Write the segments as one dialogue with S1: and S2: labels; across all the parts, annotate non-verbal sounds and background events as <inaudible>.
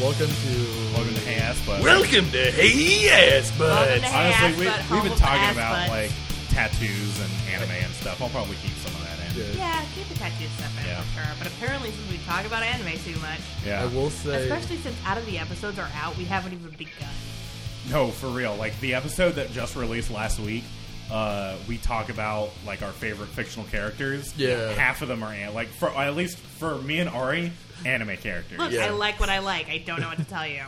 S1: Welcome to
S2: Welcome to Hey Ass Butt.
S1: Welcome to Hey Ass
S3: Welcome to Hey
S2: Honestly,
S3: Ass
S2: we,
S3: Butt,
S2: we've
S3: home
S2: been
S3: of
S2: talking
S3: ass
S2: about
S3: butts.
S2: like tattoos and anime and stuff. I'll probably keep some of that
S1: Yeah.
S2: in.
S3: Yeah, keep the tattoo stuff in
S2: Yeah.
S3: for sure. But apparently, since we talk about anime too much,
S2: Yeah.
S1: I will say
S3: especially since out of the episodes are out, we haven't even begun.
S2: No, for real. Like the episode that just released last week, uh, we talk about like our favorite fictional characters.
S1: Yeah.
S2: half of them are an- like for at least for me and Ari, anime characters.
S3: Look,
S1: Yeah.
S3: I like what I like. I don't know what to
S2: <laughs>
S3: tell you.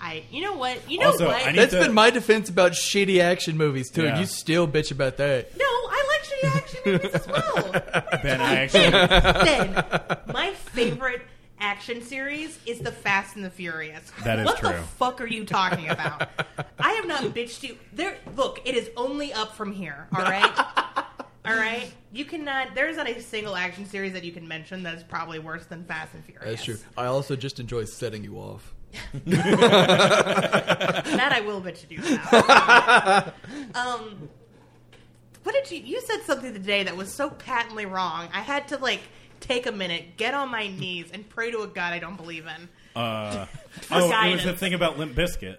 S3: I, you know what, you know
S2: Also,
S3: what?
S2: I need-
S1: that's
S2: the-
S1: been my defense about shitty action movies too.
S2: Yeah.
S1: and You still bitch about that.
S3: no, I like shitty action movies
S2: <laughs>
S3: as well.
S2: Ben, I
S3: <laughs>
S2: actually
S3: then
S1: <laughs>
S3: my favorite action series is the Fast and the Furious.
S2: That is
S3: what the
S2: true.
S3: fuck are you talking
S2: <laughs>
S3: about? I have not bitched you. There, look, it is only up from here.
S2: <laughs>
S3: All right, all right. You cannot. There is not a single action series that you can mention that is probably worse than Fast and Furious.
S1: That's true. I also just enjoy setting you off.
S3: That I will bitch at you about.
S1: <laughs>
S3: um, what did you? You said something today that was so patently wrong. I had to like take a minute, get on my knees, and pray to a god I don't believe in.
S2: uh, oh, it was the
S3: guidance.
S2: thing about Limp Bizkit.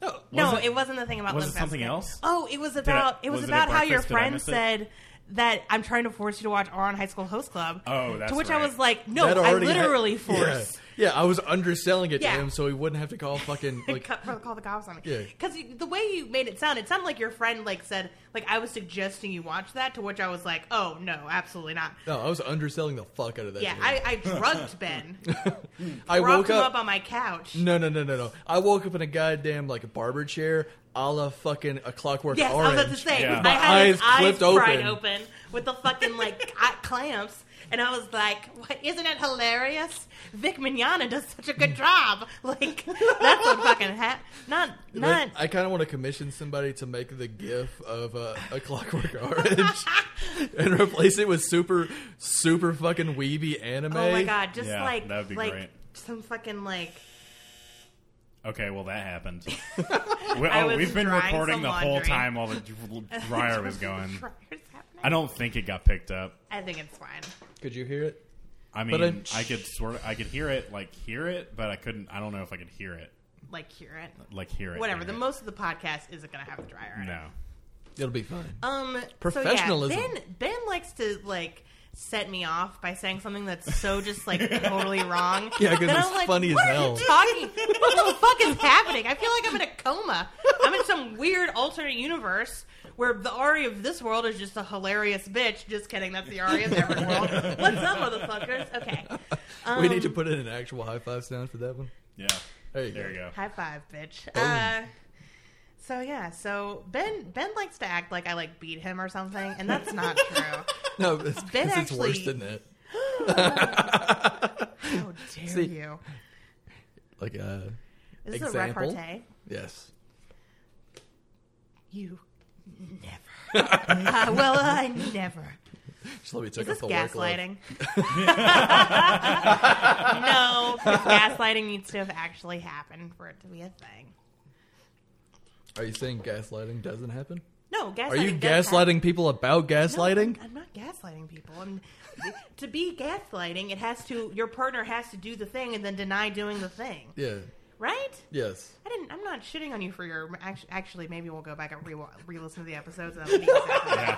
S3: No,
S2: Was
S3: it,
S2: it-
S3: wasn't the thing about
S2: was
S3: Limp
S2: it something
S3: Bizkit.
S2: else?
S3: Oh, it was about it was,
S2: was it at
S3: about how your
S2: breakfast? Did I
S3: friend
S2: miss it?
S3: said that I'm trying to force you to watch Oran High School Host Club.
S2: Oh, that's
S3: to which I
S2: right.
S3: was like, no,
S1: That
S3: I
S1: already had-
S3: literally
S1: Yeah.
S3: force.
S1: Yeah, I was underselling it
S3: Yeah.
S1: to him so he wouldn't have to call
S3: <laughs>
S1: fucking
S3: and
S1: like
S3: cut- probably call the cops on me.
S1: Yeah.
S3: Because the way you made it sound, it sounded like your friend like said like I was suggesting you watch that. To which I was like, oh no, absolutely not.
S1: no, I was underselling the fuck out of that.
S3: Yeah,
S1: dude.
S3: I, I drugged Ben.
S1: <laughs> I
S3: Propped
S1: woke
S3: him
S1: up.
S3: up on my couch.
S1: No, no, no, no, no. I woke up in a goddamn like barber chair, a la fucking a clockwork
S3: Yes,
S1: orange.
S3: I was about to say.
S2: Yeah.
S3: I had his
S1: My eyes
S3: eyes
S1: flipped
S3: pried
S1: open.
S3: open. with the fucking like <laughs> c- clamps, and I was like, what, "Isn't it hilarious? Vic Mignogna does such
S1: <laughs>
S3: a good job. Like that's what fucking ha- not not
S1: Like, I kind of want to commission somebody to make the GIF of uh, a Clockwork <laughs>
S3: <laughs>
S1: Orange and replace it with super, super fucking weeby anime.
S3: oh my god, just
S2: Yeah,
S3: like
S2: that'd be
S3: like
S2: great.
S3: some fucking like
S2: Okay, well that
S3: <laughs>
S2: happened. we,
S3: I
S2: oh,
S3: was
S2: we've been
S3: drying
S2: recording
S3: some
S2: the whole
S3: laundry.
S2: time
S3: <laughs>
S2: while the dryer was going.
S3: Dryer's happening.
S2: I don't think it got picked up.
S3: I think it's fine.
S1: Could you hear it?
S2: I
S1: But
S2: mean,
S1: I-
S2: I could sort of, I could hear it, like hear it, but I couldn't. I don't know if I could hear it,
S3: Like hear it.
S2: like hear it.
S3: Whatever.
S2: hear
S3: The
S2: it.
S3: most of the podcast isn't gonna have a dryer. in it.
S2: No.
S1: It'll be fine.
S3: Um,
S1: Professionalism.
S3: So yeah, ben Ben likes to like set me off by saying something that's so just like
S2: <laughs>
S3: totally wrong.
S1: Yeah, 'cause
S3: Then
S1: it's
S3: I'm like,
S1: funny as
S3: what
S1: hell."
S3: Are you talking? What the fuck is happening? I feel like I'm in a coma. I'm in some weird alternate universe where the Ari of this world is just a hilarious bitch. Just kidding. That's the Ari of every world. What's up, motherfuckers? Okay. Um,
S1: we need to put in an actual high five sound for that one.
S2: Yeah.
S1: There you
S2: There
S1: go.
S2: you <laughs> go.
S3: High five, bitch.
S1: Boom.
S3: Uh, so yeah, so Ben Ben likes to act like I like beat him or something, and that's not
S1: <laughs>
S3: true.
S1: No, it's,
S3: Ben
S1: it's, it's worse
S3: actually-
S1: than that.
S3: How dare
S1: See,
S3: you?
S1: Like, uh,
S3: This
S1: example?
S3: is a repartee.
S1: yes.
S3: You never.
S1: <laughs>
S3: Uh, well, I never.
S1: Just let me
S3: Is
S1: take
S3: this
S1: off the workload.
S3: gaslighting? <laughs> no, 'cause gaslighting needs to have actually happened for it to be a thing.
S1: Are you saying gaslighting doesn't happen?
S3: No, gaslighting.
S1: Are you
S3: does happen.
S1: gaslighting people about
S3: No,
S1: gaslighting?
S3: I'm not gaslighting people. I'm, to be gaslighting, it has to your partner has to do the thing and then deny doing the thing,
S1: Yeah.
S3: right?
S1: Yes.
S3: I didn't. I'm not shitting on you for your. act- Actually, maybe we'll go back and re- re-listen to the episodes. And that'll be exactly what I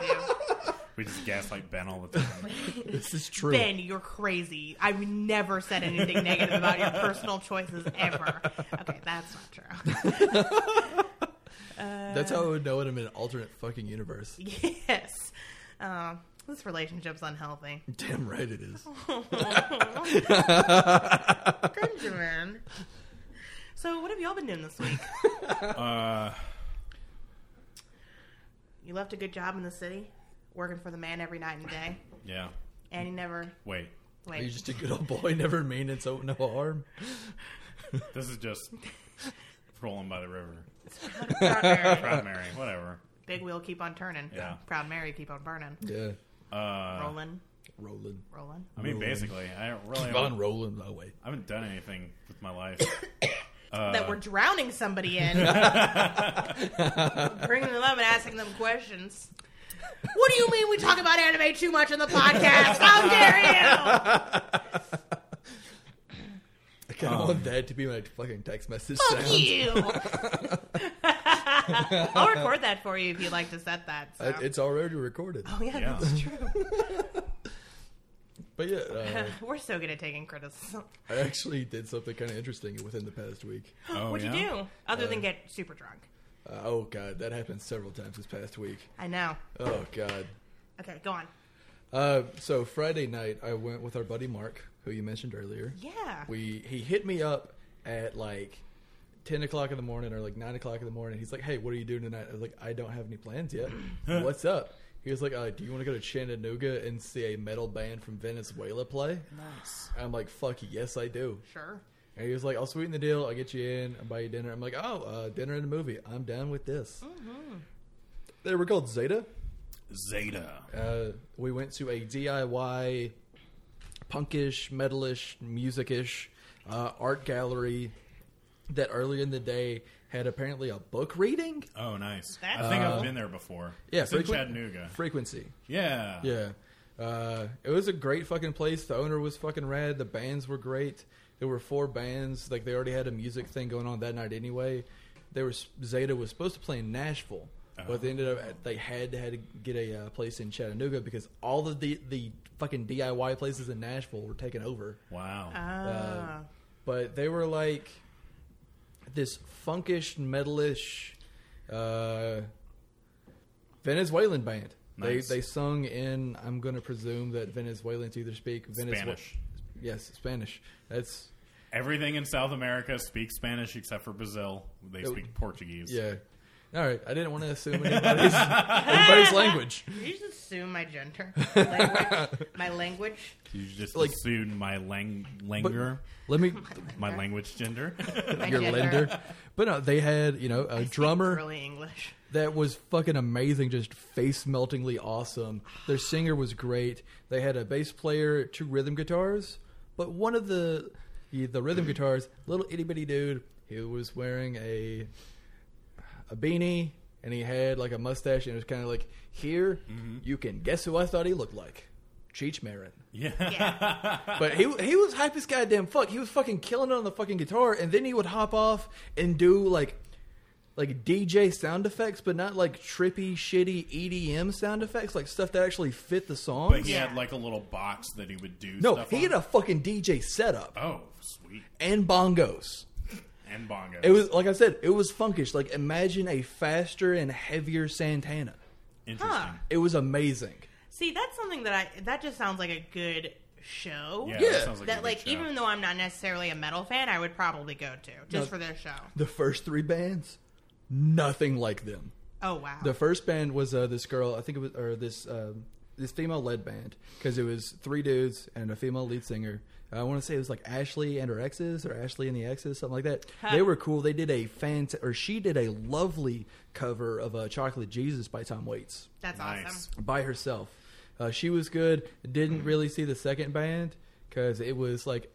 S3: do.
S2: We just gaslight Ben all the
S3: <laughs>
S2: time.
S1: This is <laughs> true.
S3: Ben, you're crazy. I've never said anything negative about your personal choices ever. Okay, that's not true. <laughs>
S1: That's how I would know it. I'm in an alternate fucking universe. <laughs>
S3: Yes. Uh, this
S1: <laughs>
S3: relationship's unhealthy. <laughs>
S1: Damn right it is.
S3: Benjamin. So, what have y'all been doing this week?
S2: uh,
S3: You left a good job in the city, working for the man every night and day,
S2: yeah.
S3: and he never.
S2: Wait.
S1: Are you
S3: Wait.
S1: just a good old boy? <laughs> Never mean it's no harm.
S2: This is just rolling by the river.
S3: <laughs> Proud Mary.
S2: <laughs>
S1: Uh,
S2: Proud Mary. Whatever.
S3: Big wheel keep on turning.
S2: Yeah.
S3: Proud Mary keep on burning.
S1: Yeah.
S2: Uh,
S3: Rolling,
S1: Rolling.
S3: rolling.
S2: I mean,
S1: Rolling.
S2: basically, I really
S1: Keep on
S2: haven't,
S1: rolling my way.
S2: I haven't done anything with my
S3: <coughs>
S2: life.
S3: that we're drowning somebody in. <laughs> Bringing them up and asking them questions. What do you mean we talk about anime too much in the podcast? How dare you?
S1: I kind of want that to be my fucking text message.
S3: Fuck
S1: sound.
S3: you. <laughs> I'll record that for you if you'd like to set that. So.
S1: I- it's already recorded.
S3: oh yeah,
S2: Yeah.
S3: that's true.
S1: But yeah, uh,
S3: We're so good at taking criticism.
S1: I actually did something kind of interesting within the past week.
S2: Oh,
S3: What'd you
S2: yeah?
S3: do other than get super drunk?
S1: Uh, oh god, that happened several times this past week.
S3: I know.
S1: Oh god.
S3: Okay, go on.
S1: Uh, so Friday night, I went with our buddy Mark, who you mentioned earlier.
S3: Yeah.
S1: We he hit me up at like ten o'clock in the morning or like nine o'clock in the morning. He's like, "Hey, what are you doing tonight?" I was like, "I don't have any plans yet. What's up?" He was like, uh, "Do you want to go to Chattanooga and see a metal band from Venezuela play?"
S2: Nice.
S1: I'm like, "Fuck yes, I do."
S3: sure.
S1: And he was like, "I'll sweeten the deal. I'll get you in. I'll buy you dinner." I'm like, "Oh, uh, dinner and a movie. I'm down with this." They were called Zeta.
S2: Zeta.
S1: Uh, we went to a DIY punkish, metalish, musicish uh, art gallery that earlier in the day had apparently a book reading.
S2: Oh, nice.
S3: That's-
S2: I think I've been there before.
S1: Yeah,
S2: it's in
S1: frequen-
S2: Chattanooga.
S1: Frequency.
S2: Yeah.
S1: Yeah. Uh, it was a great fucking place. The owner was fucking rad. The bands were great. There were four bands. Like they already had a music thing going on that night anyway. They were Zeta was supposed to play in Nashville, but they ended up they had had to get a uh, place in Chattanooga because all of the the fucking DIY places in Nashville were taken over.
S2: Wow. Uh,
S3: Ah.
S1: But they were like this funkish metalish uh, Venezuelan band.
S2: Nice.
S1: They they sung in. I'm going to presume that Venezuelans either speak Venezue-
S2: Spanish.
S1: Yes, Spanish. That's
S2: Everything in South America speaks Spanish except for Brazil. They speak Portuguese.
S1: yeah. All right, I didn't want to assume anybody's, <laughs> anybody's language.
S3: you just assume
S2: <laughs>
S3: my gender, language, my language.
S2: You just
S1: Like-
S2: assumed my lang- langer,
S1: <laughs> Let me
S2: my language gender.
S3: <laughs>
S2: <laughs>
S3: My
S1: your
S3: gender.
S1: lender. But no, they had you know a drummer.
S3: Really English.
S1: that was fucking amazing, just face meltingly awesome. Their singer was great. They had a bass player, two rhythm guitars, but one of the the rhythm guitars, little itty bitty dude, he was wearing a a beanie and he had like a mustache and it was kind of like here you can guess who I thought he looked like, Cheech Marin.
S2: Yeah.
S3: Yeah.
S1: But he he was hype as goddamn fuck. He was fucking killing it on the fucking guitar, and then he would hop off and do like like DJ sound effects, but not like trippy, shitty EDM sound effects, like stuff that actually fit the songs.
S2: But he
S3: Yeah.
S2: had like a little box that he would do
S1: no,
S2: stuff
S1: he
S2: on.
S1: had a fucking DJ setup
S2: Oh, sweet.
S1: and bongos.
S2: And bongo.
S1: It was like I said, it was funkish. Like imagine a faster and heavier Santana.
S2: interesting.
S3: Huh.
S1: It was amazing.
S3: See, that's something that I. That just sounds like a good show.
S2: Yeah,
S1: Yeah.
S2: That, sounds like a
S3: That
S2: good
S3: like
S2: show.
S3: even though I'm not necessarily a metal fan, I would probably go to just
S1: No.
S3: for their show.
S1: The first three bands, nothing like them.
S3: Oh wow.
S1: The first band was uh, this girl, I think it was, or this um, this female led band because it was three dudes and a female lead singer. I want to say it was like Ashley and her exes, or Ashley and the exes, something like that. They were cool. They did a fant, or she did a lovely cover of uh, "Chocolate Jesus" by Tom Waits
S3: That's
S2: Nice.
S3: awesome.
S1: by herself. Uh, she was good. Didn't really see the second band because it was like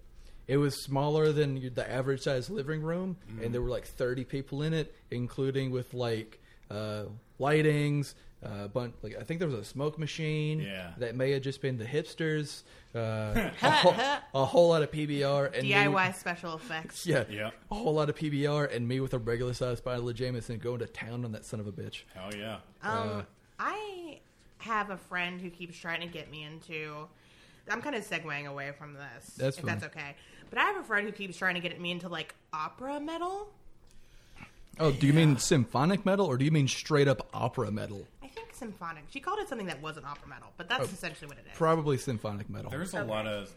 S1: it was smaller than your- the average size living room,
S2: Mm-hmm.
S1: and there were like thirty people in it, including with like uh, lightings. Uh, bun like I think there was a smoke machine
S2: Yeah.
S1: that may have just been the hipsters, uh, a, whole, a whole lot of PBR and me-
S3: DIY special effects.
S1: yeah,
S2: Yeah.
S1: a whole lot of PBR and me with a regular sized bottle of Jameson going to town on that son of a bitch.
S2: Hell yeah.
S3: Um, I have a friend who keeps trying to get me into. I'm kind of segueing away from this,
S1: That's
S3: if
S1: fine.
S3: that's okay. But I have a friend who keeps trying to get me into like opera metal.
S1: Oh, do you mean symphonic metal or do you mean straight up opera metal?
S3: I think symphonic. She called it something that wasn't opera metal, but
S1: Oh.
S3: that's essentially what it is.
S1: Probably symphonic metal.
S2: There's a
S3: Okay.
S2: lot of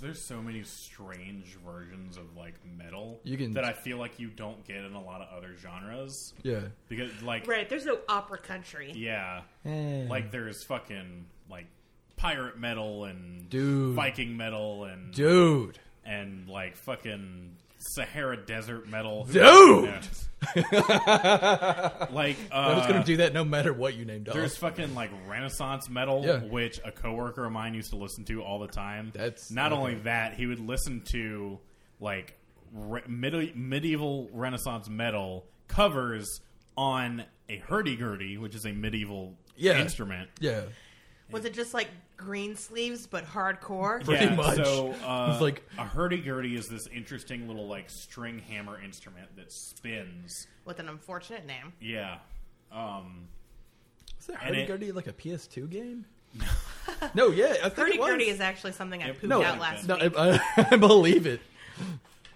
S2: there's so many strange versions of like metal
S1: You can-
S2: that I feel like you don't get in a lot of other genres
S1: yeah.
S2: because like
S3: right? There's no opera country.
S2: yeah,
S1: Eh.
S2: like there's fucking like pirate metal and
S1: Dude.
S2: Viking metal and
S1: Dude.
S2: and like fucking Sahara desert metal
S1: Dude! <laughs>
S2: Yeah. like uh,
S1: I was going to do that no matter what you named
S2: There's
S1: off.
S2: fucking like Renaissance metal,
S1: Yeah.
S2: which a coworker of mine used to listen to all the time.
S1: That's-
S2: not
S1: okay.
S2: only that he would listen to like re- medi- medieval Renaissance metal covers on a hurdy gurdy, which is a medieval
S1: Yeah.
S2: instrument.
S1: Yeah.
S3: Was it just like green sleeves but hardcore?
S1: Pretty
S2: yeah,
S1: much. <laughs>
S2: So, uh,
S1: It's like-
S2: a hurdy gurdy is this interesting little like string hammer instrument that spins.
S3: With an unfortunate name.
S2: Yeah. Um,
S1: Is that
S2: And
S1: Hurdy
S2: it-
S1: Gurdy like a PS2 game? <laughs> no, yeah, I think
S3: Hurdy
S1: it was.
S3: gurdy is actually something I
S2: Yep.
S3: pooped
S2: No,
S3: out last
S1: no,
S3: week.
S1: I, I- <laughs> I believe it.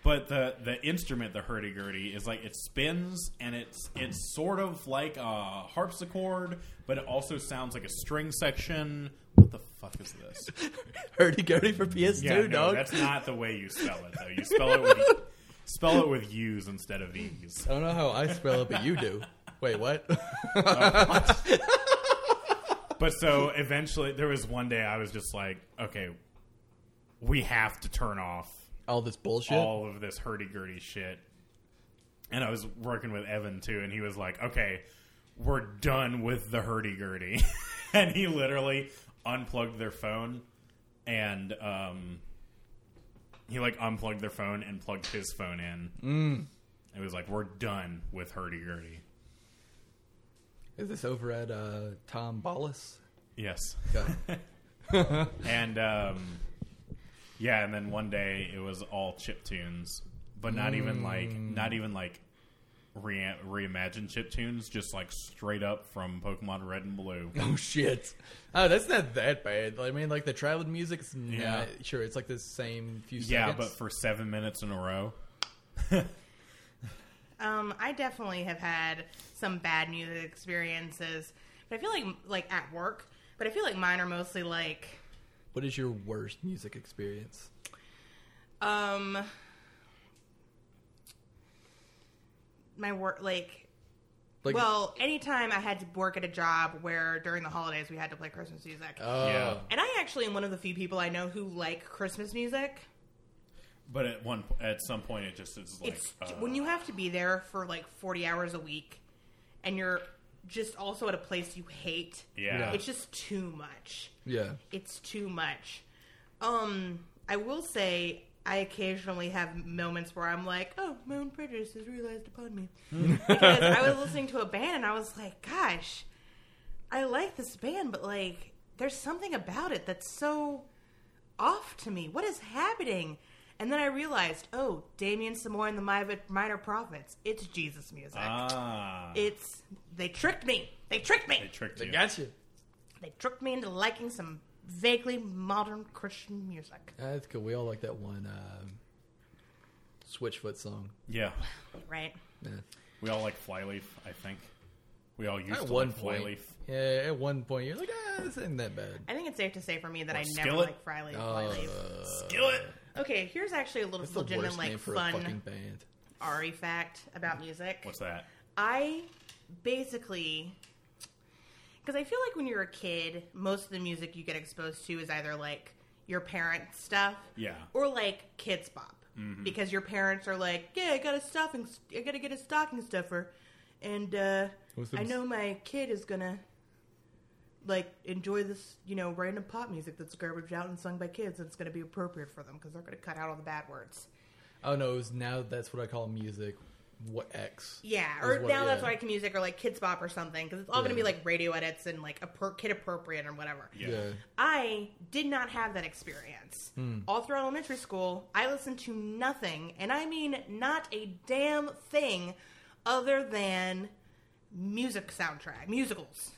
S2: but the the instrument, the hurdy gurdy, is like it spins and it's it's sort of like a harpsichord, but it also sounds like a string section. What the fuck is this?
S1: <laughs> Hurdy Gurdy for PS2,
S2: Yeah, no,
S1: dog.
S2: that's not the way you spell it though. You spell
S1: <laughs>
S2: it with spell it with U's instead of E's.
S1: I don't know how I spell it, but you do. Wait, what? <laughs>
S2: But so eventually, there was one day I was just like, okay, we have to turn off
S1: All this bullshit.
S2: all of this hurdy gurdy shit. And I was working with Evan too, and he was like, "Okay, we're done with the hurdy gurdy," <laughs> and he literally unplugged their phone, and um, he like unplugged their phone and plugged his phone in. Mm. It was like, "We're done with hurdy gurdy."
S1: Is this over at uh, Tom Ballas?
S2: Yes,
S1: Okay.
S2: and um, yeah, and then one day it was all chip tunes, but not even like not even like re- reimagined chip tunes, just like straight up from Pokemon Red and Blue.
S1: <laughs> oh shit! Oh, that's not that bad. I mean, like the traveling music's
S2: Yeah.
S1: not- sure. It's like the same few
S2: yeah,
S1: seconds.
S2: but for seven minutes in a row.
S3: Um, I definitely have had some bad music experiences, but I feel like like at work. But I feel like mine are mostly like
S1: what is your worst music experience?
S3: um my work like,
S1: Like,
S3: well anytime I had to work at a job where during the holidays we had to play Christmas music.
S1: oh,
S2: Yeah,
S3: and I actually am one of the few people I know who like Christmas music.
S2: but at one at some point it just is like
S3: it's
S2: uh,
S3: when you have to be there for like 40 hours a week and you're just also at a place you hate.
S2: yeah.
S3: It's just too much.
S1: yeah.
S3: It's too much. Um, I will say I occasionally have moments where I'm like, "Oh, my own prejudice is realized upon me," because I was listening to a band and I was like, "Gosh, I like this band, but like, there's something about it that's so off to me. What is happening?" And then I realized, oh, Damien Samore and the Mi- Minor Prophets. It's Jesus music.
S2: ah,
S3: it's they tricked me. They tricked me.
S2: they tricked
S1: They
S2: you.
S1: got you.
S3: They tricked me into liking some vaguely modern Christian music.
S1: Ah, That's cool. We all like that one um, Switchfoot song.
S2: yeah,
S3: Right?
S1: Yeah.
S2: we all like Flyleaf. I think we all used
S1: At
S2: to
S1: one
S2: like
S1: point,
S2: Flyleaf.
S1: yeah. At one point, you're like, ah, this isn't that bad.
S3: I think it's safe to say for me that I never
S2: Skillet?
S3: like Fryleaf.
S2: Skillet.
S3: Okay, here's actually a little
S1: Uh, That's the
S3: legitimate,
S1: worst
S3: like,
S1: name for
S3: fun
S1: a fucking band.
S3: Ari fact about music.
S2: What's that?
S3: I basically. Because I feel like when you're a kid, most of the music you get exposed to is either like your parents' stuff
S2: Yeah.
S3: or like kids bop
S1: Mm-hmm.
S3: because your parents are like yeah i got a stuffing i gotta get a stocking stuffer and uh,
S1: What's the-
S3: i know my kid is gonna like enjoy this you know random pop music that's garbage out and sung by kids and it's gonna be appropriate for them because they're gonna cut out all the bad words
S1: Oh no, it was now that's what I call music. What X?
S3: yeah
S1: Is
S3: or
S1: what-
S3: now that's
S1: yeah.
S3: why I can music or like kids bop or something because it's all gonna be
S1: Yeah.
S3: like radio edits and like appro- kid appropriate and whatever
S2: Yeah.
S1: Yeah.
S3: I did not have that experience.
S1: Hmm.
S3: All through elementary school, I listened to nothing, and I mean not a damn thing other than music soundtrack, musicals,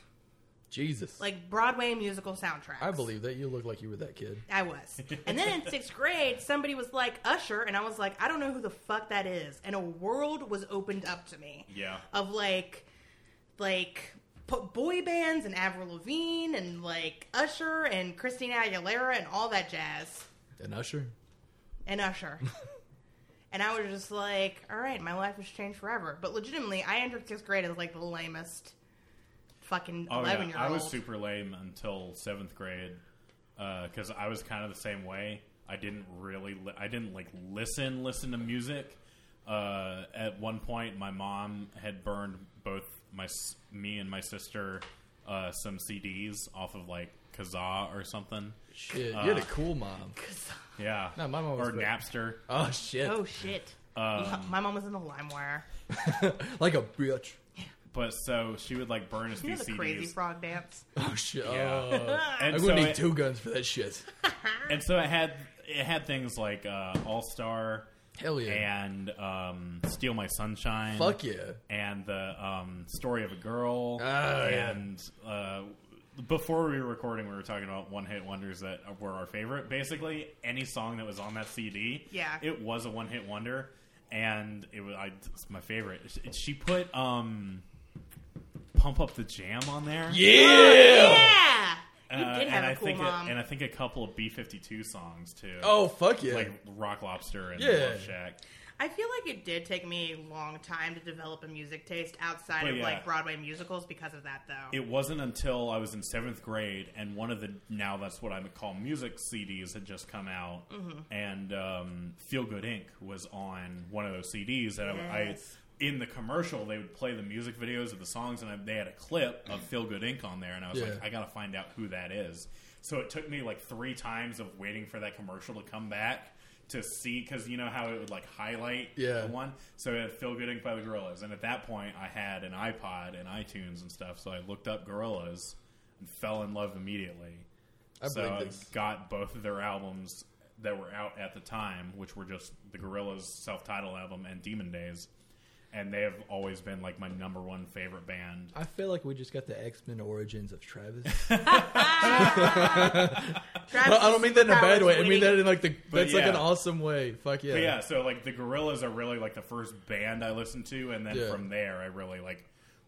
S1: Jesus.
S3: like Broadway musical soundtracks.
S1: I believe that you look like you were that kid.
S3: I was. And then
S1: <laughs>
S3: in sixth grade, somebody was like Usher, and I was like, I don't know who the fuck that is. And a world was opened up to me.
S2: Yeah.
S3: Of like, like po- boy bands and Avril Lavigne and like Usher and Christina Aguilera and all that jazz
S1: An usher.
S2: <laughs>
S3: and Usher. and I was just like, all right, my life has changed forever. But legitimately, I entered sixth grade as like the lamest fucking
S2: Oh, yeah.
S3: eleven year
S2: I
S3: old.
S2: was super lame until seventh grade because I was kind of the same way. I didn't really, li- I didn't like listen, listen to music. Uh, at one point, my mom had burned both my s- me and my sister uh, some CDs off of like Kazaa or something.
S1: Shit,
S2: Uh,
S1: you had a cool mom.
S2: Yeah,
S1: No, my mom was
S2: or
S1: great.
S2: Napster.
S1: Oh shit,
S2: um,
S3: oh shit. my mom was in the LimeWire.
S1: like a bitch.
S2: But so she would like burn us
S3: You know
S2: these
S3: the
S2: CDs.
S3: crazy frog
S2: <laughs>
S3: dance.
S1: Oh shit!
S2: Yeah.
S1: Oh.
S2: And
S1: I'm
S2: so
S1: gonna need
S2: it-
S1: two guns for that shit.
S2: And so it had it had things like uh, All Star
S1: Hell yeah!
S2: and um, Steal My Sunshine.
S1: Fuck yeah!
S2: and the um, story of a girl.
S1: Ah, yeah.
S2: and uh, before we were recording, we were talking about one hit wonders that were our favorite. Basically, any song that was on that CD,
S3: Yeah.
S2: it was a one hit wonder, and it was I, it's my favorite. She- She put um, "Pump Up the Jam" on there.
S1: Yeah!
S3: Yeah, you
S2: Uh,
S3: did
S2: and
S3: have
S2: I
S3: a cool
S2: think
S3: mom.
S2: and I think a couple of B fifty two songs too.
S1: Oh fuck yeah!
S2: like Rock Lobster and
S1: Yeah.
S2: Love Shack.
S3: I feel like it did take me a long time to develop a music taste outside
S2: Well,
S3: of
S2: yeah.
S3: like Broadway musicals because of that, though.
S2: It wasn't until I was in seventh grade, and one of the now that's what I would call music CDs had just come out, and um, Feel Good Inc. was on one of those CDs, and I, I
S3: Yes.
S2: in the commercial they would play the music videos of the songs, and I, they had a clip of Feel Good Inc. on there, and I was
S1: Yeah.
S2: like, I gotta find out who that is. So it took me like three times of waiting for that commercial to come back. To see, because you know how it would like highlight
S1: Yeah.
S2: the one one. So it had Feel Good Inc. by the Gorillas. And at that point, I had an iPod and iTunes and stuff. So I looked up Gorillas and fell in love immediately.
S1: I
S2: so
S1: believe
S2: I
S1: this.
S2: got both of their albums that were out at the time, which were just the Gorillas self titled album and Demon Days. And they have always been like my number one favorite band.
S1: I feel like we just got the X Men origins of Travis. I
S3: Travis
S1: I don't mean that in a
S3: Scott
S1: bad
S3: was
S1: way. I mean
S3: leading-
S1: that in like the that's like
S2: yeah.
S1: an awesome way. Fuck yeah!
S2: But yeah, so like the Gorillas are really like the first band I listened to, and then
S1: Yeah.
S2: from there I really like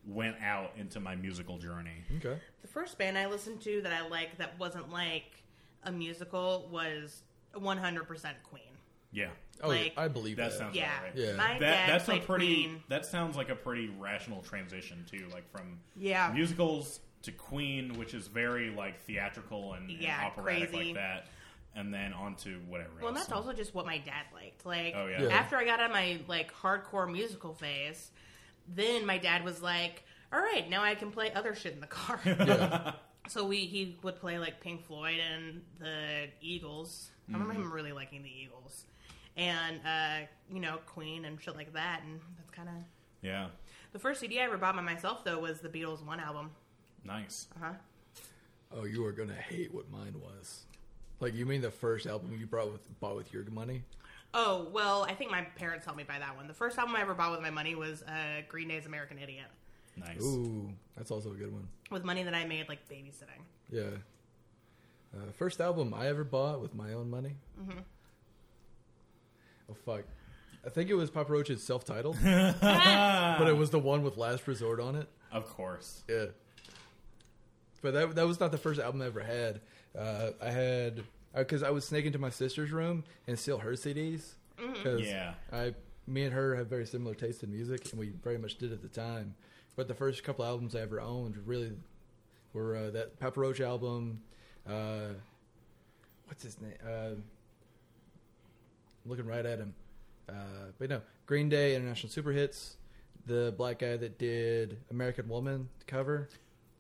S2: went out into my musical journey.
S1: Okay.
S3: The first band I listened to that I like that wasn't like a musical was 100% Queen.
S2: Yeah,
S1: Oh,
S3: Like,
S1: yeah, I believe
S2: that
S1: that.
S2: sounds
S3: Yeah.
S2: about right.
S1: Yeah.
S3: My
S2: that
S3: dad
S2: that's a
S3: played
S2: pretty
S3: Queen.
S2: that sounds like a pretty rational transition too like from
S3: Yeah.
S2: musicals to queen which is very like theatrical and, and
S3: Yeah,
S2: operatic
S3: crazy.
S2: like that and then on to whatever
S3: Well, and
S2: else
S3: that's also just what my dad liked. Like,
S2: Oh, yeah. Yeah.
S3: after I got out of my like hardcore musical phase, then my dad was like, "All right, now I can play other shit in the
S2: <laughs>
S3: car."
S1: Yeah.
S3: so we he would play like Pink Floyd and the Eagles. I remember
S2: Mm-hmm.
S3: him really liking the Eagles, and uh, you know Queen and shit like that. And that's kind of
S2: yeah
S3: the first CD I ever bought by myself though was the Beatles One album.
S2: nice
S3: Uh huh.
S1: Oh, you are gonna hate what mine was. Like you mean the first album you brought with bought with your money?
S3: Oh well, I think my parents helped me buy that one. The first album I ever bought with my money was uh, Green Day's American Idiot.
S2: nice
S1: Ooh, that's also a good one.
S3: with money that I made like babysitting. <laughs>
S1: Yeah. Uh, first album I ever bought with my own money. Oh fuck! I think it was Papa Roach's self-titled, but it was the one with Last Resort on it.
S2: of course
S1: Yeah. But that that was not the first album I ever had. Uh, I had because I was sneaking into my sister's room and steal her CDs. 'cause
S2: Yeah.
S1: I me and her have very similar taste in music, and we very much did at the time. But the first couple albums I ever owned really were uh, that Papa Roach album. Uh, what's his name? Uh, looking right at him. Uh, but no, Green Day International Super Hits, the black guy that did American Woman cover.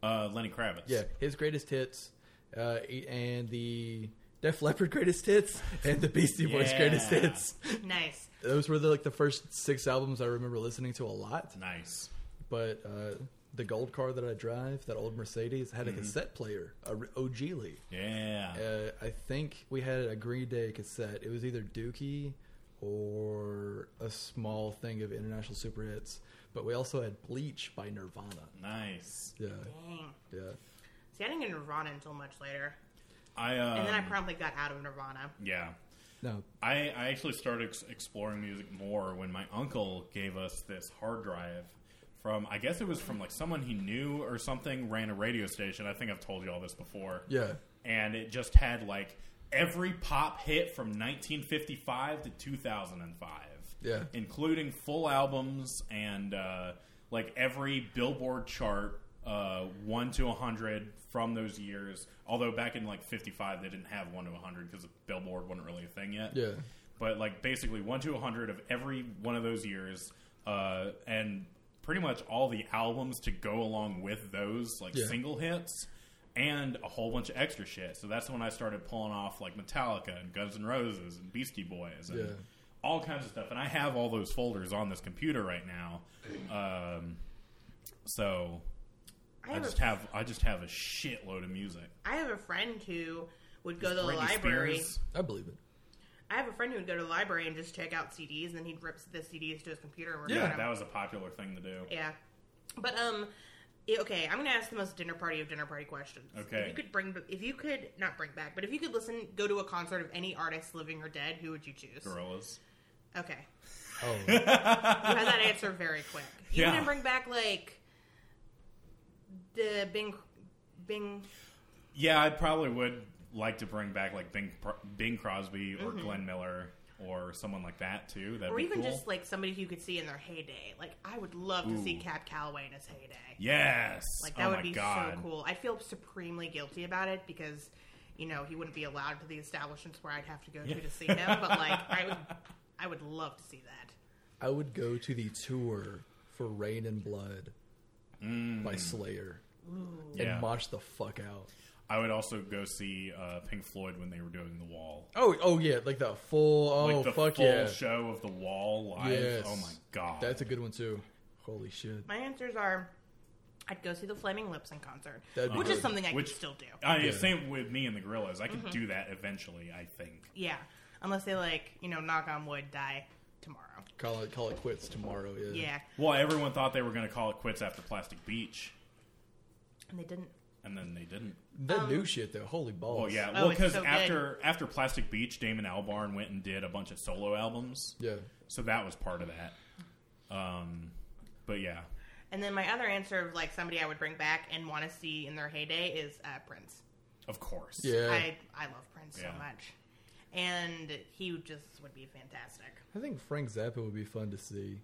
S2: uh, lenny kravitz
S1: Yeah, his greatest hits, uh, e- and the Def Leppard greatest hits, and the Beastie Boys
S2: Yeah.
S1: greatest hits.
S3: Nice.
S1: Those were the, like the first six albums I remember listening to a lot.
S2: nice
S1: But uh, the gold car that I drive, that old Mercedes, had a cassette player, a r- Ogili.
S2: yeah
S1: Uh, I think we had a Green Day cassette. It was either Dookie or a small thing of international super hits. But we also had Bleach by Nirvana.
S2: nice
S1: Yeah,
S3: Dang.
S1: yeah.
S3: See, I didn't get Nirvana until much later,
S2: i uh
S3: and then I promptly got out of Nirvana.
S2: yeah
S1: No,
S2: I, I actually started ex- exploring music more when my uncle gave us this hard drive from I guess it was from like someone he knew or something ran a radio station. I think I've told you all this before.
S1: Yeah.
S2: And it just had like every pop hit from 1955 to 2005.
S1: Yeah.
S2: Including full albums and uh, like every Billboard chart uh, 1 to 100 from those years. Although back in like 55 they didn't have 1 to 100 because Billboard wasn't really a thing yet
S1: yeah.
S2: but like basically one to a hundred of every one of those years, uh, and pretty much all the albums to go along with those like
S1: Yeah.
S2: single hits, and a whole bunch of extra shit. So that's when I started pulling off like Metallica and Guns N' Roses and Beastie Boys and
S1: Yeah.
S2: all kinds of stuff. And I have all those folders on this computer right now. Um, So
S3: I
S2: I
S3: have,
S2: just
S3: a,
S2: have I just have a shitload of music.
S3: I have a friend who would go to the
S2: Britney
S3: library.
S2: Spears.
S1: I believe it.
S3: I have a friend who would go to the library and just check out CDs, and then he'd rip the CDs to his computer. And
S2: Yeah,
S3: yeah,
S2: that was a popular thing to do.
S3: yeah. But um, i- okay, I'm gonna ask the most dinner party of dinner party questions.
S2: Okay.
S3: if you could bring, if you could not bring back, but if you could listen, go to a concert of any artist, living or dead, who would you choose?
S2: Gorillas.
S3: Okay,
S1: Oh,
S3: you had that answer very
S2: <laughs>
S3: quick. You
S2: Yeah.
S3: wouldn't bring back like the Bing, Bing.
S2: Yeah, I probably would like to bring back like Bing, Bing Crosby or Glenn Miller or someone like that too. That'd
S3: Mm-hmm. or
S2: be
S3: even
S2: cool.
S3: just like somebody who you could see in their heyday. Like I would love to see
S2: Ooh.
S3: Cab Calloway in his heyday.
S2: yes,
S3: Like that
S2: oh
S3: would
S2: my
S3: be
S2: God.
S3: so cool. I'd feel supremely guilty about it because you know he wouldn't be allowed to the establishments where I'd have to go to to see him. But like I would, I would love to see that.
S1: I would go to the tour for Rain and Blood by Slayer
S2: Mm. Yeah.
S1: and mosh the fuck out.
S2: I would also go see uh, Pink Floyd when they were doing The Wall.
S1: Oh, oh yeah, like the full. Oh
S2: like the
S1: fuck
S2: full
S1: yeah,
S2: show of The Wall live.
S1: Yes.
S2: Oh my God.
S1: that's a good one too. Holy shit.
S3: My answers are. I'd go see the Flaming Lips in concert,
S1: That'd be
S3: which is
S1: good.
S3: something I
S2: Which-
S3: could still do.
S2: I,
S1: Yeah.
S2: Same with me and the Gorillas. I could
S3: Mm-hmm.
S2: do that eventually. I think.
S3: Yeah, unless they like you know knock on wood die tomorrow.
S1: Call it call it quits tomorrow. Yeah.
S3: Yeah,
S2: Well, everyone thought they were going to call it quits after Plastic Beach,
S3: and they didn't.
S2: and then they didn't.
S1: That
S3: um,
S1: new shit though. Holy balls.
S2: Well, yeah.
S3: Oh,
S2: Well,
S3: it's
S2: because
S3: so good.
S2: after after Plastic Beach, Damon Albarn went and did a bunch of solo albums,
S1: Yeah.
S2: so that was part of that. Um, but yeah,
S3: And then my other answer of like somebody I would bring back and want to see in their heyday is uh, Prince.
S2: of course.
S1: Yeah.
S3: I I love Prince
S2: Yeah.
S3: so much, and he would just would be fantastic.
S1: I think Frank Zappa would be fun to see.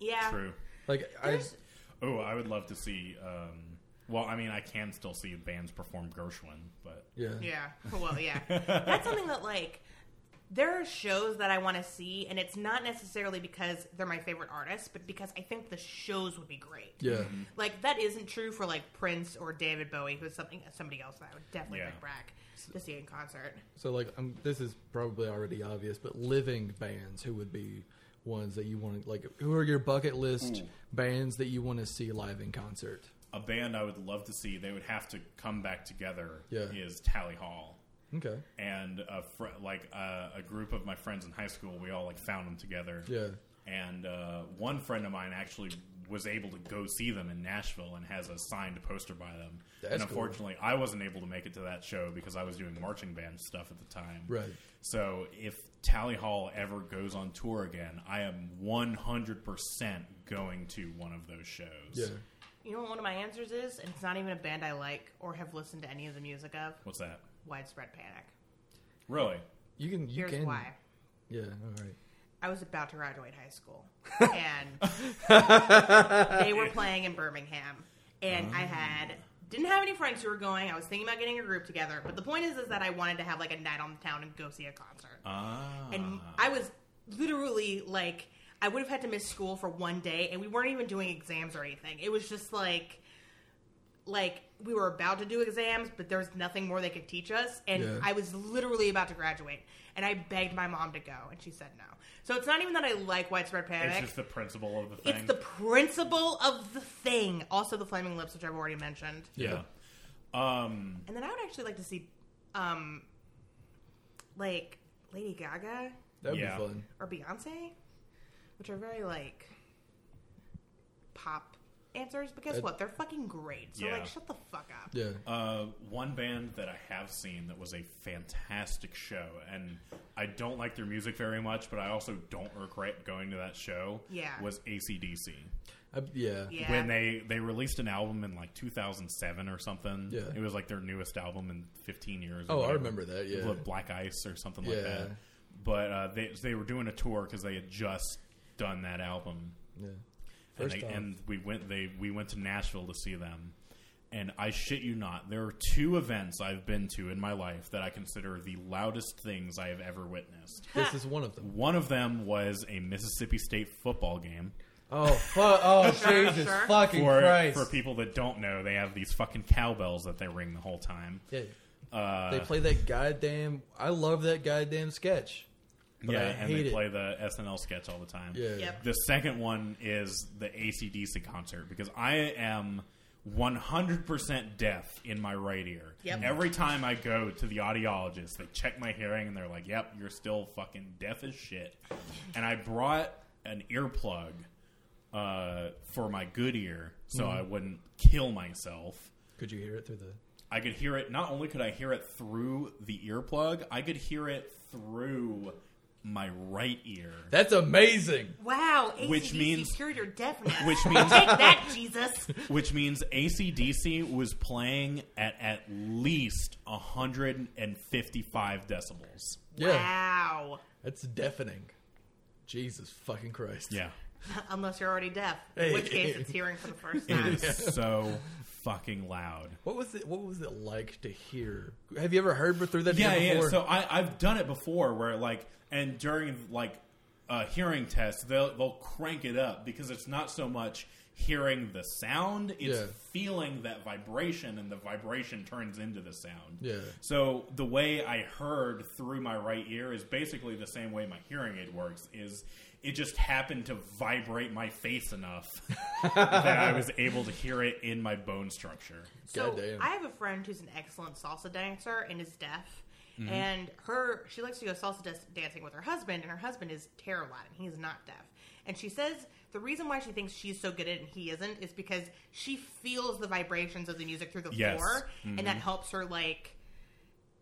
S3: Yeah,
S2: True.
S1: Like I,
S3: There's-
S2: Oh, I would love to see. Um, well, I mean, I can still see bands perform Gershwin, but
S1: yeah.
S3: yeah.
S1: <laughs>
S3: Well, yeah. That's something that like there are shows that I want to see, and it's not necessarily because they're my favorite artists, but because I think the shows would be great.
S1: Yeah.
S2: Mm-hmm.
S3: Like that isn't true for like Prince or David Bowie, who's something somebody else that I would definitely
S2: Yeah.
S3: bring back to see in concert.
S1: So like, I'm, this is probably already obvious, but living bands who would be ones that you want to like, who are your bucket list bands that you want to see live in concert?
S2: a band I would love to see. They would have to come back together.
S1: Yeah.
S2: Is Tally Hall.
S1: Okay.
S2: and a fr- like uh, a group of my friends in high school. We all like found them together.
S1: Yeah.
S2: And uh, one friend of mine actually was able to go see them in Nashville and has a signed poster by them.
S1: That's
S2: and
S1: cool.
S2: unfortunately, I wasn't able to make it to that show because I was doing marching band stuff at the time.
S1: Right.
S2: So if Tally Hall ever goes on tour again, I am 100% going to one of those shows.
S1: Yeah.
S3: You know what one of my answers is, and it's not even a band I like or have listened to any of the music of.
S2: What's that?
S3: Widespread Panic.
S2: Really?
S1: You can. You
S3: Here's
S1: can.
S3: why.
S1: Yeah. All right.
S3: I was about to graduate high school, and they were playing in Birmingham, and I had didn't have any friends who were going. I was thinking about getting a group together, but the point is, is that I wanted to have like a night on the town and go see a concert,
S2: Ah.
S3: and I was literally like, I would have had to miss school for one day, and we weren't even doing exams or anything. It was just like. Like we were about to do exams, but there was nothing more they could teach us, and
S1: Yeah.
S3: I was literally about to graduate, and I begged my mom to go, and she said no. So it's not even that I like widespread
S2: it's
S3: panic;
S2: just the principle of the thing.
S3: it's the principle of the thing. Also, the flaming lips, which I've already mentioned,
S2: yeah. Um,
S3: and then I would actually like to see, um, like Lady Gaga
S1: That would
S2: Yeah.
S1: be fun.
S3: or Beyonce, which are very like pop answers. But guess
S1: Uh,
S3: what? They're fucking great. So
S2: Yeah.
S3: like, shut the fuck up.
S1: Yeah.
S2: Uh, one band that I have seen that was a fantastic show, and I don't like their music very much, but I also don't regret going to that show.
S3: Yeah.
S2: was ACDC
S1: I, yeah.
S3: Yeah.
S2: when they they released an album in like 2007 or something.
S1: Yeah.
S2: it was like their newest album in 15 years. or
S1: Oh, I
S2: whatever.
S1: remember that. Yeah.
S2: With Black Ice or something
S1: Yeah.
S2: like that. But uh, they they were doing a tour because they had just done that album.
S1: Yeah.
S2: and,
S1: First
S2: they-
S1: off,
S2: and we went they we went to Nashville to see them. And I shit you not, there are two events I've been to in my life that I consider the loudest things I have ever witnessed.
S1: this is one of them.
S2: One of them was a Mississippi State football game.
S1: <laughs> Oh, fu- oh,
S3: Sure,
S1: Jesus
S3: sure.
S1: fucking
S2: For,
S1: Christ!
S2: for people that don't know, they have these fucking cowbells that they ring the whole time.
S1: Uh, yeah. they play that goddamn. I love that goddamn sketch. But
S2: yeah,
S1: I
S2: and
S1: hate
S2: they
S1: it.
S2: play the SNL sketch all the time.
S1: Yeah.
S3: Yep.
S2: The second one is the ACDC concert because I am 100% deaf in my right ear.
S3: Yep.
S2: Every time I go to the audiologist, they check my hearing and they're like, yep, you're still fucking deaf as shit. And I brought an earplug uh, for my good ear so
S3: Mm-hmm.
S2: I wouldn't kill myself.
S1: Could you hear it through the?
S2: I could hear it. Not only could I hear it through the earplug, I could hear it through my right ear.
S1: That's amazing.
S3: Wow, ACDC
S2: Which means-
S3: cured your deafness.
S2: <laughs>
S3: <laughs>
S2: Which means-
S3: take that,
S2: <laughs>
S3: Jesus.
S2: Which means ACDC was playing at at least 155 decibels.
S1: Yeah,
S3: Wow.
S1: that's deafening. Jesus fucking Christ.
S2: Yeah.
S3: Unless you're already deaf, in
S1: Hey.
S3: which case it's hearing for the
S2: <laughs>
S3: first
S2: It
S3: time.
S2: is so fucking loud.
S1: What was it? What was it like to hear? Have you ever heard through that?
S2: Yeah,
S1: ear
S2: yeah.
S1: before?
S2: So I, I've done it before where, like, and during, like, a hearing test, they'll, they'll crank it up because it's not so much hearing the sound, it's
S1: Yeah.
S2: feeling that vibration, and the vibration turns into the sound.
S1: Yeah.
S2: So the way I heard through my right ear is basically the same way my hearing aid works is it just happened to vibrate my face enough <laughs> that I was able to hear it in my bone structure.
S3: So
S1: Goddamn.
S3: I have a friend who's an excellent salsa dancer and is deaf.
S2: Mm-hmm.
S3: And her, she likes to go salsa des- dancing with her husband, and her husband is terrible at it. He is not deaf. And she says the reason why she thinks she's so good at it and he isn't is because she feels the vibrations of the music through the
S2: Yes. Mm-hmm.
S3: floor, and that helps her like.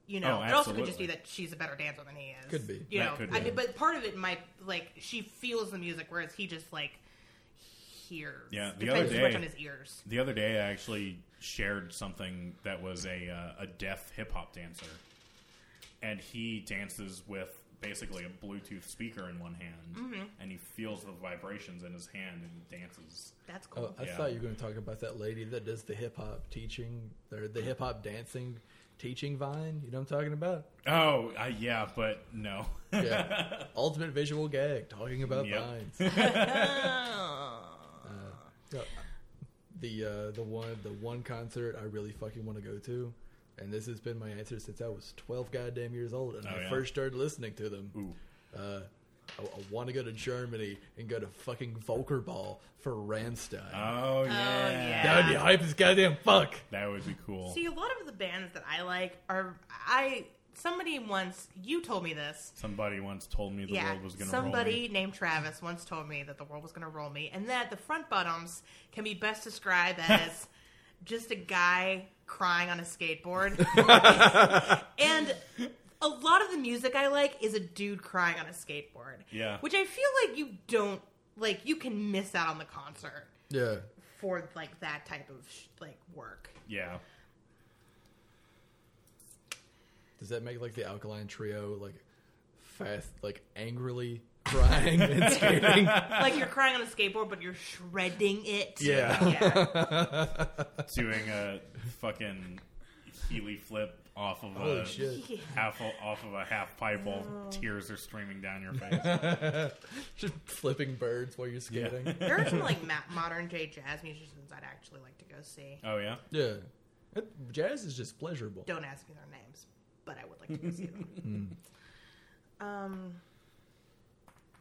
S3: You know,
S2: Oh,
S3: it also could just
S2: absolutely.
S3: be that she's a better dancer than he is.
S1: Could be.
S3: You
S2: That
S3: know,
S2: could
S3: I
S2: be.
S3: mean, but part of it might like she feels the music, whereas he just like hears.
S2: Yeah, the
S3: Depends
S2: other
S3: too much
S2: day-
S3: on his ears.
S2: The other day, I actually shared something that was a uh, a deaf hip hop dancer, and he dances with basically a Bluetooth speaker in one hand,
S3: Mm-hmm.
S2: and he feels the vibrations in his hand and he dances.
S3: That's cool.
S1: Oh, I
S2: Yeah.
S1: thought you were going to talk about that lady that does the hip hop teaching or the hip hop dancing teaching vine. You know what I'm talking
S2: <laughs>
S1: about?
S2: Oh, uh, yeah, but no. <laughs>
S1: Yeah. Ultimate visual gag talking about
S2: Yep. <laughs>
S1: vines. Uh, Yeah. The uh, the one the one concert I really fucking want to go to, and this has been my answer since I was 12 goddamn years old and
S2: Oh,
S1: I
S2: yeah?
S1: first started listening to them.
S2: Ooh.
S1: Uh, I, I want to go to Germany and go to fucking Volkerball for Ramstein.
S2: Oh yeah.
S3: yeah.
S1: that would be hype as goddamn fuck.
S2: That would be cool.
S3: Um, See, a lot of the bands that I like are I. Somebody once you told me this.
S2: Somebody once told me the
S3: yeah,
S2: world was going to roll
S3: somebody
S2: me.
S3: named Travis once told me that the world was going to roll me, and that the front bottoms can be
S2: <laughs>
S3: best described as just a guy crying on
S2: <laughs>
S3: a skateboard. and a lot of the music I like is a dude crying on a skateboard.
S2: Yeah.
S3: which I feel like you don't like. You can miss out on the concert
S1: Yeah.
S3: for like that type of sh- like work.
S2: Yeah.
S1: Does that make like the Alkaline Trio like fast, like <laughs> angrily crying and skating? <laughs>
S3: like you're crying on a skateboard, but you're shredding it.
S1: Yeah.
S3: yeah.
S2: Doing a fucking Healy flip off of
S1: Holy
S2: a
S1: shit!
S2: half off of a half pipe while tears are streaming
S1: <laughs>
S2: down your face.
S1: Just flipping birds while you're skating. <laughs> Yeah,
S3: There are
S2: <laughs>
S3: some like ma- modern day jazz musicians I'd actually like to go see.
S2: Oh yeah,
S1: That- jazz is just pleasurable.
S3: Don't ask me their names, but I would like to go see them.
S2: <laughs> Hmm.
S3: um,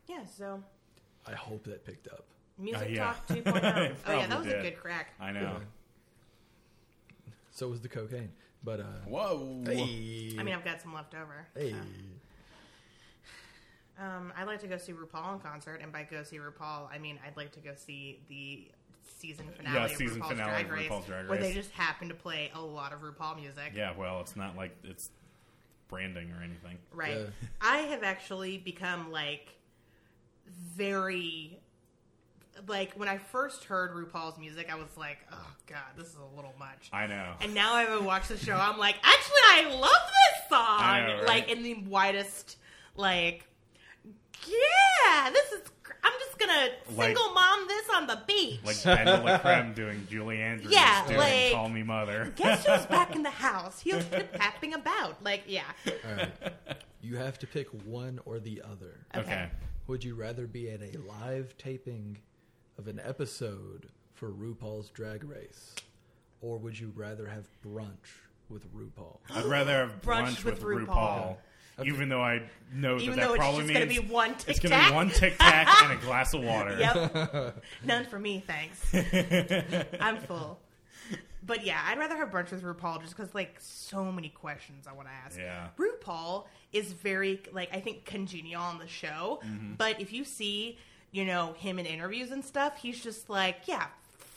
S3: yeah. So
S1: I hope that picked up.
S3: music
S2: Uh, yeah. <laughs>
S3: talk 2.0.
S2: It
S3: oh yeah,
S2: probably
S3: that was
S2: did.
S3: a good crack.
S2: I know.
S1: So was the cocaine, but uh,
S2: Whoa.
S1: hey,
S3: I mean, I've got some left over.
S1: hey,
S3: Um, I'd like to go see RuPaul in concert, and by go see RuPaul, I mean I'd like to go see the season finale
S2: Yeah,
S3: of
S2: season
S3: RuPaul's,
S2: finale
S3: Drag
S2: of
S3: Race,
S2: RuPaul's Drag
S3: where they
S2: Race.
S3: just happen to play a lot of RuPaul music.
S2: Yeah. Well, it's not like it's branding or anything.
S3: Right.
S1: Yeah.
S3: I have actually become like very like when I first heard RuPaul's music, I was like, "Oh god, this is a little much."
S2: I know.
S3: and now I've watched the show, I'm like, "Actually, I love this song."
S2: I know, right?
S3: Like in the widest like yeah, this is gr- I'm just going to
S2: Like-
S3: single mom this on the beach.
S2: Like Angela Krem doing Julie Andrews
S3: Yeah,
S2: doing
S3: like-
S2: Call Me Mother. <laughs>
S3: Guess who's back in the house? He'll keep tapping about. Like, yeah.
S1: all right. You have to pick one or the other.
S2: Okay.
S1: Would you rather be at a live taping of an episode for RuPaul's Drag Race, or would you rather have brunch with RuPaul?
S2: I'd rather have
S3: <gasps> Brunch
S2: brunch with RuPaul.
S3: with RuPaul.
S2: even though I know
S3: Even
S2: that, that
S3: though it's
S2: probably
S3: just
S2: means
S3: gonna be one
S2: it's going to be
S3: Tic Tac.
S2: one
S3: <laughs>
S2: Tic Tac and a glass of water.
S3: Yep. None for me,
S2: <laughs>
S3: thanks. I'm full. But yeah, I'd rather have brunch with RuPaul just because like so many questions I want to ask.
S2: Yeah.
S3: RuPaul is very like I think congenial on the show,
S2: Mm-hmm.
S3: but if you see you know him in interviews and stuff, he's just like yeah,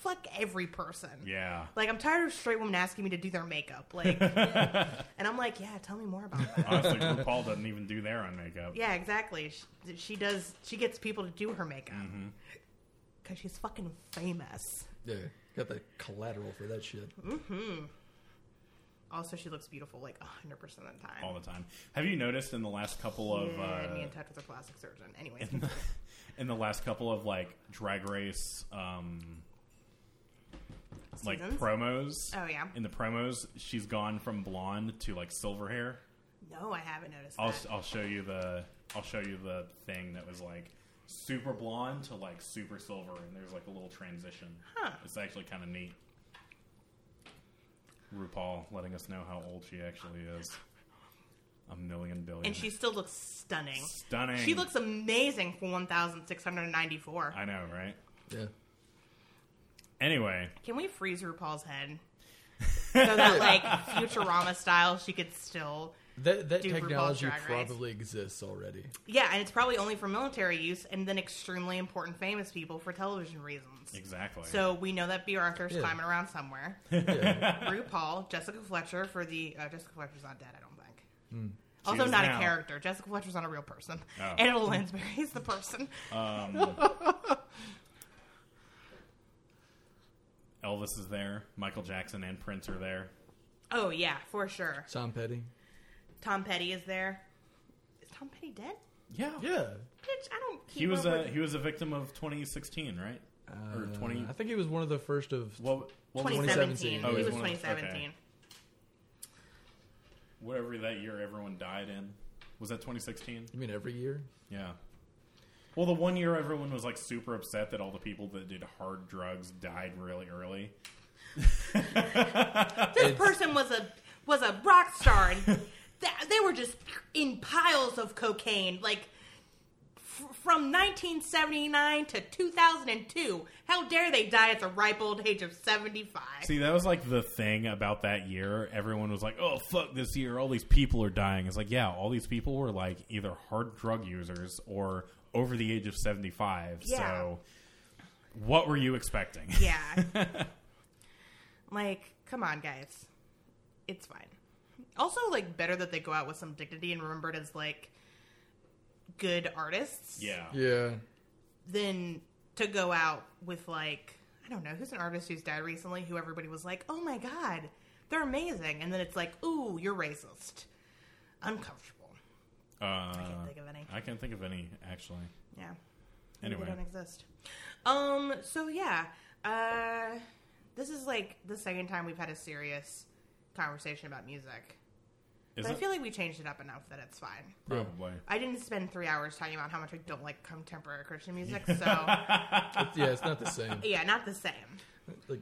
S3: fuck every person.
S2: Yeah.
S3: Like I'm tired of straight women asking me to do their
S2: <laughs>
S3: makeup, like, and I'm like, yeah, tell me more about that.
S2: Honestly, <laughs> RuPaul doesn't even do their own makeup.
S3: Yeah, exactly. She, she does. She gets people to do her makeup
S2: Mm-hmm.
S3: because she's fucking famous.
S1: Yeah, got the collateral for that shit.
S3: Also, she looks beautiful like 100 percent of the time.
S2: All the time. Have you noticed in the last couple of
S3: yeah, me
S2: uh,
S3: in touch with her plastic surgeon. Anyways,
S2: <laughs> in the last couple of like drag race um like
S3: Seasons?
S2: promos?
S3: Oh, yeah.
S2: In the promos, she's gone from blonde to like silver hair.
S3: no, I haven't noticed
S2: I'll
S3: that.
S2: I'll show you the I'll show you the thing that was like super blonde to like super silver, and there's like a little transition.
S3: Huh.
S2: It's actually kind of neat. RuPaul letting us know how old she actually is. A million billion.
S3: and she still looks stunning.
S2: stunning.
S3: She looks amazing for 1,694.
S2: I know, right?
S1: Yeah.
S2: Anyway,
S3: Can we freeze
S2: <laughs>
S3: RuPaul's head? so that, like, Futurama style, she could still.
S1: That that
S3: Do RuPaul's
S1: technology
S3: Drag Race.
S1: probably exists already.
S3: Yeah, and it's probably only for military use and then extremely important famous people for television reasons.
S2: exactly.
S3: So we know that B. Arthur's
S1: Yeah.
S3: climbing around somewhere.
S1: Yeah.
S3: RuPaul, Jessica Fletcher for the uh, Jessica Fletcher's not dead, I don't think.
S2: She
S3: Also,
S2: is
S3: not
S2: now.
S3: a character. Jessica Fletcher's not a real person.
S2: Oh.
S3: <laughs> Anna Lansbury is the person.
S2: Elvis is there. Michael Jackson and Prince are there.
S3: Oh yeah, for sure.
S1: Tom Petty.
S3: Tom Petty is there. Is Tom Petty dead?
S2: Yeah.
S1: Yeah.
S3: Bitch, I don't. Keep
S2: He was
S3: up
S2: a
S3: with-
S2: he was a victim of 2016, right? or 20
S1: I think he was one of the first of.
S2: what, what was
S3: 2017.
S1: 2017. Oh,
S3: he
S1: he's
S3: was
S2: one of-
S3: 2017.
S2: okay. whatever that year everyone died in. Was that 2016?
S1: You mean every year?
S2: Yeah. Well, the one year everyone was like super upset that all the people that did hard drugs died really early.
S3: This person was a was a rock star, and th- they were just in piles of cocaine, like f- from 1979 to 2002. How dare they die at the ripe old age of 75?
S2: See, that was like the thing about that year. Everyone was like, "Oh fuck, this year all these people are dying." It's like, yeah, all these people were like either hard drug users or over the age of 75.
S3: Yeah.
S2: So what were you expecting? <laughs>
S3: Yeah. like, come on, guys. It's fine. Also, like, better that they go out with some dignity and remembered as, like, good artists
S2: Yeah.
S1: Yeah.
S3: than to go out with, like, I don't know, who's an artist who's died recently who everybody was like, oh my god, they're amazing. And then it's like, ooh, you're racist. Uncomfortable.
S2: Uh,
S3: I can't think of any.
S2: I can't think of any actually.
S3: Yeah. Maybe
S2: Anyway,
S3: They don't exist. Um. So yeah. Uh, this is like the second time we've had a serious conversation about music,
S2: is
S3: but I
S2: it?
S3: feel like we changed it up enough that it's fine.
S2: probably.
S3: I didn't spend three hours talking about how much I don't like contemporary Christian music,
S2: <laughs>
S3: so
S1: It's, yeah, it's not the <laughs> same.
S3: yeah, not the same.
S1: like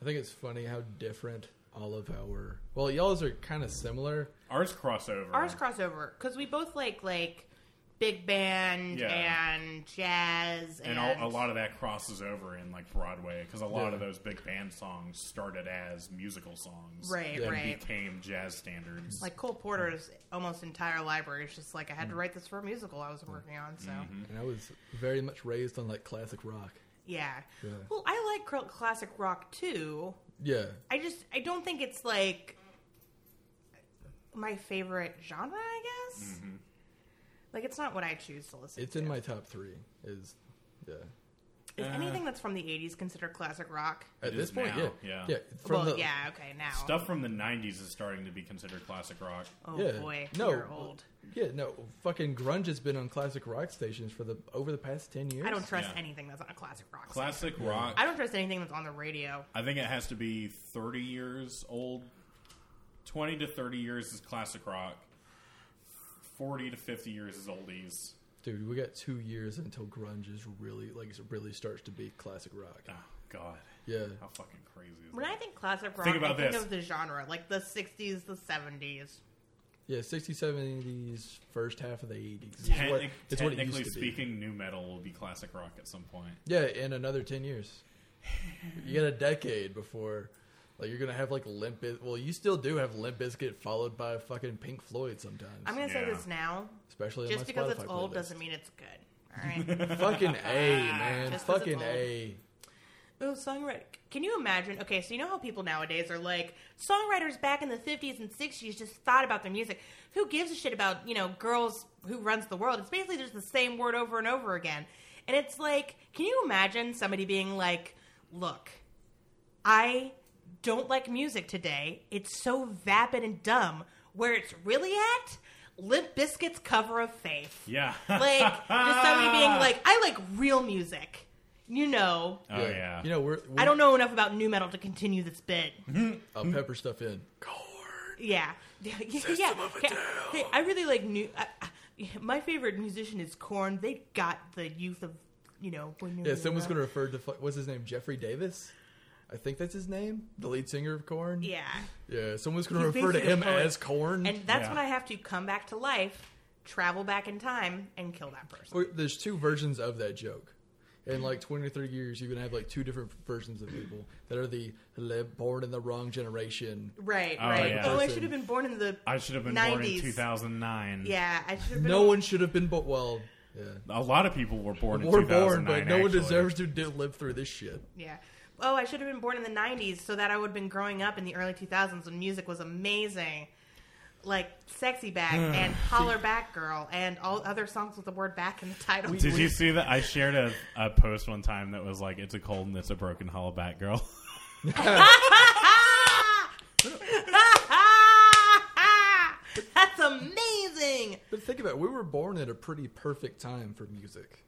S1: I think it's funny how different all of our well, y'all's are kind of similar.
S2: Ours crossover.
S3: Ours crossover because we both like like big band
S2: Yeah.
S3: and jazz and,
S2: and all, a lot of that crosses over in like Broadway because a lot
S1: Yeah.
S2: of those big band songs started as musical songs,
S3: right,
S1: Yeah.
S3: right.
S2: Became jazz standards.
S3: Like Cole Porter's almost entire library is just like I
S2: Mm-hmm.
S3: had to write this for a musical I was working on, so.
S1: And I was very much raised on like classic rock.
S3: Yeah.
S1: Yeah.
S3: Well, I like cl- classic rock too.
S1: Yeah,
S3: I just I don't think it's like my favorite genre. I guess.
S2: Mm-hmm.
S3: Like it's not what I choose to listen.
S1: it's
S3: to.
S1: in my top three. Is yeah.
S3: Is
S2: Uh,
S3: anything that's from the '80s considered classic rock?
S1: At
S2: It
S1: this
S2: is
S1: point,
S2: now,
S1: yeah,
S2: yeah.
S1: From
S3: well,
S1: the,
S3: yeah. Okay, now.
S2: Stuff from the '90s is starting to be considered classic rock.
S3: Oh
S1: yeah.
S3: boy,
S1: No.
S3: you're old.
S1: yeah, no, fucking grunge has been on classic rock stations for the over the past ten years.
S3: I don't trust
S2: Yeah.
S3: anything that's on a classic rock. song.
S2: Classic rock.
S3: I don't trust anything that's on the radio.
S2: I think it has to be 30 years old. 20 to 30 years is classic rock. 40 to 50 years is oldies.
S1: dude. We got two years until grunge is really like really starts to be classic rock.
S2: Oh God,
S1: Yeah,
S2: how fucking crazy is
S3: When I
S2: that?
S3: think classic rock,
S2: Think about
S3: I think
S2: this.
S3: of the genre, like the '60s, the '70s.
S1: Yeah, 60s, 70s, first half of the 80s. It's
S2: Technic-
S1: what- it's what it
S2: technically
S1: used to be.
S2: speaking, new metal will be classic rock at some point.
S1: Yeah, in another ten years, you got a decade before, like you're gonna have like Limp. Biz- well, you still do have Limp Bizkit followed by fucking Pink Floyd sometimes.
S3: I'm gonna say
S2: Yeah.
S3: this now.
S1: especially on
S3: Just
S1: my
S3: because it's
S1: Spotify
S3: old
S1: playlist.
S3: doesn't mean it's good.
S2: <laughs>
S3: All right.
S1: fucking
S3: <laughs>
S1: a man,
S3: Just 'cause it's
S1: fucking
S3: old.
S1: a.
S3: Oh, songwriter. Can you imagine? Okay, so you know how people nowadays are like, songwriters back in the 50s and 60s just thought about their music. Who gives a shit about, you know, girls who runs the world? It's basically just the same word over and over again. And it's like, can you imagine somebody being like, look, I don't like music today. It's so vapid and dumb. Where it's really at? Limp Biscuit's cover of Faith.
S2: Yeah.
S3: Like, just somebody being like, I like real music. You know,
S2: oh yeah.
S1: you know we're, we're
S3: I don't know enough about new metal to continue this bit.
S1: Mm-hmm. I'll pepper stuff in. Corn.
S3: Yeah, <laughs> yeah, yeah.
S1: of a
S3: Hey,
S1: Down.
S3: hey, I really like new. I, I, my favorite musician is Korn. They got the youth of you know when you're
S1: Yeah,
S3: really
S1: someone's
S3: young.
S1: gonna refer to fu- what's his name, Jeffrey Davis. I think that's his name, the lead singer of Corn.
S3: Yeah,
S1: yeah. Someone's gonna
S3: He's
S1: refer to
S3: basically
S1: him
S3: a poet.
S1: as Corn.
S3: and that's
S2: Yeah.
S3: when I have to come back to life, travel back in time, and kill that person.
S1: Or there's two versions of that joke. In like 20 or 30 years, you're going to have like two different versions of people that are the live born in the wrong generation.
S3: Right,
S2: Oh,
S3: right.
S2: yeah.
S3: Oh, I
S1: Person.
S3: should have been born in the.
S2: <laughs> I should have been born in
S3: 90s.
S2: 2009.
S3: Yeah, I should have been.
S1: No one should have been, but well, yeah.
S2: A lot of people were born
S1: We're
S2: in
S1: born,
S2: 2009.
S1: but no one
S2: actually.
S1: deserves to di- live through this shit.
S3: Yeah. Oh, I should have been born in the 90s so that I would have been growing up in the early 2000s when music was amazing. Like Sexy Back
S2: Hmm.
S3: and Holler Back Girl and all other songs with the word back in the title.
S2: Did you see that? I shared a, a post one time that was like, "It's a cold and it's a broken hollow back girl."
S3: <laughs>
S2: <laughs>
S3: That's amazing.
S1: But think about it. We were born at a pretty perfect time for music.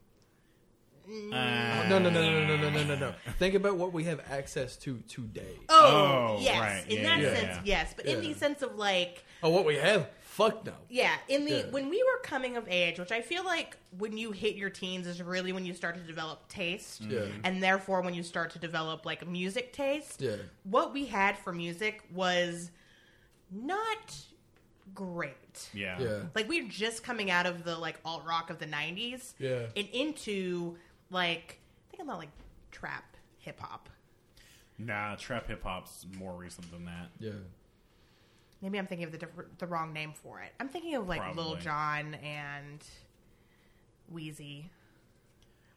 S2: Uh,
S1: No, no, no, no, no, no, no, no, no. Think about what we have access to today.
S3: Oh,
S2: Oh,
S3: yes.
S2: right.
S3: In
S2: Yeah,
S3: that
S2: yeah,
S3: sense,
S2: yeah.
S3: yes. But in
S1: Yeah.
S3: the sense of like,
S1: Oh, what we have? Fuck no.
S3: Yeah, in the
S1: Yeah.
S3: when we were coming of age, which I feel like when you hit your teens is really when you start to develop taste,
S1: Yeah.
S3: and therefore when you start to develop like music taste.
S1: Yeah.
S3: What we had for music was not great.
S2: Yeah.
S1: Yeah.
S3: Like we're just coming out of the like alt rock of the '90s,
S1: Yeah.
S3: and into like I think about like trap hip hop.
S2: Nah, trap hip hop's more recent than that.
S1: Yeah.
S3: Maybe I'm thinking of the different, the wrong name for it. I'm thinking of like Lil
S2: Probably.
S3: Jon and Wheezy.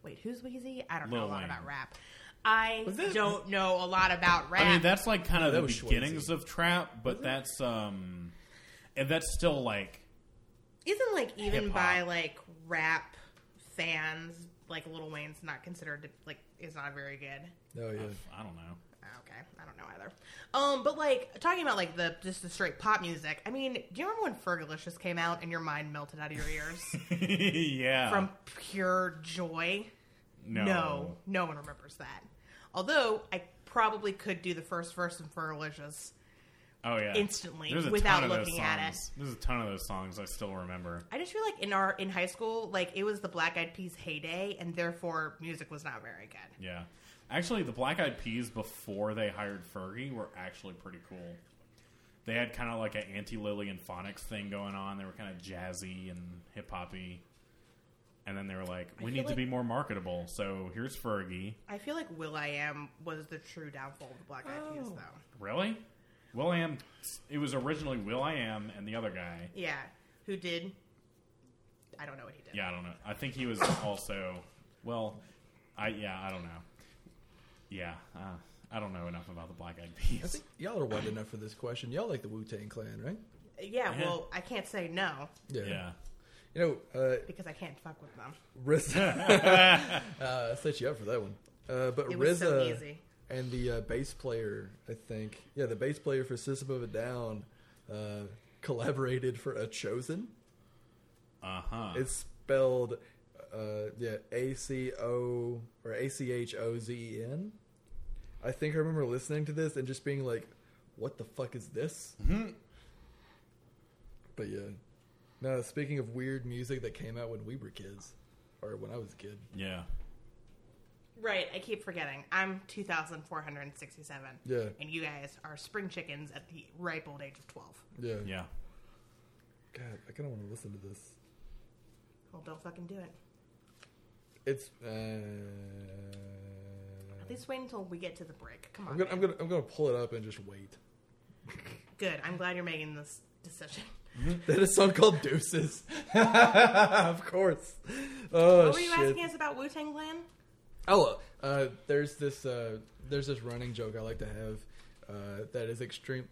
S3: Wait, who's Wheezy? I don't know
S2: Lil
S3: a lot
S2: Wayne.
S3: about rap. I
S1: Was that-
S3: don't know a lot about rap.
S2: I mean, that's like kind of
S1: that
S2: the
S1: was
S2: beginnings
S1: Schwarzy.
S2: of trap, but that's um, and that's still like
S3: Isn't like even
S2: Hip-hop.
S3: by like rap fans, like Lil Wayne's not considered to, like is not very good. Ah,
S1: Oh, yeah.
S2: I don't know. <laughs>
S3: Okay, I don't know either. Um, but like talking about like the just the straight pop music. I mean, do you remember when Fergalicious came out and your mind melted out of your
S2: <laughs>
S3: ears
S2: yeah.
S3: from pure joy?
S2: no.
S3: No, no one remembers that. Although I probably could do the first verse in Fergalicious.
S2: Oh yeah.
S3: instantly
S2: There's a
S3: without
S2: ton of
S3: looking
S2: those
S3: at
S2: songs. There's a ton of those songs I still remember.
S3: I just feel like in our in high school, like it was the Black Eyed Peas heyday, and therefore music was not very good.
S2: Yeah. Actually, the Black Eyed Peas before they hired Fergie were actually pretty cool. They had kind of like an anti Lillian Phonics thing going on. They were kind of jazzy and hip hoppy. And then they were like, we
S3: feel
S2: need to
S3: like-
S2: be more marketable. So here's Fergie.
S3: I feel like Will I Am was the true downfall of the Black Eyed Peas,
S2: Oh.
S3: though.
S2: Really? Will I Am. It was originally Will I Am and the other guy.
S3: Yeah, who did? I don't know what he did.
S2: Yeah, I don't know. I think he was also. Well, I yeah, I don't know. Yeah, uh, I don't know enough about the Black Eyed
S1: I
S2: Peas.
S1: think y'all are wide enough for this question. Y'all like the Wu Tang Clan, right?
S3: Yeah,
S2: Yeah.
S3: well, I can't say no
S2: yeah.
S1: You know, uh,
S3: because I can't fuck with them.
S1: RZA. <laughs> uh, set you up for that one. Uh, but
S3: It
S1: RZA
S3: was so easy.
S1: and the uh, bass player, I think, yeah, the bass player for System of a Down uh, collaborated for a Chosen.
S2: Uh huh.
S1: It's spelled, uh, yeah, A C O or A C H O Z E N. I think I remember listening to this and just being like, "What the fuck is this?" But yeah, now speaking of weird music that came out when we were kids, or when I was a kid.
S2: Yeah.
S3: Right, I keep forgetting. I'm 2,467.
S1: Yeah.
S3: And you guys are spring chickens at the ripe old age of 12.
S1: Yeah.
S2: Yeah.
S4: God, I kind of want to listen to this.
S3: Well, don't fucking do it.
S4: It's. Uh,
S3: At least wait until we get to the break. Come on.
S4: I'm gonna, I'm
S3: man.
S4: gonna, I'm gonna pull it up and just wait.
S3: Good. I'm glad you're making this decision.
S1: <laughs>
S4: They had a song called Deuces. of course. Oh
S3: what were you
S4: shit.
S3: asking us about Wu Tang Clan?
S1: Oh, uh, there's this uh, there's this running joke I like to have uh, that is extremely.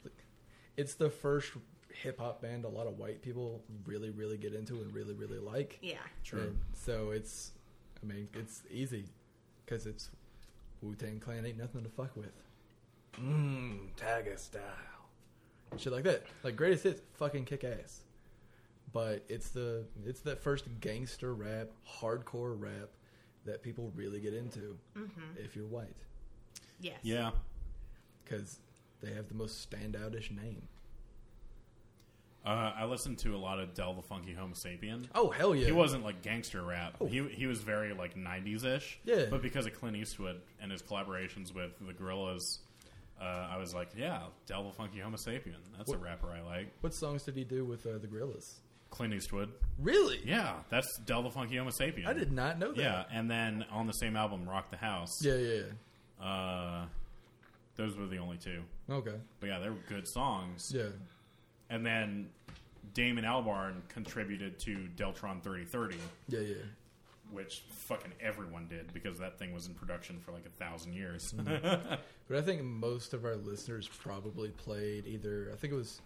S1: It's the first hip hop band a lot of white people really really get into and really really like.
S3: Yeah.
S1: True. So it's, I mean, it's easy because it's Wu Tang Clan ain't nothing to fuck with. Mmm, Tiger style, shit like that. Like greatest hits, fucking kick ass. But it's the it's that first gangster rap, hardcore rap that people really get into if you're white
S3: Yes.
S2: Yeah.
S1: because they have the most standoutish name.
S2: Uh, I listened to a lot of Del the Funky Homo Sapien.
S1: Oh hell yeah! Oh.
S2: He wasn't like gangster rap. He he was very like '90s ish.
S1: Yeah.
S2: But because of Clint Eastwood and his collaborations with the Gorillas, uh, I was like, yeah, Del the Funky Homo Sapien. That's a rapper I like.
S1: What songs did he do with uh, the Gorillas?
S2: Clint Eastwood.
S1: Really?
S2: Yeah, that's Del the Funky Homo Sapien.
S1: I did not know that.
S2: Yeah, and then on the same album, Rock the House.
S1: Yeah, yeah,
S2: Uh, those were the only two.
S1: yeah. Okay.
S2: But yeah, they were good songs.
S1: Yeah.
S2: And then Damon Albarn contributed to Deltron 3030,
S1: Yeah, yeah.
S2: which fucking everyone did because that thing was in production for like a thousand years.
S1: Mm-hmm. But I think most of our listeners probably played either. I think it was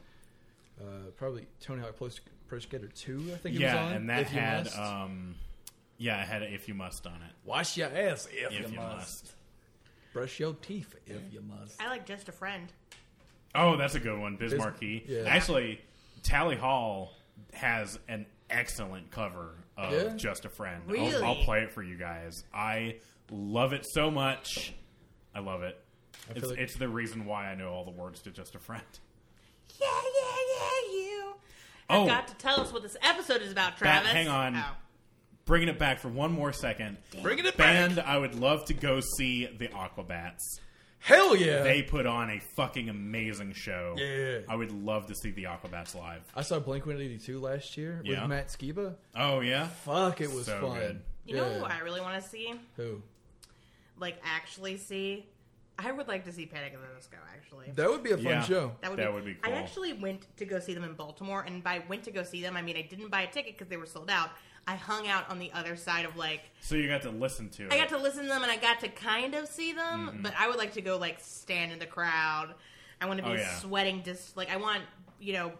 S1: uh, probably Tony Hawk Pro, Pro Skater Two. I think it
S2: yeah,
S1: was on.
S2: and that
S1: If You
S2: had
S1: Must.
S2: um, yeah, it had If You Must on it.
S1: wash your ass if,
S2: If
S1: you,
S2: You
S1: must.
S2: Must.
S1: brush your teeth if you must.
S3: I like Just a Friend.
S2: Oh, that's a good one, Bismarcky.
S1: yeah.
S2: Actually, Tally Hall has an excellent cover of
S1: Yeah?
S2: Just a Friend. I'll-
S3: Really?
S2: I'll, play it for you guys. I love it so much. I love it. It's,
S1: like-
S2: it's the reason why I know all the words to Just a Friend.
S3: Yeah, yeah, yeah, you.
S2: Oh.
S3: You've got to tell us what this episode is about, Travis.
S2: hang on.
S3: Oh.
S2: Bringing it back for one more second.
S1: Bringing it back.
S2: Band, I would love to go see the Aquabats.
S1: Hell yeah!
S2: They put on a fucking amazing show.
S1: Yeah.
S2: I would love to see the Aquabats live.
S1: I saw Blink One Eighty Two last year
S2: Yeah.
S1: with Matt Skiba.
S2: Oh, yeah?
S1: Fuck, it was
S2: So
S1: fun.
S2: good.
S3: You know who I really want to see?
S1: Who?
S3: Like, actually see? I would like to see Panic at the Disco, actually.
S1: That would be a fun
S2: Yeah.
S1: show.
S3: That would,
S2: That
S3: be,
S2: would be
S3: I
S2: cool.
S3: actually went to go see them in Baltimore, and by went to go see them, I mean I didn't buy a ticket because they were sold out. I hung out on the other side of like
S2: So you got to listen to it.
S3: I got to listen to them and I got to kind of see them,
S2: Mm-hmm.
S3: but I would like to go like stand in the crowd. I want to be
S2: Oh, yeah.
S3: sweating just like I want you know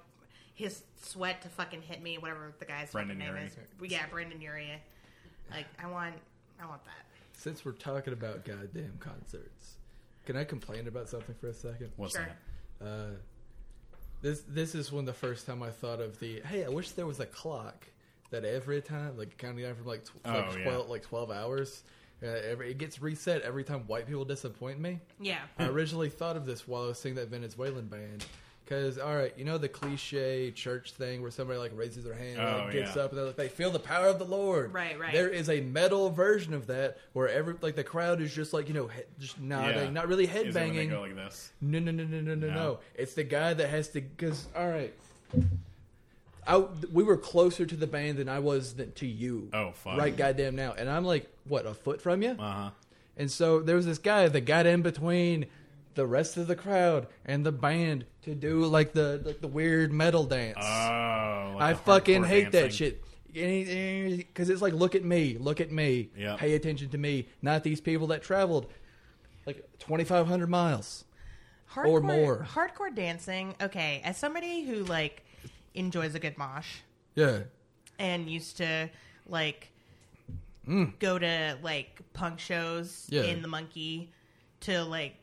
S3: his sweat to fucking hit me, whatever the guy's
S2: Brendan
S3: fucking name
S2: Urie.
S3: is. Yeah, Brendan Urie. Like I want, I want that.
S1: Since we're talking about goddamn concerts, can I complain about something for a second?
S2: What's
S3: Sure.
S2: that?
S1: Uh, this this is when the first time I thought of the hey, I wish there was a clock that every time like counting down from like, tw-
S2: Oh,
S1: like
S2: yeah.
S1: twelve like twelve hours, uh, every, it gets reset every time white people disappoint me.
S3: Yeah,
S2: Hmm.
S1: I originally thought of this while I was seeing that Venezuelan band. Because, all right, you know the cliche church thing where somebody like raises their hand and
S2: Oh,
S1: like, gets
S2: yeah.
S1: up and they're like, they feel the power of the Lord.
S3: Right, right.
S1: There is a metal version of that where every like the crowd is just like you know he- just nodding,
S2: Yeah.
S1: not really
S2: Is it when they
S1: headbanging.
S2: go like this?
S1: No, no, no, no, no, no,
S2: No.
S1: no. It's the guy that has to. Because all right, I we were closer to the band than I was than, to you.
S2: Oh, fuck.
S1: Right, goddamn now, and I'm like what a foot from you.
S2: Uh huh.
S1: And so there was this guy that got in between the rest of the crowd and the band to do like the like the weird metal dance.
S2: Oh,
S1: I
S2: like the
S1: fucking
S2: hardcore
S1: hate that
S2: dancing.
S1: shit. Because it's like, look at me, look at me,
S2: Yep.
S1: pay attention to me, not these people that traveled like 2,500 miles.
S3: hardcore,
S1: Or more.
S3: hardcore dancing. Okay, as somebody who like enjoys a good mosh,
S1: Yeah.
S3: and used to like go to like punk shows
S1: Mm. Yeah.
S3: in the monkey to like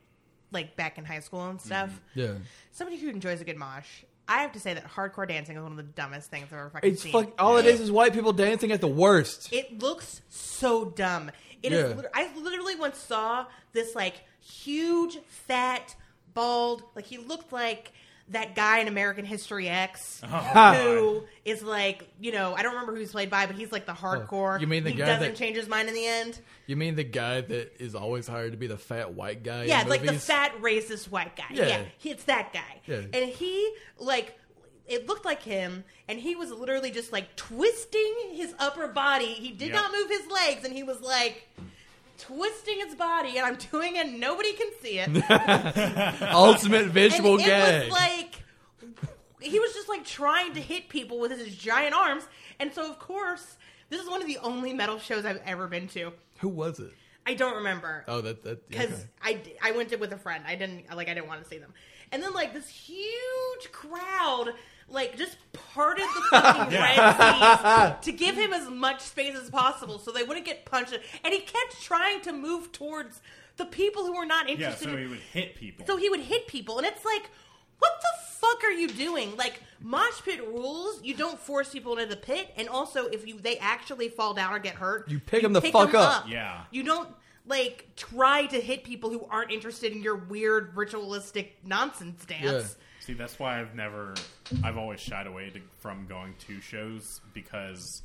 S3: like back in high school and stuff.
S1: Yeah.
S3: Somebody who enjoys a good mosh, I have to say that hardcore dancing is one of the dumbest things I've ever fucking
S1: It's
S3: seen.
S1: fuck, all it is is white people dancing at the worst.
S3: It looks so dumb. It is
S1: Yeah.
S3: lit- I literally once saw this like huge, fat, bald, like he looked like that guy in American History
S1: Oh,
S3: X who is like, you know, I don't remember who's played by, but he's like the hardcore.
S1: you mean the
S3: he
S1: guy
S3: doesn't
S1: that-
S3: change his mind in the end?
S1: You mean the guy that is always hired to be the fat white guy?
S3: Yeah,
S1: in <laughs>
S3: like the
S1: movies?
S3: fat racist white guy.
S1: Yeah.
S3: Yeah, he it's that guy.
S1: Yeah.
S3: And he like It looked like him, and he was literally just like twisting his upper body. He did
S2: Yep.
S3: not move his legs, and he was like twisting his body. And I'm doing it; nobody can
S1: <laughs>
S3: see it. and
S1: Ultimate visual
S3: it
S1: gag.
S3: was like he was just like trying to hit people with his giant arms. And so, of course, this is one of the only metal shows I've ever been to.
S1: Who was it?
S3: I don't remember
S1: Oh, that that yeah,
S3: because
S1: okay.
S3: I, I went to with a friend. I didn't like I didn't want to see them. And then like this huge crowd like just parted
S2: <laughs>
S3: the fucking Red Seas to give him as much space as possible so they wouldn't get punched. And he kept trying to move towards the people who were not
S2: Yeah,
S3: interested.
S2: so
S3: in,
S2: he would hit people.
S3: so he would hit people, and it's like, what the fuck are you doing? Like mosh pit rules, you don't force people into the pit, and also if you they actually fall down or get hurt,
S1: You pick 'em the fuck up.
S2: Yeah.
S3: you don't like try to hit people who aren't interested in your weird ritualistic nonsense dance.
S2: See, that's why I've never, I've always shied away to, from going to shows because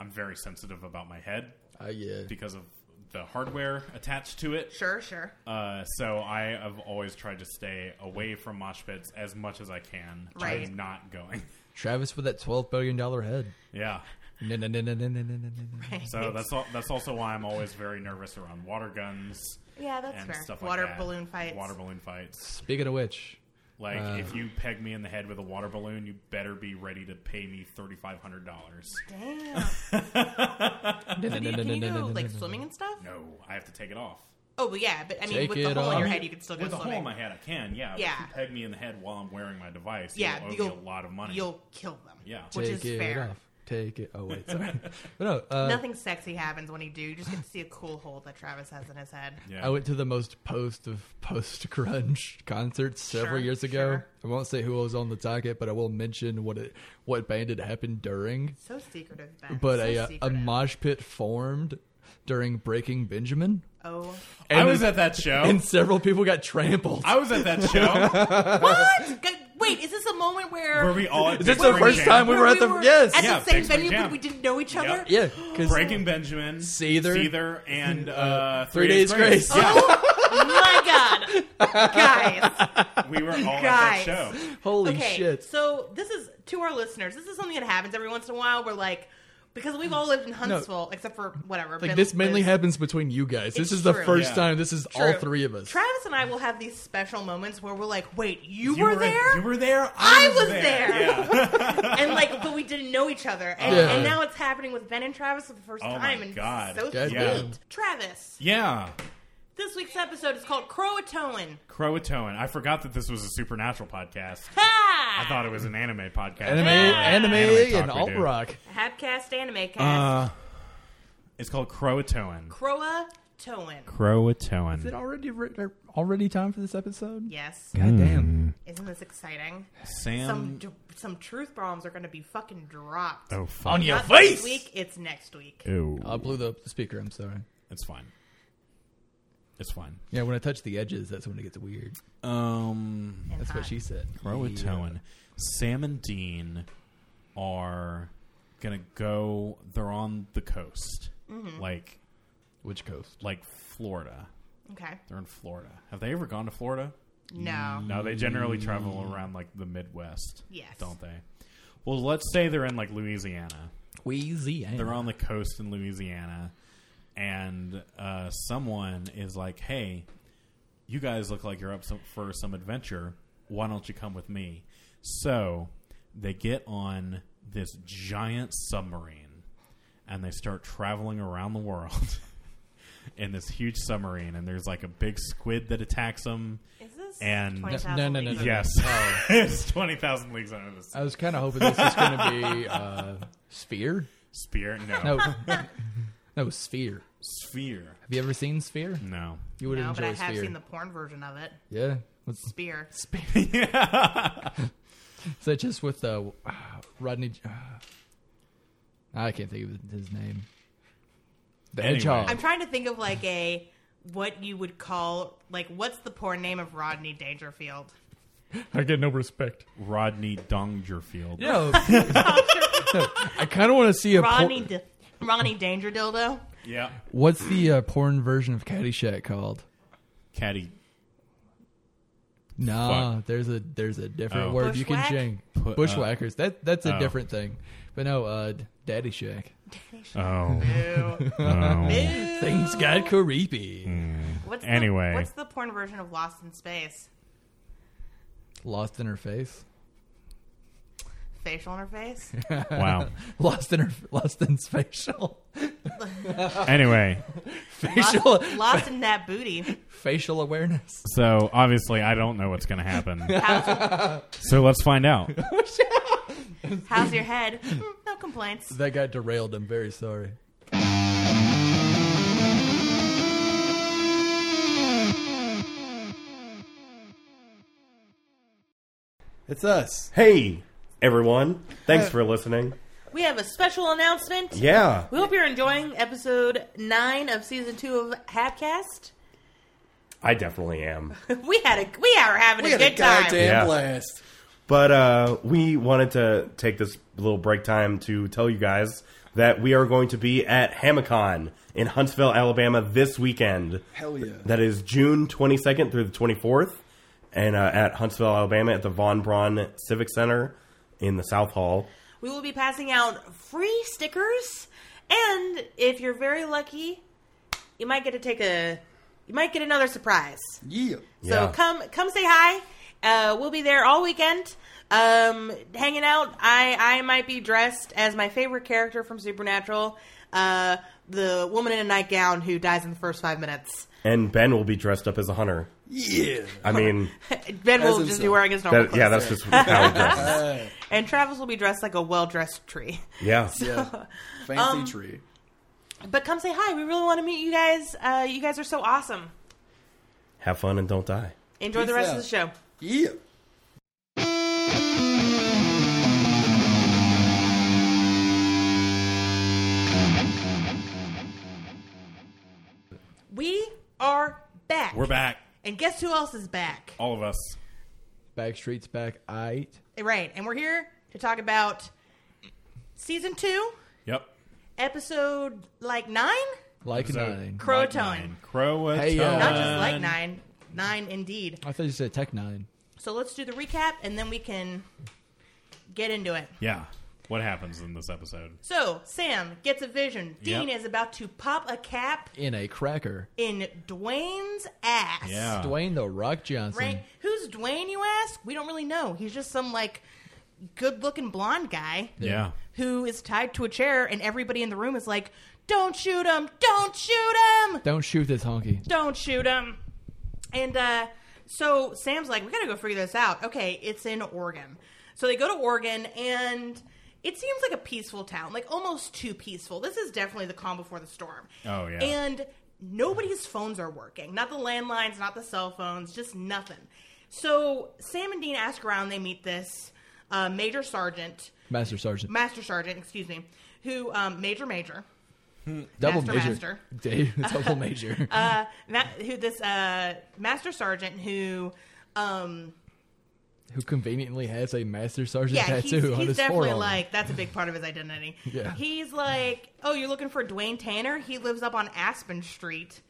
S2: I'm very sensitive about my head
S1: Uh, yeah.
S2: because of the hardware attached to it.
S3: Sure, sure,
S2: Uh, so I have always tried to stay away from mosh pits as much as I can.
S3: Right.
S2: I'm not going. <laughs>
S1: Travis with that twelve billion dollar head.
S2: Yeah.
S1: No, no, no, no, no, no, no, no, no.
S2: So that's all, that's also why I'm always very nervous around water guns.
S3: yeah, that's
S2: and
S3: fair.
S2: stuff like
S3: Water
S2: that.
S3: balloon fights.
S2: Water balloon fights.
S1: Speaking of which,
S2: Like if you peg me in the head with a water balloon, you better be ready to pay me thirty five hundred dollars.
S3: Damn.
S1: no, no,
S3: Can
S1: no,
S3: you,
S1: no,
S3: can
S1: no,
S3: you
S1: no,
S3: do
S1: no, <laughs>
S3: like
S1: no, no.
S3: swimming and stuff?
S2: No, I have to take it off.
S3: Oh, but yeah, but I mean,
S1: Take
S3: with the
S1: it
S3: hole in
S1: off.
S3: your head, you can still go
S2: With a hole
S3: swimming.
S2: in my head, I can. Yeah. But
S3: Yeah.
S2: If you peg me in the head while I'm wearing my device,
S3: yeah,
S2: you'll owe me
S3: you'll
S2: a lot of money.
S3: You'll kill them.
S2: Yeah.
S3: which
S1: Take
S3: is
S1: it
S3: fair.
S1: off. Take it. Oh wait,
S3: <laughs>
S1: sorry. but no, uh,
S3: Nothing sexy happens when you do. You just get to see a cool hole that Travis has in his head.
S2: Yeah.
S1: I went to the most post of post grunge <laughs> concerts several
S3: Sure,
S1: years ago.
S3: sure.
S1: I won't say who was on the docket, but I will mention what it what band it happened during.
S3: So secretive, Ben.
S1: But
S3: so
S1: a uh, a
S3: secretive.
S1: mosh pit formed during Breaking Benjamin,
S3: oh,
S2: I was at that show.
S1: and several people got trampled.
S2: I was at that show.
S1: uh,
S3: what? G- Wait, is this a moment where
S2: Were we all? At
S1: Is this
S2: Big
S1: the
S2: Spring
S1: first
S2: Jam?
S1: time we were at the yes?
S3: at
S2: Yeah,
S3: the same
S2: Big Spring
S3: venue,
S2: Jam.
S3: but we didn't know each other.
S1: yeah, because
S2: Breaking Benjamin,
S1: Seether.
S2: Seether, and uh,
S1: Three Days Grace. <laughs>
S3: Oh my god, guys!
S2: we were all
S3: Guys.
S2: at that show.
S1: holy
S3: Okay,
S1: shit!
S3: so this is to our listeners. This is something that happens every once in a while. We're like, because we've all lived in Huntsville, except for whatever.
S1: like
S3: Ben
S1: this mainly
S3: lives-
S1: happens between you guys.
S3: It's
S1: This is the
S3: true.
S1: first
S2: Yeah.
S1: time. This is all
S3: True.
S1: three of us.
S3: Travis and I will have these special moments where we're like, "Wait, you,
S2: You
S3: were, there?"
S2: You were there.
S3: I was there. <laughs>
S2: Yeah.
S3: and like, but we didn't know each other, and,
S1: Yeah.
S3: and now it's happening with Ben and Travis for the first
S2: Oh my
S3: time, and
S2: God.
S3: so
S1: God
S3: sweet.
S1: damn.
S3: Travis,
S2: yeah.
S3: this week's episode is called Croatoan.
S2: Croatoan. I forgot that this was a supernatural podcast.
S3: Ha!
S2: I thought it was an anime podcast.
S1: Anime,
S2: Yeah.
S1: anime,
S2: talk
S1: and
S2: we
S1: alt
S2: do.
S1: rock.
S3: Habcast anime cast.
S2: Uh, it's called Croatoan.
S3: Croa Toan.
S1: Is it
S2: Croatoan.
S1: already written, already time for this episode?
S3: Yes.
S1: God damn!
S3: Isn't this exciting? Some
S2: Sam.
S3: d- some truth bombs are going to be fucking dropped.
S2: Oh, fuck.
S1: On your
S3: Not
S1: face.
S3: This week, it's next week.
S2: Ew.
S1: I blew the the speaker. I'm sorry.
S2: It's fine. It's fine.
S1: Yeah, when I touch the edges, that's when it gets weird.
S2: Um.
S3: And
S1: That's
S3: hot.
S1: what she said.
S2: Croatoan. Sam and Dean are gonna go. They're on the coast, like
S1: Which coast?
S2: like Florida.
S3: Okay.
S2: They're in Florida. Have they ever gone to Florida?
S3: No.
S2: No, they generally travel around like the Midwest.
S3: Yes.
S2: don't they? Well, let's say they're in like Louisiana.
S1: Louisiana.
S2: They're on the coast in Louisiana, and uh, someone is like, "Hey, you guys look like you're up some, for some adventure. Why don't you come with me?" So they get on this giant submarine, and they start traveling around the world <laughs> in this huge submarine. And there's like a big squid that attacks them.
S3: Is this
S2: And-
S3: 20,000
S1: No, no, no,
S3: leagues?
S1: no, no.
S2: Yes, <laughs> it's twenty thousand leagues under the sea.
S1: I was kind of hoping this was going to be uh, Sphere.
S2: Spear? No. <laughs>
S1: No, no Sphere.
S2: Sphere?
S1: Have you ever seen Sphere?
S2: No.
S1: You would
S3: No,
S1: enjoy
S3: but I have
S1: Sphere.
S3: seen the porn version of it.
S1: yeah, What's-
S3: Spear.
S2: <laughs>
S1: Sphere. so just with uh, uh, Rodney. Uh, I can't think of his name. The
S2: Anyway.
S1: Hedgehog.
S3: I'm trying to think of like a what you would call like what's the porn name of Rodney Dangerfield?
S1: I get no respect.
S2: Rodney Dongerfield.
S3: <laughs>
S1: No, <laughs> I kind of want to see a. por-
S3: Rodney D- Ronnie Danger Dildo.
S2: Yeah.
S1: What's the uh, porn version of Caddyshack called?
S2: Caddy.
S1: Nah, there's a there's a different
S2: Oh.
S1: word you can
S3: Bushwhack?
S1: ching.
S2: Put- uh,
S1: Bushwhackers. that that's a
S2: oh.
S1: different thing. But no, uh, Daddy Shack.
S2: Oh.
S3: Ew.
S2: oh.
S1: <gasps>
S3: Ew.
S1: Things got creepy.
S2: Hmm.
S3: What's
S2: Anyway.
S3: The, what's the porn version of Lost in Space?
S1: Lost in her face. <laughs>
S3: Facial interface?
S2: Wow.
S1: Lost in her. Lost in facial.
S2: <laughs> Anyway,
S1: Facial.
S3: Lost, lost in that booty.
S1: facial awareness.
S2: so obviously I don't know what's going to
S3: <laughs>
S2: happen. So let's find out.
S3: How's your head? Mm, no complaints.
S1: That got derailed. I'm very sorry.
S4: It's us.
S5: Hey, everyone. Thanks for listening.
S3: We have a special announcement.
S5: Yeah.
S3: We hope you're enjoying episode nine of season two of Habcast.
S5: I definitely am.
S3: We had a we are having
S4: We
S3: a
S4: had a
S3: good time.
S4: goddamn
S5: Yeah.
S4: blast.
S5: But uh, we wanted to take this little break time to tell you guys that we are going to be at Hamicon in Huntsville, Alabama this weekend.
S4: Hell yeah.
S5: That is June 22nd through the 24th, and uh, at Huntsville, Alabama, at the Von Braun Civic Center in the South Hall.
S3: We will be passing out free stickers, and if you're very lucky, you might get to take a you might get another surprise.
S4: Yeah.
S3: So
S5: Yeah.
S3: come come say hi. Uh, we'll be there all weekend, um, hanging out. I I might be dressed as my favorite character from Supernatural, uh, the woman in a nightgown who dies in the first five minutes.
S5: And Ben will be dressed up as a hunter.
S4: Yeah.
S5: I <laughs> mean,
S3: Ben will
S4: As
S3: just be
S4: himself.
S3: wearing his normal
S5: that,
S3: clothes.
S5: yeah, that's just how he dresses.
S4: Uh,
S3: and Travis will be dressed like a well dressed tree.
S5: Yeah.
S4: yeah. Fancy tree.
S3: But come say hi. We really want to meet you guys. Uh, you guys are so awesome.
S5: Have fun and don't die.
S3: Enjoy the
S4: Peace
S3: rest
S4: out.
S3: of the show.
S4: Yeah.
S3: We are back.
S2: We're back.
S3: And guess who else is back?
S2: All of us.
S1: Backstreet's back. I.
S3: Right. And we're here to talk about season two,
S2: Yep.
S3: episode like nine?
S1: Like
S2: So-
S1: nine.
S3: Crotone.
S2: Croatone.
S1: Hey, uh,
S3: Not just like nine. Nine indeed.
S1: I thought you said Tech Nine.
S3: So let's do the recap and then we can get into it.
S2: Yeah. What happens in this episode?
S3: So Sam gets a vision. Dean
S2: Yep.
S3: is about to pop a cap
S1: In a cracker.
S3: in Dwayne's ass.
S2: Yeah.
S1: Dwayne the Rock Johnson.
S3: Right? Who's Dwayne, you ask? We don't really know. He's just some like good looking blonde guy
S2: Yeah.
S3: who is tied to a chair and everybody in the room is like, Don't shoot him, don't shoot him,
S1: Don't shoot this honky.
S3: don't shoot him. And uh so Sam's like, We gotta go figure this out. Okay, it's in Oregon. So they go to Oregon and it seems like a peaceful town, like almost too peaceful. This is definitely the calm before the storm.
S2: Oh, yeah.
S3: And nobody's phones are working. Not the landlines, not the cell phones, just nothing. So Sam and Dean ask around. They meet this uh, major sergeant,
S1: Master Sergeant.
S3: master sergeant, excuse me, who um, major major,
S1: Double
S3: Master,
S1: major. <laughs> Dave,
S3: <laughs>
S1: double major.
S3: uh, ma- who this uh, master sergeant who. Um,
S1: who conveniently has a Master Sergeant
S3: yeah, he's,
S1: tattoo
S3: he's
S1: on his
S3: definitely
S1: forearm.
S3: like that's a big part of his identity.
S1: <laughs> Yeah.
S3: He's like, oh, you're looking for Dwayne Tanner? He lives up on Aspen Street,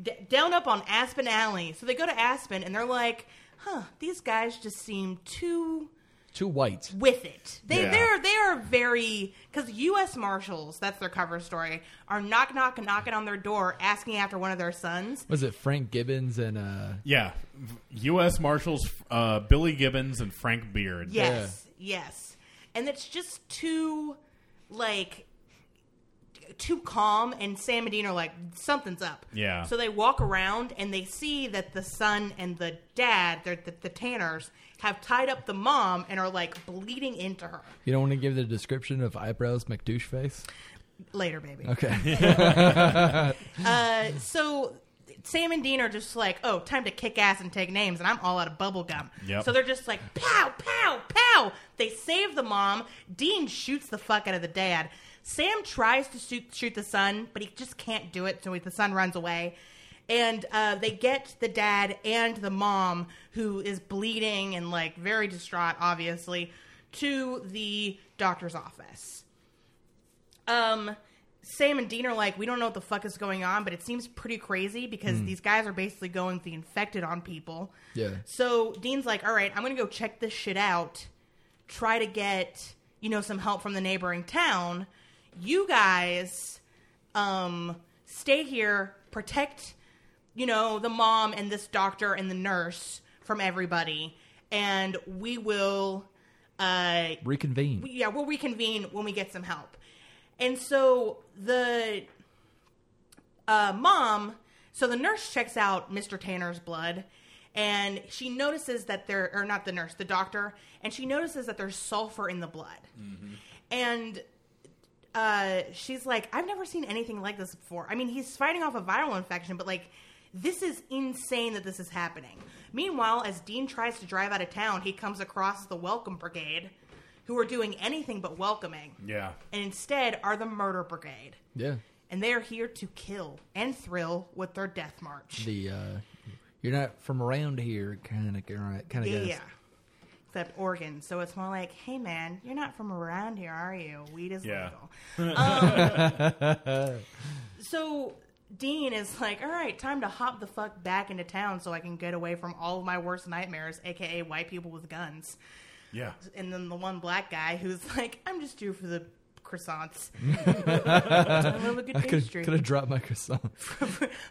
S3: d- down up on Aspen Alley. So they go to Aspen and they're like, huh, these guys just seem too
S1: Too white.
S3: with it. They
S2: Yeah.
S3: they're they are very because U.S. Marshals, that's their cover story, are knock knock knocking on their door asking after one of their sons.
S1: Was it Frank Gibbons and uh
S2: Yeah. V- U.S. Marshals uh, Billy Gibbons and Frank Beard.
S3: Yes, yes, and it's just too like too calm. And Sam and Dean are like something's up.
S2: Yeah.
S3: So they walk around and they see that the son and the dad, they're- the, the Tanners, have tied up the mom and are like bleeding into her.
S1: you don't want to give the description of eyebrows McDoucheface?
S3: Later, baby. <laughs>
S1: Okay. <laughs>
S3: so Sam and Dean are just like, oh, time to kick ass and take names, and I'm all out of bubble gum.
S2: Yep.
S3: So they're just like, pow, pow, pow. They save the mom. Dean shoots the fuck out of the dad. Sam tries to shoot, shoot the son, but he just can't do it. So he- the son runs away. And uh, they get the dad and the mom, who is bleeding and like very distraught, obviously, to the doctor's office. Um, Sam and Dean are like, we don't know what the fuck is going on, but it seems pretty crazy because these guys are basically going the infected on people.
S1: Yeah.
S3: So Dean's like, all right, I'm going to go check this shit out, try to get, you know, some help from the neighboring town. You guys um stay here, protect, you know, the mom and this doctor and the nurse from everybody, and we will uh
S1: Reconvene.
S3: yeah, we'll reconvene when we get some help. And so the uh, mom, so the nurse checks out Mr. Tanner's blood, and she notices that there, or not the nurse, the doctor, and she notices that there's sulfur in the blood. And uh, she's like, I've never seen anything like this before. I mean, he's fighting off a viral infection, but like, this is insane that this is happening. Meanwhile, as Dean tries to drive out of town, he comes across the Welcome Brigade, who are doing anything but welcoming,
S2: Yeah.
S3: and instead are the Murder Brigade.
S1: yeah.
S3: And they are here to kill and thrill with their death march.
S1: The uh, you're not from around here, kind of, kind of
S3: Yeah.
S1: guys.
S3: Except Oregon. So it's more like, hey, man, you're not from around here, are you? Weed is
S2: Yeah.
S3: legal. Um, <laughs> so Dean is like, all right, time to hop the fuck back into town so I can get away from all of my worst nightmares, aka white people with guns.
S2: Yeah.
S3: And then the one black guy who's <laughs> like, I'm just due for the croissants. I love a good
S1: Could,
S3: pastry.
S1: could have dropped my croissant. <laughs>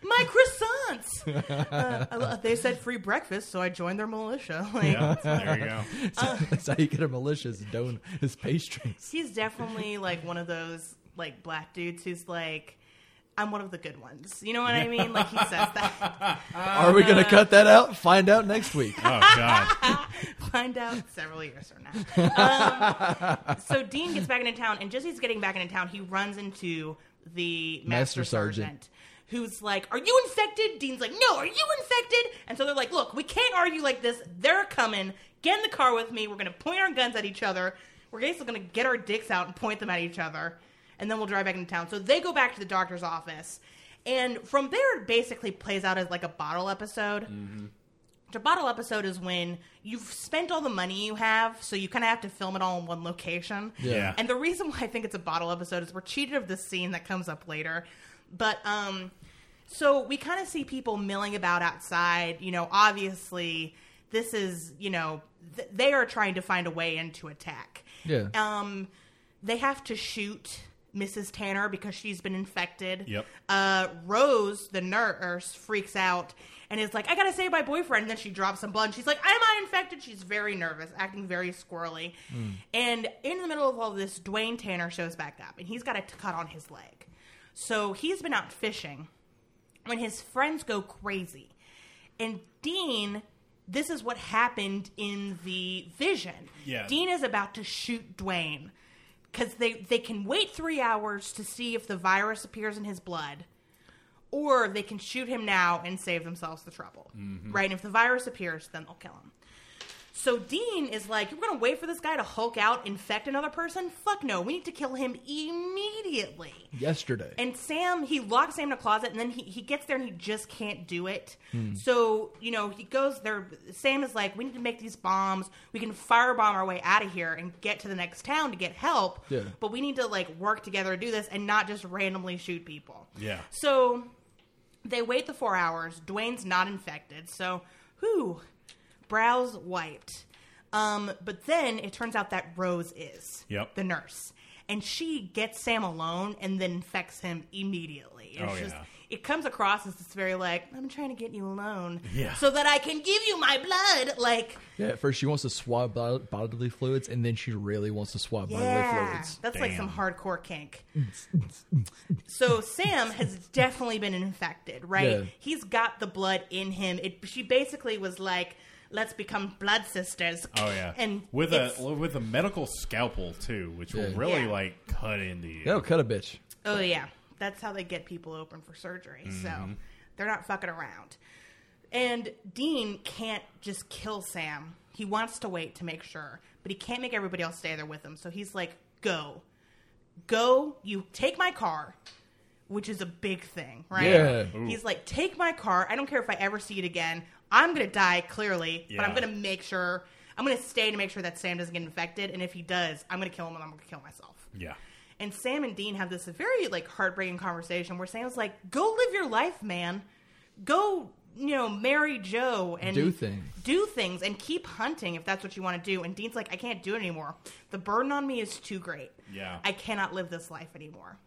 S3: my croissants! <laughs> Uh, I lo- they said free breakfast, so I joined their militia. <laughs> Like,
S2: Yeah. There you go.
S3: Uh.
S1: That's how you get a malicious donut is pastries.
S3: <laughs> He's definitely like one of those like black dudes who's like, I'm one of the good ones. You know what I mean? Like he says that.
S1: Are we
S3: uh.
S1: gonna cut that out? Find out next
S3: <laughs>
S1: week.
S2: Oh god.
S3: Find out several years from now.
S1: <laughs>
S3: Um, so Dean gets back into town, and just as he's getting back into town, he runs into the master,
S1: Master
S3: sergeant.
S1: sergeant.
S3: Who's like, are you infected? Dean's like, no, are you infected? And so they're like, look, we can't argue like this. They're coming. Get in the car with me. We're going to point our guns at each other. We're basically going to get our dicks out and point them at each other. And then we'll drive back into town. So they go back to the doctor's office. And from there, it basically plays out as like a bottle episode. Which a bottle episode is when you've spent all the money you have, so you kind of have to film it all in one location.
S2: Yeah.
S3: And the reason why I think it's a bottle episode is we're cheated of this scene that comes up later. But um so we kind of see people milling about outside, you know, obviously this is, you know, th- they are trying to find a way into attack.
S1: Yeah.
S3: Um they have to shoot Mrs. Tanner because she's been infected.
S2: Yep.
S3: Uh, Rose, the nurse, freaks out and is like, I gotta save my boyfriend. And then she drops some blood. And she's like, Am I infected? She's very nervous, acting very squirrely. And in the middle of all this, Dwayne Tanner shows back up and he's got a t- cut on his leg. So he's been out fishing when his friends go crazy. And Dean, this is what happened in the vision.
S2: Yeah.
S3: Dean is about to shoot Dwayne because they, they can wait three hours to see if the virus appears in his blood, or they can shoot him now and save themselves the trouble. Right? And if the virus appears, then they'll kill him. So Dean is like, You're going to wait for this guy to Hulk out, infect another person? Fuck no. We need to kill him immediately.
S1: Yesterday.
S3: And Sam, he locks Sam in a closet, and then he, he gets there and he just can't do it. So you know he goes there. Sam is like, "We need to make these bombs. We can firebomb our way out of here and get to the next town to get help.
S1: Yeah.
S3: But we need to like work together to do this and not just randomly shoot people."
S2: Yeah.
S3: So they wait the four hours. Dwayne's not infected, so whew, brows wiped. Um, but then it turns out that Rose is
S2: Yep.
S3: the nurse, and she gets Sam alone and then infects him immediately. It's
S2: Oh,
S3: just,
S2: yeah.
S3: It comes across as this very like I'm trying to get you alone,
S2: Yeah.
S3: so that I can give you my blood. Like,
S1: yeah, at first she wants to swab bo- bodily fluids, and then she really wants to swab bodily
S3: yeah,
S1: fluids.
S3: that's like some
S2: Damn.
S3: hardcore kink. so Sam has definitely been infected, right?
S1: Yeah.
S3: He's got the blood in him. It, she basically was like, "Let's become blood sisters."
S2: Oh yeah.
S3: <laughs> and
S2: with
S3: it's-
S2: a with a medical scalpel too, which will
S1: Yeah.
S2: really
S3: Yeah.
S2: like cut into you.
S1: That'll cut a bitch.
S3: Oh yeah, that's how they get people open for surgery. So they're not fucking around. And Dean can't just kill Sam. He wants to wait to make sure, but he can't make everybody else stay there with him. So he's like, "Go, go! You take my car." Which is a big thing, right?
S1: Yeah. Ooh.
S3: He's like, take my car. I don't care if I ever see it again. I'm going to die, clearly, but I'm
S2: Yeah.
S3: going to make sure, I'm going to stay to make sure that Sam doesn't get infected. And if he does, I'm going to kill him and I'm going to kill myself.
S2: Yeah.
S3: And Sam and Dean have this very like heartbreaking conversation where Sam's like, "Go live your life, man. Go, you know, marry Joe and
S1: Do things.
S3: do things and keep hunting if that's what you want to do." And Dean's like, "I can't do it anymore. The burden on me is too great.
S2: Yeah.
S3: I cannot live this life anymore."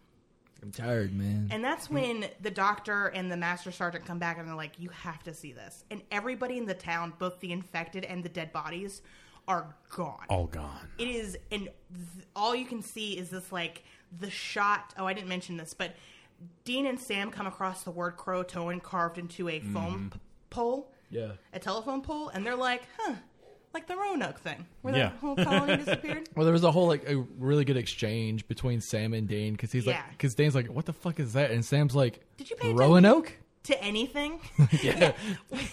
S1: I'm tired, man.
S3: And that's when the doctor and the master sergeant come back and they're like, "You have to see this." And everybody in the town, both the infected and the dead bodies, are gone.
S2: all gone.
S3: It is, and th- all you can see is this like the shot. Oh, I didn't mention this, but Dean and Sam come across the word croatoan carved into a foam p- pole,
S1: yeah.
S3: a telephone pole, and they're like, "Huh." Like the Roanoke thing, where that
S2: Yeah.
S3: whole colony disappeared.
S1: Well, there was a whole like a really good exchange between Sam and Dane because he's like
S3: Yeah.
S1: because Dane's like, "What the fuck is that?" and Sam's like,
S3: Did you pay attention? <laughs>
S1: Roanoke?"
S3: to anything,
S1: <laughs> Yeah,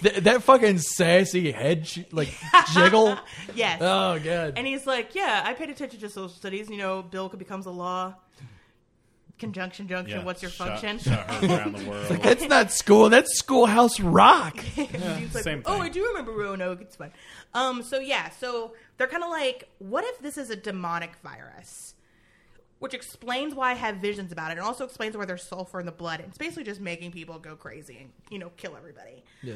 S1: Th- that fucking sassy head sh- like
S3: <laughs>
S1: jiggle.
S3: yes.
S1: Oh god,
S3: And he's like, yeah, I paid attention to social studies. You know, Bill becomes a law. Conjunction, junction, what's your
S2: shut-
S3: function?
S2: shut her around
S3: <laughs>
S2: the world.
S1: that's not school. That's Schoolhouse Rock.
S3: <laughs> Dean's like,
S2: same
S3: Oh,
S2: thing.
S3: I do remember Roanoke. It's fun. Um, so yeah, so they're kind of like, what if this is a demonic virus? Which explains why I have visions about it, and also explains why there's sulfur in the blood. It's basically just making people go crazy and you know kill everybody.
S1: Yeah.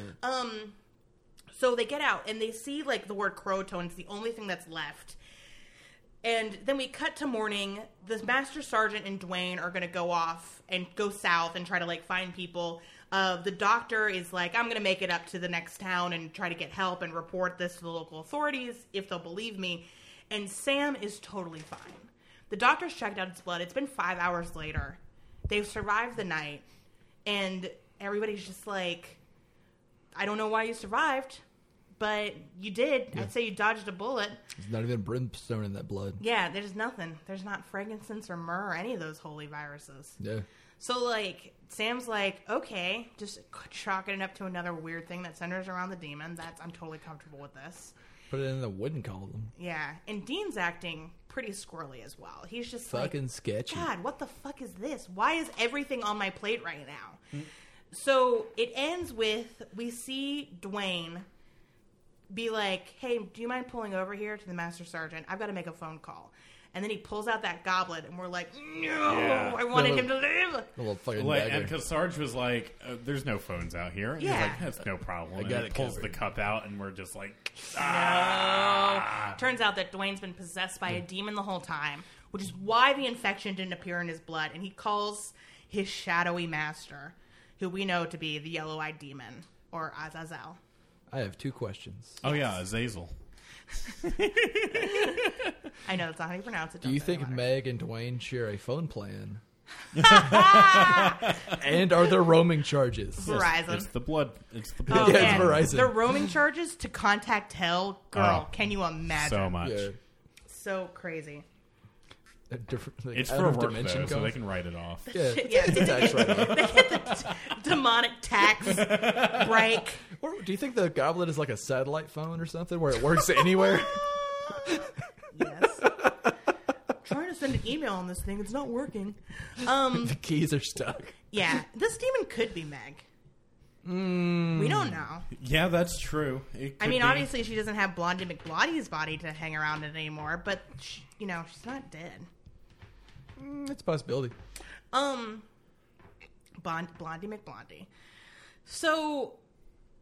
S3: So they get out and they see like the word croton is the only thing that's left. And then we cut to morning. The master sergeant and Dwayne are going to go off and go south and try to like find people. Uh, the doctor is like, I'm going to make it up to the next town and try to get help and report this to the local authorities if they'll believe me. And Sam is totally fine. The doctor's checked out his blood. It's been five hours later. They've survived the night. And everybody's just like, I don't know why you survived, but you did. I'd say you dodged a bullet.
S1: It's not even brimstone in that blood.
S3: Yeah, there's nothing. There's not frankincense or myrrh or any of those holy viruses.
S1: Yeah.
S3: So, like, Sam's like, okay, just chalking it up to another weird thing that centers around the demon. That's, I'm totally comfortable with this.
S1: Put it in the wooden column.
S3: Yeah. And Dean's acting pretty squirrely as well. He's just like,
S1: Fucking sketchy.
S3: God, what the fuck is this? Why is everything on my plate right now?
S1: Hmm.
S3: So it ends with we see Dwayne be like, "Hey, do you mind pulling over here to the master sergeant? I've got to make a phone call." And then he pulls out that goblet, and we're like, "No,
S2: Yeah.
S3: I wanted
S1: No, Uh-uh.
S3: him to live."
S1: A little fucking
S2: Like,
S1: dagger.
S2: and because Sarge was like, uh, "There's no phones out here," and
S3: Yeah.
S2: he's like, "That's no problem."
S1: got
S2: and he
S1: it
S2: pulls
S1: covered.
S2: the cup out, and we're just like,
S3: No. Turns out that Dwayne's been possessed by a
S1: Hmm.
S3: demon the whole time, which is why the infection didn't appear in his blood, and he calls his shadowy master, who we know to be the yellow-eyed demon or Azazel.
S1: I have two questions.
S2: "Oh yeah, Azazel."
S3: I know that's not how you pronounce it.
S1: Do
S3: don't
S1: you
S3: say
S1: think
S3: it.
S1: Meg and Dwayne share a phone plan?
S2: <laughs>
S1: and are there roaming charges?
S3: Verizon?
S2: It's the blood. It's the
S3: Oh,
S2: blood.
S1: Yeah, it's
S3: man.
S1: Verizon.
S3: The roaming charges to contact hell, girl.
S2: Oh.
S3: Can you imagine?
S2: so
S3: So,
S2: much.
S1: Yeah.
S3: crazy.
S1: A different, like,
S2: It's
S1: out
S2: for
S1: of
S2: work though,
S1: dimension
S2: so
S1: code?
S2: they can write it off.
S1: Yeah.
S2: <laughs>
S3: Yeah,
S1: It's tax write-off.
S3: demonic
S1: <laughs>
S3: tax break.
S1: Or do you think the goblet is like a satellite phone or something where it
S2: <laughs>
S1: works anywhere? <laughs>
S3: Yes. Trying to send an email on this thing, it's not working. Um,
S1: the keys are stuck.
S3: yeah, this demon could be Meg.
S1: Hmm.
S3: We don't know.
S2: Yeah, that's true. It
S3: I
S2: could
S3: mean,
S2: be.
S3: obviously, she doesn't have Blondie McBlondie's body to hang around in anymore, but she, you know, she's not dead.
S1: Mm, It's a possibility.
S2: Hmm.
S3: Um, Bond, Blondie McBlondie. So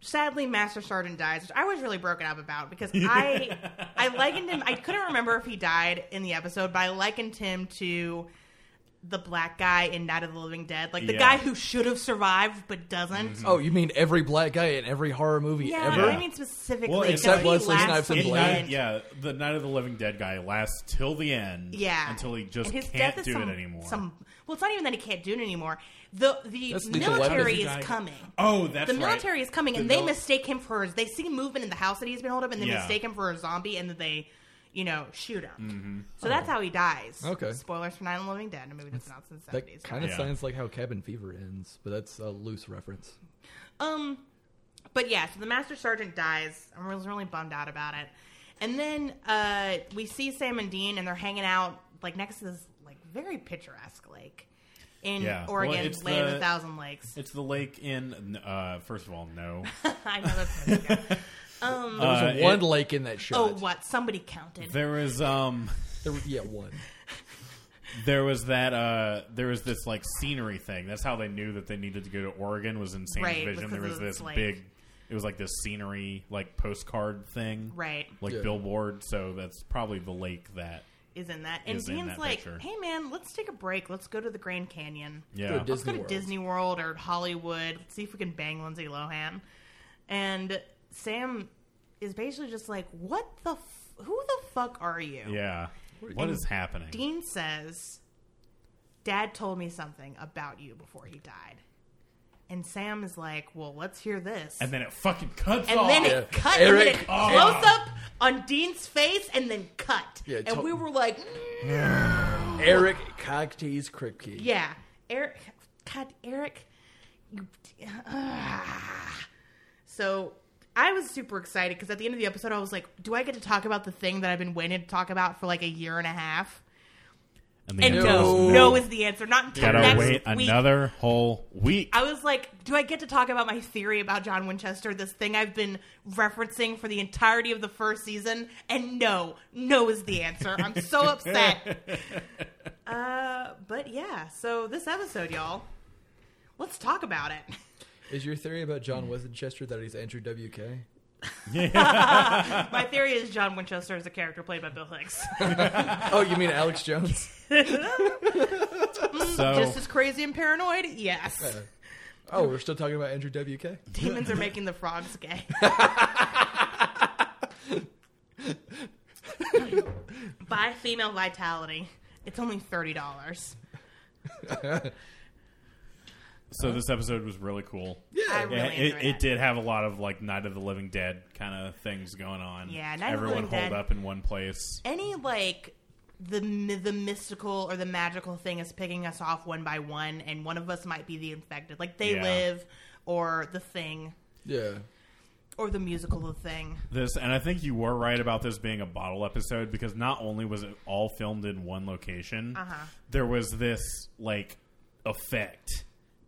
S3: sadly, Master Sergeant dies, which I was really broken up
S2: <laughs>
S3: about because I I likened him. I couldn't remember if he died in the episode, but I likened him to the black guy in Night of the Living Dead, like the
S2: Yeah.
S3: guy who should have survived but doesn't.
S1: Oh, you mean every black guy in every horror movie
S3: Yeah,
S1: ever?
S3: but I mean specifically
S2: Well,
S3: because
S2: except
S3: he
S1: Wesley
S3: lasts
S1: Snipes and
S3: till the
S1: Blade.
S2: Night,
S3: end.
S2: yeah, the Night of the Living Dead guy lasts till the end.
S3: Yeah,
S2: until he just
S3: And his
S2: can't
S3: death is
S2: do
S3: some-
S2: it anymore.
S3: Some well, it's not even that he can't do it anymore. The the
S1: That's the
S3: military
S1: dilemma.
S3: is coming.
S2: Oh, that's
S3: the military
S2: right.
S3: is coming, and
S2: The
S3: they
S2: mil-
S3: mistake him for. They see movement in the house that he's been holding up, and they
S2: Yeah.
S3: mistake him for a zombie, and then they, you know, shoot him.
S2: Mm-hmm.
S3: So that's
S2: Oh.
S3: how he dies.
S1: Okay.
S3: Spoilers for Night of the Living Dead, a movie that's not since the seventies.
S1: That kind of
S2: Yeah.
S1: sounds like how Cabin Fever ends, but that's a loose reference.
S3: Um, but yeah, so the master sergeant dies. I was really bummed out about it. And then uh, we see Sam and Dean, and they're hanging out like next to this like very picturesque lake in
S2: Yeah. Well,
S3: Oregon,
S2: it's
S3: land of
S2: the-
S3: a thousand lakes. <laughs>
S2: It's the lake in. Uh, first of all, no. <laughs>
S3: I know that's
S1: There's
S2: Uh,
S1: one
S2: it-
S1: lake in that shot.
S3: oh what somebody counted.
S2: There is um.
S1: There- yeah, one.
S2: There was that. Uh, there was this like scenery thing. That's how they knew that they needed to go to Oregon. Was in Sam's
S3: Right,
S2: vision.
S3: because
S2: There
S3: of
S2: was
S3: the
S2: this
S3: slate.
S2: big. It was like this scenery, like postcard thing,
S3: Right.
S2: Like
S1: Yeah.
S2: billboard. So that's probably the lake that.
S3: Is in that. And
S2: Is in
S3: Dean's
S2: that
S3: like,
S2: picture.
S3: hey, man, let's take a break. Let's go to the Grand Canyon.
S2: Yeah,
S1: Dis-
S3: Let's go to
S1: Disney World.
S3: Disney World or Hollywood. Let's see if we can bang Lindsay Lohan. And Sam is basically just like, what the f- who the fuck are you?
S2: yeah. What is happening?
S3: Dean says, Dad told me something about you before he died. And Sam is like, well, let's hear this.
S2: and then it fucking cuts
S3: And
S2: off.
S3: then
S1: Yeah.
S3: it cut and
S1: Eric-
S3: then it
S1: Oh.
S3: close up on Dean's face and then cut.
S1: Yeah,
S3: and
S1: to-
S3: we were like,
S1: Eric Cogtease Kripke.
S3: yeah, Eric, God, Eric. you- ah." So I was super excited because at the end of the episode, I was like, do I get to talk about the thing that I've been waiting to talk about for like a year and a half?
S2: the
S3: And
S2: answer
S3: no,
S2: is
S1: No.
S3: no is the answer. Not until
S2: Gotta
S3: next
S2: wait
S3: week.
S2: another whole week.
S3: I was like, do I get to talk about my theory about John Winchester, this thing I've been referencing for the entirety of the first season? And no, no is the answer. I'm so upset. Uh, but yeah, so this episode, y'all, let's talk about it.
S1: Is your theory about John Winchester that he's Andrew WK?
S3: My theory is John Winchester is a character played by Bill Hicks.
S1: Oh, you mean Alex
S3: <laughs>
S1: Jones?
S2: so
S3: Just as crazy and paranoid? Yes.
S1: Oh, we're still talking about Andrew WK.
S3: Demons are making the frogs
S2: <laughs>
S3: gay. Buy female vitality. It's only thirty dollars.
S2: so this episode was really cool.
S3: I
S1: Yeah.
S3: really
S2: Yeah, it,
S3: enjoyed
S2: it did have a lot of like Night of the Living Dead kind of things going on.
S3: Yeah, Night of the
S2: everyone
S3: Living Dead.
S2: holed up in one place.
S3: Any like the my- the mystical or the magical thing is picking us off one by one, and one of us might be the infected, like they
S2: Yeah.
S3: live, or the thing,
S1: Yeah.
S3: or the musical the thing.
S2: This, and I think you were right about this being a bottle episode because not only was it all filmed in one location,
S3: Uh-huh.
S2: there was this like effect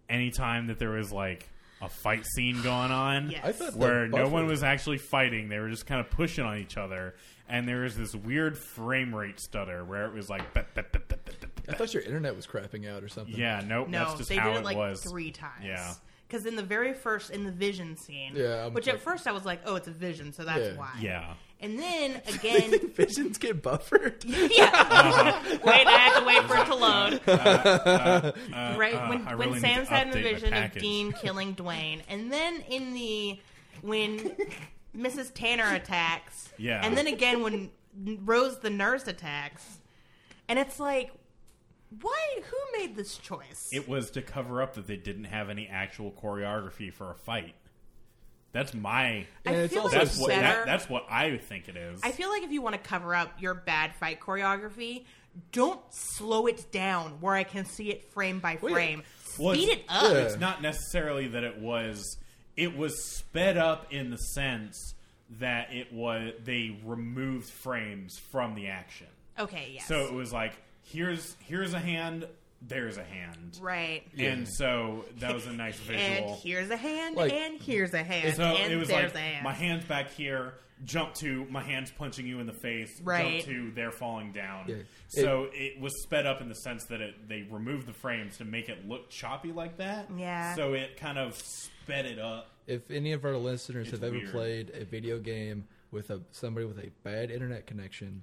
S2: anytime that there was like a fight scene going on.
S3: Yes.
S1: I thought
S2: where
S1: that
S2: no
S1: buffer-
S2: one was actually fighting. They were just kind of pushing on each other, and there was this weird frame rate stutter where it was like, "Bup, bup, bup, bup, bup, bup,
S1: I thought your internet was crapping out or something.
S2: yeah, nope,
S3: No,
S2: that's just
S3: they
S2: how
S3: did it
S2: it
S3: like
S2: was.
S3: three times.
S2: Yeah.
S3: Because in the very first, in the vision scene,
S1: Yeah, I'm
S3: which at
S1: like-
S3: first I was like, oh, it's a vision, so that's
S1: Yeah.
S3: why.
S2: Yeah,
S1: <laughs>
S3: And then
S1: You
S3: again,
S1: think <laughs> visions get buffered?
S2: <laughs>
S3: yeah. wait, I have to wait for it to load. right
S2: Uh-huh. uh,
S3: when
S2: I
S3: when
S2: really need
S3: Sam's
S2: to
S3: had
S2: update
S3: a
S2: my
S3: vision of
S2: package.
S3: Dean killing Dwayne, and then in the
S2: <laughs>
S3: when Mrs. Tanner attacks,
S2: Yeah.
S3: and then again when Rose the nurse attacks, and it's like, why? Who made this choice?
S2: it was to cover up that they didn't have any actual choreography for a fight. That's my.
S3: I
S1: And it's
S3: feel
S1: also
S3: like
S2: That's
S3: it's
S2: what.
S3: better.
S2: That, that's what I think it is.
S3: I feel like if you want to cover up your bad fight choreography, don't slow it down where I can see it frame by
S1: Wait.
S3: frame.
S2: Well,
S3: Speed
S2: it's-
S3: it up.
S1: Yeah.
S2: it's not necessarily that it was it was sped up in the sense that it was they removed frames from the action
S3: Okay, yes.
S2: so it was like here's here's a hand there's a hand
S3: right.
S2: and so that was a nice
S3: And
S2: visual
S3: here's a hand,
S1: Like-
S3: and here's a hand,
S2: so
S3: and
S2: it was
S3: there's
S2: like
S3: a hand.
S2: my hand's back here jump to my hand's punching you in the face
S3: Right.
S2: jump to they're falling down
S1: Yeah.
S2: so it, was sped up in the sense that it, they removed the frames to make it look choppy like that
S3: Yeah.
S2: so it kind of sped it up
S1: If any of our listeners
S2: It's
S1: have ever
S2: weird.
S1: played a video game with a somebody with a bad internet connection,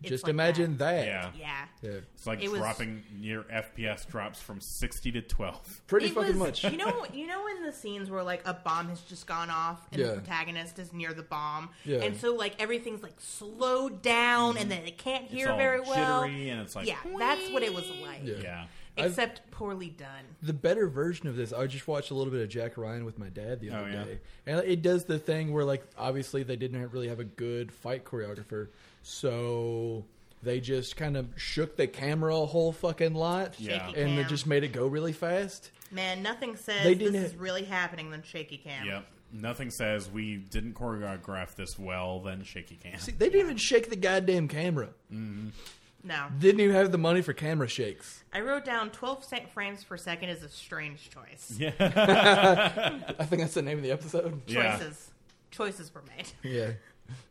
S3: It's
S1: just
S3: like
S1: imagine that.
S2: yeah
S3: Yeah.
S1: Yeah.
S2: it's like
S3: It was-
S2: dropping your fps drops from 60 to 12
S1: Pretty
S3: It
S1: fucking
S3: was-
S1: much.
S3: <laughs>
S1: <laughs>
S3: You know, you know, in the scenes where like a bomb has just gone off and
S1: Yeah.
S3: the protagonist is near the bomb,
S1: Yeah.
S3: and so like everything's like slowed down, and then they can't hear
S2: it's all
S3: very
S2: jittery
S3: well.
S2: and it's like
S3: yeah, that's what it was like.
S1: Yeah.
S2: yeah
S1: I've-
S3: Except poorly done.
S1: the better version of this, I just watched a little bit of Jack Ryan with my dad the other
S2: Oh, yeah.
S1: day, and it does the thing where like obviously they didn't have- really have a good fight choreographer, so they just kind of shook the camera a whole fucking lot,
S2: Yeah.
S3: Shaky
S1: and it
S3: cam.
S1: just made it go really fast.
S3: Man, nothing says
S1: They
S3: this
S1: didn't-
S3: is really happening than shaky cam.
S2: yep nothing says we didn't choreograph this well then shaky cam
S1: See, they didn't even shake the goddamn camera.
S2: Mm-hmm.
S3: No,
S1: Didn't even have the money for camera shakes.
S3: I wrote down 12 se- frames per second is a strange choice.
S1: I think that's the name of the episode.
S2: <laughs> yeah
S3: Choices, choices were made.
S1: Yeah.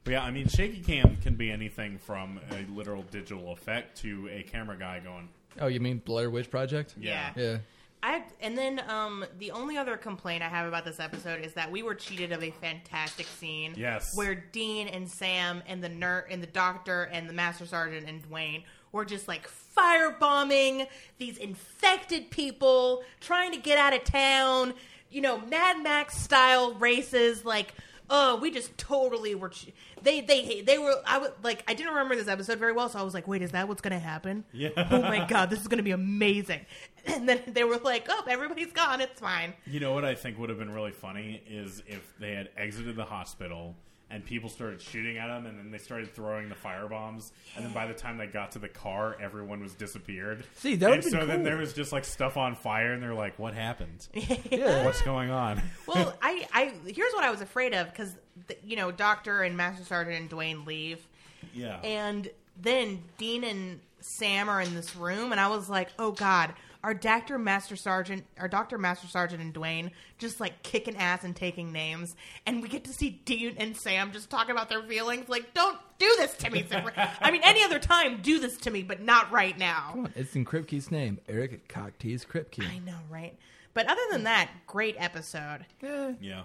S2: But yeah, I mean, shaky cam can be anything from a literal digital effect to a camera guy going
S1: Oh, you mean Blair Witch Project?
S2: <laughs> Yeah.
S1: Yeah.
S3: <laughs> I and then um the only other complaint I have about this episode is that we were cheated of a fantastic scene.
S2: Yes.
S3: Where Dean and Sam and the nerd and the doctor and the master sergeant and Dwayne were just like firebombing these infected people trying to get out of town, you know, Mad Max style races like Oh, we just totally were. Che- they they they were. I was like, I didn't remember this episode very well, so I was like, "Wait, is that what's going to happen?" Yeah. Oh my god, this is going to be amazing. And then they were like, "Oh, everybody's gone. It's fine."
S2: You know what I think would have been really funny is if they had exited the hospital and people started shooting at them, and then they started throwing the firebombs, and then by the time they got to the car, everyone was disappeared.
S1: See, that would
S2: And
S1: have
S2: so
S1: been
S2: then
S1: cool.
S2: there was just like stuff on fire, and they're like, "What happened? What's
S1: <laughs>
S2: going on?"
S3: well, I, I here's what I was afraid of because you know, Doctor and Master Sergeant and Dwayne leave,
S2: Yeah,
S3: and then Dean and Sam are in this room, and I was like, "Oh God." Our doctor, master sergeant, our doctor, master sergeant, and Dwayne just like kicking ass and taking names, and we get to see Dean and Sam just talk about their feelings. Like, don't do this to me. Sam. I mean, any other time, do this to me, but not right now.
S1: Come on, it's in Kripke's name, Eric Cocktease Kripke.
S3: I know, right? But other than that, great episode.
S1: Yeah.
S2: yeah.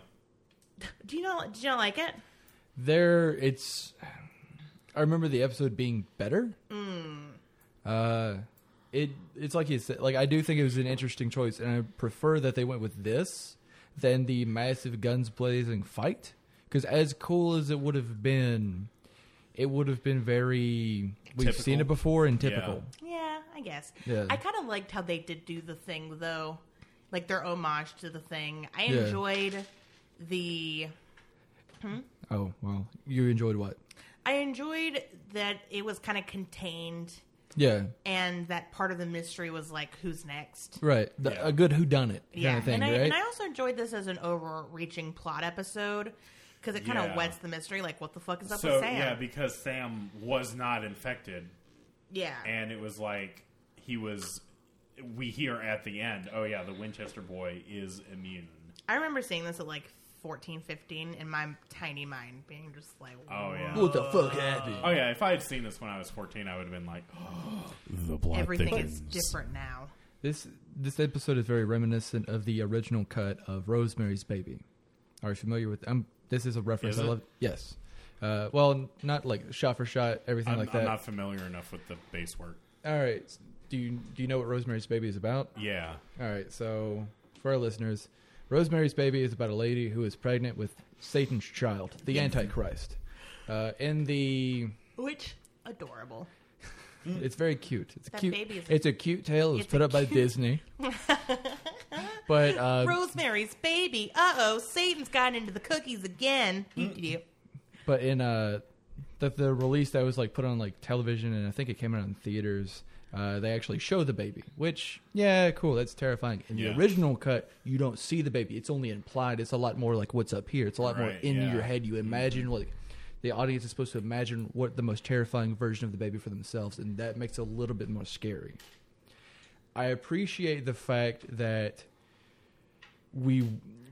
S3: Do you not? Did you not like it?
S1: There, it's. I remember the episode being better.
S3: Mm.
S1: Uh, it it's like you said. Like I do think it was an interesting choice, and I prefer that they went with this than the massive guns blazing fight. Because as cool as it would have been, it would have been very. We've seen
S2: Typical.
S1: it before and typical.
S3: Yeah, I guess.
S1: Yeah.
S3: I kind of liked how they did do the thing though, like their homage to the thing. I
S1: Yeah.
S3: enjoyed the.
S1: Oh well, you enjoyed what?
S3: I enjoyed that it was kind of contained,
S1: Yeah,
S3: and that part of the mystery was like, who's next?
S1: right. The,
S2: Yeah.
S1: A good who done it kind
S3: yeah,
S1: of thing,
S3: and, I,
S1: right?
S3: and I also enjoyed this as an overreaching plot episode because it kind of
S2: Yeah.
S3: whets the mystery. Like, what the fuck is up
S2: So
S3: with Sam?
S2: yeah, because Sam was not infected,
S3: yeah,
S2: and it was like he was. We hear at the end, oh yeah, the Winchester boy is immune.
S3: I remember seeing this at like fourteen, fifteen, in my tiny mind being just like,
S2: Oh yeah.
S1: what the fuck happened?
S2: Oh yeah, if I had seen this when I was 14, I would have been like, <gasps> the plot
S3: everything is different now.
S1: This this episode is very reminiscent of the original cut of Rosemary's Baby. Are you familiar with? Um, this is a reference.
S2: Is
S1: I
S2: it?
S1: love. Yes. Uh, well, not like shot for shot, everything
S2: I'm,
S1: like
S2: I'm
S1: that.
S2: not familiar enough with the base work.
S1: All right. Do you do you know what Rosemary's Baby is about?
S2: Yeah.
S1: All right. So for our listeners, Rosemary's Baby is about a lady who is pregnant with Satan's child, the Antichrist. Uh, in the
S3: Which adorable.
S1: It's very cute. It's a
S3: That
S1: cute.
S3: baby is-
S1: it's a cute tale. It was
S3: It's
S1: put
S3: a
S1: up by
S3: <laughs>
S1: Disney. but uh,
S3: Rosemary's baby. Uh oh, Satan's gotten into the cookies again. Yeah.
S1: but in uh that the release that was like put on like television and i think it came out in theaters uh, they actually show the baby which yeah cool that's terrifying in
S2: Yeah.
S1: the original cut you don't see the baby it's only implied it's a lot more like what's up here it's a lot more
S2: Right,
S1: in
S2: yeah. Mm-hmm.
S1: your head you imagine like the audience is supposed to imagine what the most terrifying version of the baby for themselves and that makes it a little bit more scary i appreciate the fact that we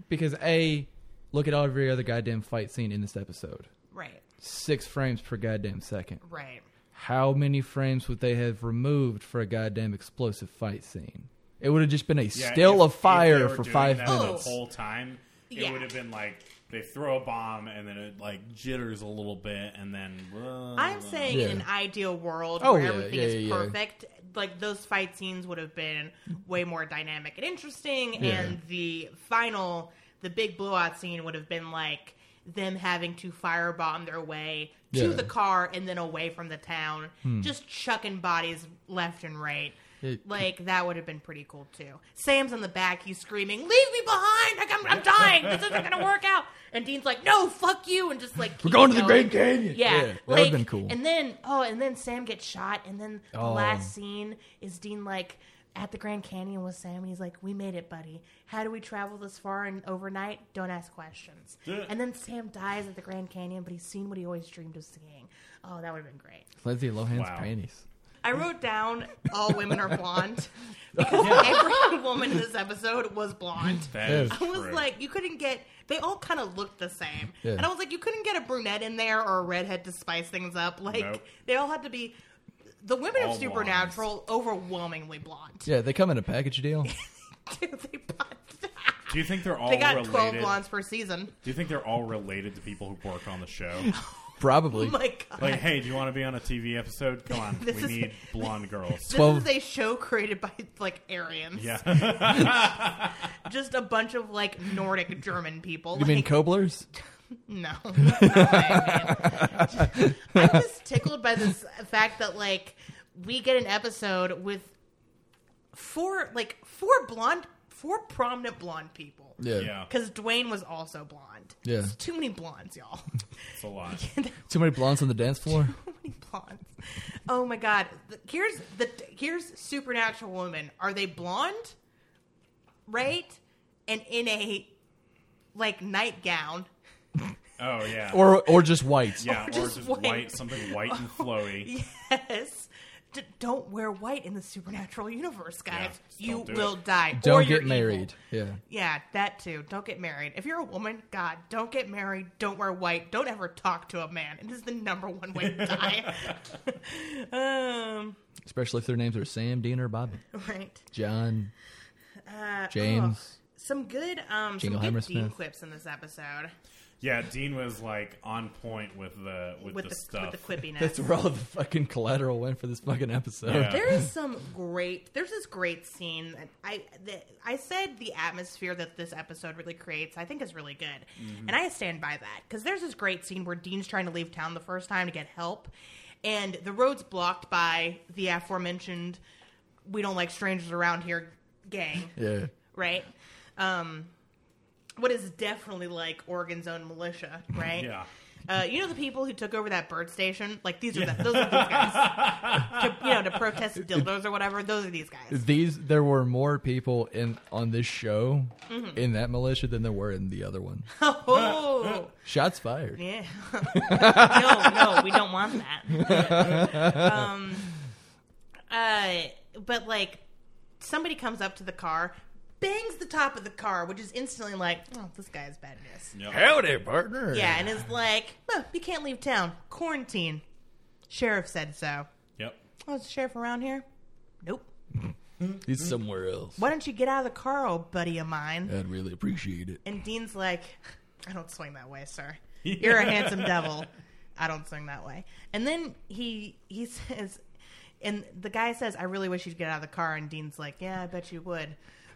S1: because a look at every other goddamn fight scene in this episode
S3: Right,
S1: six frames per goddamn second.
S3: right.
S1: How many frames would they have removed for a goddamn explosive fight scene? It would have just been a
S2: Yeah,
S1: still
S2: if-
S1: of
S2: if they
S1: fire
S2: were
S1: for
S2: doing
S1: five
S2: that
S1: minutes.
S2: The whole time, it
S3: Yeah.
S2: would have been like they throw a bomb and then it like jitters a little bit and then. uh,
S3: I'm saying in an
S1: Yeah.
S3: ideal world
S1: Oh,
S3: where
S1: yeah,
S3: everything
S1: yeah,
S3: is
S1: yeah, yeah.
S3: perfect, like those fight scenes would have been way more dynamic and interesting,
S1: Yeah.
S3: and the final, the big blowout scene would have been like them having to firebomb their way to
S1: Yeah. Hmm.
S3: the car and then away from the town, just chucking bodies left and right.
S1: It-
S3: like that would have been pretty cool too. Sam's in the back, he's screaming, "Leave me behind! Like I'm, I'm dying. This isn't gonna work out." And Dean's like, "No, fuck you!" and just like
S1: We're
S3: keeps
S1: going to the
S3: going.
S1: Grand Canyon.
S3: Yeah,
S1: that would
S3: like,
S1: have been cool.
S3: And then oh, and then Sam gets shot, and then the
S1: Oh.
S3: last scene is Dean like at the Grand Canyon with Sam, and he's like, "We made it, buddy. How do we travel this far and overnight? Don't ask questions." and then Sam dies at the Grand Canyon, but he's seen what he always dreamed of seeing. Oh, that would have been great.
S1: Lindsay Lohan's
S2: Wow.
S1: panties.
S3: I wrote down all women
S1: <laughs>
S3: are blonde because every woman in this episode was blonde.
S2: That is
S1: Yeah.
S3: I was
S2: true.
S3: like, you couldn't get. They all kind of looked the same,
S1: Yeah.
S3: and I was like, you couldn't get a brunette in there or a redhead to spice things up. Like
S2: Nope.
S3: they all had to be the women
S2: All
S3: of Supernatural overwhelmingly blonde.
S1: Yeah, they come in a package
S3: <laughs>
S1: deal.
S3: Oh Dude, <laughs> they, bought that.
S2: Do you think they're all
S3: they got
S2: related?
S3: twelve blondes per season.
S2: Do you think they're all related to people who work on
S1: <laughs>
S2: the show?
S1: Probably.
S3: Oh <laughs> my god.
S2: Like, hey, do you want to be on a TV episode? Come on, we
S3: <laughs> This is-
S2: need blonde girls.
S3: this
S1: 12
S3: is a show created by like
S2: <laughs>
S3: Aryans.
S2: Yeah,
S3: Just a bunch of like Nordic German people.
S1: you
S3: <laughs>
S1: mean
S3: Like,
S1: Koblers?
S3: <laughs> No. I'm just tickled by this fact that like we get an episode with four like four blonde four prominent blonde people.
S1: Yeah.
S3: <laughs>
S2: yeah,
S3: Because Dwayne was also blonde.
S1: Yeah.
S3: It's too many blondes, y'all. <laughs>
S2: it's a lot.
S1: Too many blondes on the dance floor.
S3: too many blondes. Oh my god. The- Here's the here's supernatural woman. Are they blonde? Right? And in a like nightgown.
S2: Oh yeah,
S1: Or or just whites.
S2: yeah, or
S3: just
S2: just,
S3: white. Oh,
S2: white. something white
S3: <laughs>
S2: and flowy.
S3: Yes. D- don't wear white in the supernatural universe, guys.
S2: Yeah, just
S3: you
S2: don't do
S3: will
S2: it.
S3: die. or
S1: Don't
S3: you're
S1: get
S3: evil.
S1: married. Yeah.
S3: Yeah, that too. Don't get married. If you're a woman, God, don't get married. Don't wear white. Don't ever talk to a man. It is the number one way
S2: <laughs>
S3: to die. <laughs> um,
S1: Especially if their names are Sam, Dean, or
S3: <laughs>
S1: Bobby.
S3: right.
S1: John,
S3: Uh,
S1: James.
S3: oh, some good, um, some
S1: Jingleheimer
S3: good Dean
S1: Smith.
S3: quips in this episode
S2: Yeah, Dean was like on point with the with,
S3: with
S2: the,
S3: the,
S2: stuff.
S3: with the quippiness.
S1: That's where all the fucking collateral went for this fucking episode.
S2: Yeah.
S3: There is some great. There's this great scene. that I that I said the atmosphere that this episode really creates. I think is really good, and I stand by that because there's this great scene where Dean's trying to leave town the first time to get help, and the road's blocked by the aforementioned "we don't like strangers around here" gang, <laughs>
S1: Yeah.
S3: right? Um, what is definitely like Oregon's own militia, right?
S2: Yeah,
S3: Uh, you know the people who took over that bird station? Like these are the, those are these guys. to, you know, to protest dildos or whatever. Those are these guys.
S1: These there were more people in on this show
S3: Mm-hmm.
S1: in that militia than there were in the other one.
S3: Oh,
S1: Shots fired.
S3: yeah. <laughs> no, no, we don't want that. um, uh, but like, somebody comes up to the car, bangs the top of the car, which is instantly like, oh, this guy's bad news.
S1: Howdy, partner.
S3: Yeah, and is like, "Huh, you can't leave town. Quarantine. Sheriff said so.
S2: yep.
S3: Oh, is the sheriff around here? Nope.
S1: He's somewhere else.
S3: why don't you get out of the car, old buddy of mine?
S1: I'd really appreciate it.
S3: And Dean's like, I don't swing that way, sir. You're a handsome devil. I don't swing that way. And then he he says, and the guy says, I really wish you'd get out of the car. And Dean's like, Yeah, I bet you would.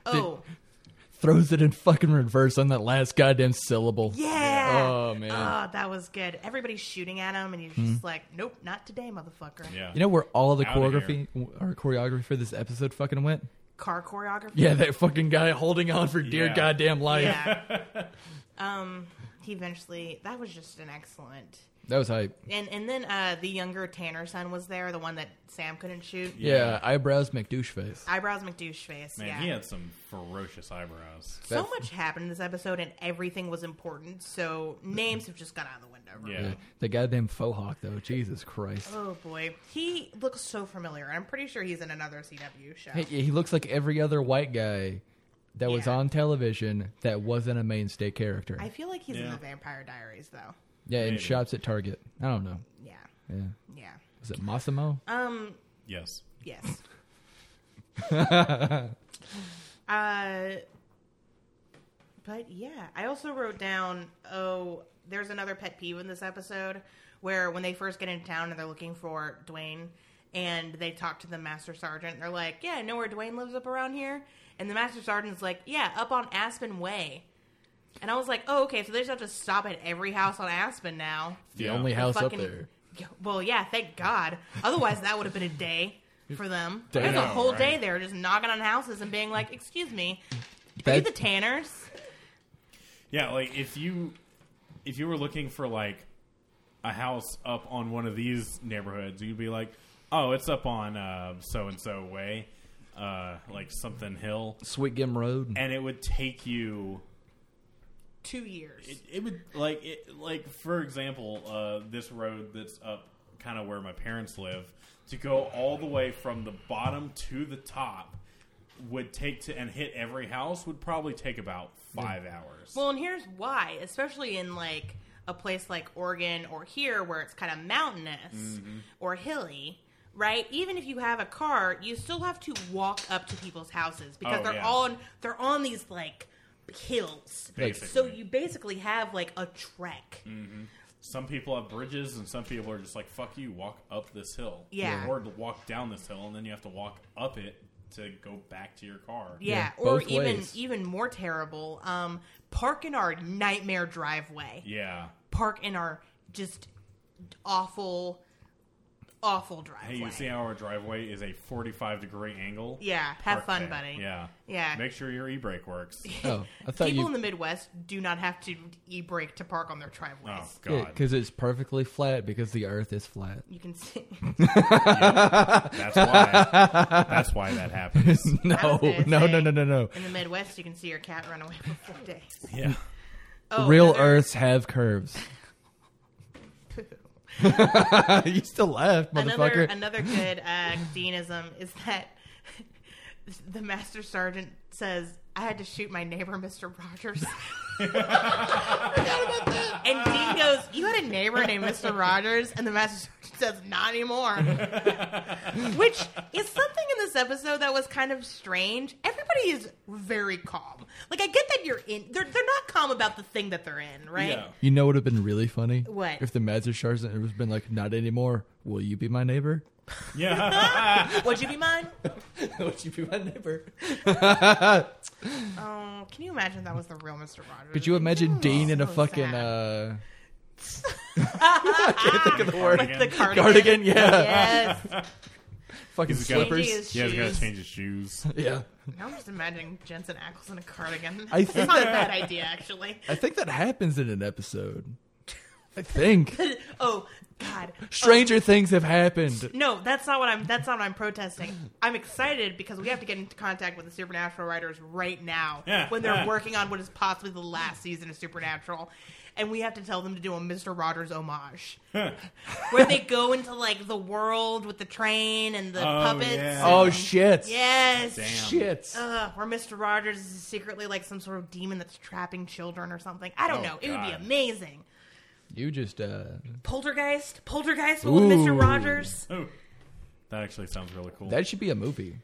S3: Oh,
S1: Throws it in fucking reverse on that last goddamn syllable.
S3: yeah.
S1: Oh, man. Mm-hmm.
S3: Oh, that was good. Everybody's shooting at him, and he's just like, Nope, not today, motherfucker.
S2: Yeah.
S1: You know where all the
S2: Outta
S1: choreography or choreography for this episode fucking went?
S3: Car choreography.
S1: Yeah, that fucking guy holding on for dear
S2: Yeah.
S1: goddamn life. <laughs>
S3: Yeah. um, he eventually. That was just an excellent.
S1: That was hype.
S3: And and then uh, the younger Tanner son was there, the one that Sam couldn't shoot.
S1: Yeah, eyebrows McDouche face.
S3: Eyebrows McDouche face.
S2: man,
S3: yeah.
S2: he had some ferocious eyebrows.
S3: so
S1: That-
S3: much happened in this episode, and everything was important. So names have just gone out of the window. really.
S2: Yeah.
S1: Yeah. The goddamn faux hawk though. Jesus Christ.
S3: Oh boy, he looks so familiar. I'm pretty sure he's in another CW show.
S1: Hey, he looks like every other white guy that was
S3: Yeah.
S1: on television that wasn't a mainstay character.
S3: I feel like he's in
S2: Yeah.
S3: the Vampire Diaries, though.
S1: yeah, in
S2: Maybe.
S1: shops at Target. I don't know.
S3: Yeah,
S1: Yeah.
S3: yeah,
S1: Is it Massimo?
S3: Uh,
S2: Yes.
S3: yes. uh, but yeah, I also wrote down. Oh, there's another pet peeve in this episode where when they first get into town and they're looking for Dwayne, and they talk to the master sergeant. and They're like, "Yeah, I know where Dwayne lives up around here," and the master sergeant's like, "Yeah, up on Aspen Way." And I was like, "Oh, okay, so they just have to stop at every house on Aspen now."
S1: the
S2: Yeah.
S1: only
S2: The
S1: house
S3: Fucking-
S1: up there.
S3: Yeah, Well, yeah, thank God. Otherwise, that would have been a day
S1: <laughs>
S3: for them.
S1: Day
S3: There's a
S1: out,
S3: whole
S2: right.
S3: day there just knocking on houses and being like, "Excuse me, are you
S1: That-
S3: the Tanners?"
S2: Yeah, like if you if you were looking for like a house up on one of these neighborhoods, you'd be like, "Oh, it's up on uh so and so way, uh like something hill."
S1: Sweet Gim Road. <laughs>
S2: And it would take you
S3: Two years.
S2: it, it would like it like for example, uh this road that's up kind of where my parents live to go all the way from the bottom to the top would take to and hit every house would probably take about 5 hours.
S3: Well, and here's why, especially in like
S2: Mm-hmm.
S3: a place like Oregon or here where it's kind of mountainous or hilly, right? Even if you have a car, you still have to walk up to people's houses because
S2: Oh,
S3: they're
S2: yeah.
S3: on they're on these like hills.
S2: Basically.
S3: So you basically have like a trek.
S2: Some people have bridges, and some people are just like, "Fuck you, walk up this hill."
S3: Yeah.
S2: Or to walk down this hill, and then you have to walk up it to go back to your car.
S3: Yeah,
S1: Yeah,
S3: or
S1: both
S3: even
S1: ways.
S3: even more terrible, um, park in our nightmare driveway.
S2: Yeah.
S3: Park in our just awful, awful
S2: Hey,
S3: driveway.
S2: you see how our driveway is a 45 degree angle?
S3: Yeah, have
S2: Park
S3: fun,
S2: there.
S3: buddy.
S2: Yeah.
S3: Yeah.
S2: Make sure your e brake works.
S1: Oh, I thought
S3: People
S1: you
S3: in the Midwest do not have to e-brake to park on their driveways.
S2: Oh, God.
S1: because it's perfectly flat because the Earth is flat. <laughs>
S3: You can see. <laughs>
S2: That's why. That's why that
S1: <laughs>
S2: happens.
S1: No,
S3: gonna
S1: no,
S3: say-
S1: no, no, no, no.
S3: In the Midwest, you can see your cat run away for four days.
S2: Yeah.
S3: Oh,
S1: Real
S3: another-
S1: Earths have
S3: <laughs>
S1: curves. <laughs> you still laugh,
S3: Another
S1: motherfucker.
S3: another good uh, deanism is that <laughs> the master sergeant says, "I had to shoot my neighbor, Mister Rogers." <laughs> and Dean goes, "You had a neighbor named Mister Rogers," and the master sergeant says, "Not anymore," <laughs> which is something in this episode that was kind of strange. Everybody is very calm. Like I get that you're in; they're they're not calm about the thing that they're in, right?
S2: Yeah.
S1: you know what would have been really funny?
S3: What?
S1: If the Mazer Sergeant had been like, not anymore, will you be my neighbor? <laughs>
S2: Yeah.
S3: <laughs> Would you be mine?
S1: Would you be my neighbor?
S3: Oh, can you imagine that was the real Mr. Rogers?
S1: Could you imagine Dean in a
S3: so
S1: fucking
S3: sad.
S1: uh,
S3: Like <laughs> the cardigan.
S1: uh, cardigan? Yeah.
S3: Yes.
S1: Fucking
S2: He's got-
S1: slippers?
S3: Changing his
S2: Yeah, he's got
S3: shoes.
S2: to change
S1: <laughs>
S2: his shoes.
S1: Yeah.
S3: Now I'm just imagining Jensen Ackles in a cardigan.
S1: <laughs> I think
S3: it's not a bad idea, actually. <laughs>
S1: I think that happens in an episode. I
S3: <laughs>
S1: think.
S3: Oh God.
S1: Stranger things have happened.
S3: No, that's not what I'm. That's not what I'm protesting. I'm excited because we have to get into contact with the Supernatural writers right now
S2: Yeah,
S3: when they're
S2: yeah.
S3: working on what is possibly the last season of Supernatural, and we have to tell them to do a Mister Rogers homage, where they go into like the world with the train and
S2: Oh,
S3: the puppets.
S2: yeah.
S3: and-
S1: Oh, shit.
S3: Yes.
S2: Damn.
S1: Shit.
S3: Ugh, where Mr. Rogers is secretly like some sort of demon that's trapping children or something. I don't
S2: Oh,
S3: know. It would be
S2: God.
S3: amazing.
S1: You just, uh.
S3: Poltergeist? Poltergeist with Mr.
S1: Ooh.
S3: Rogers?
S2: Ooh. That actually sounds really cool.
S1: That should be a movie.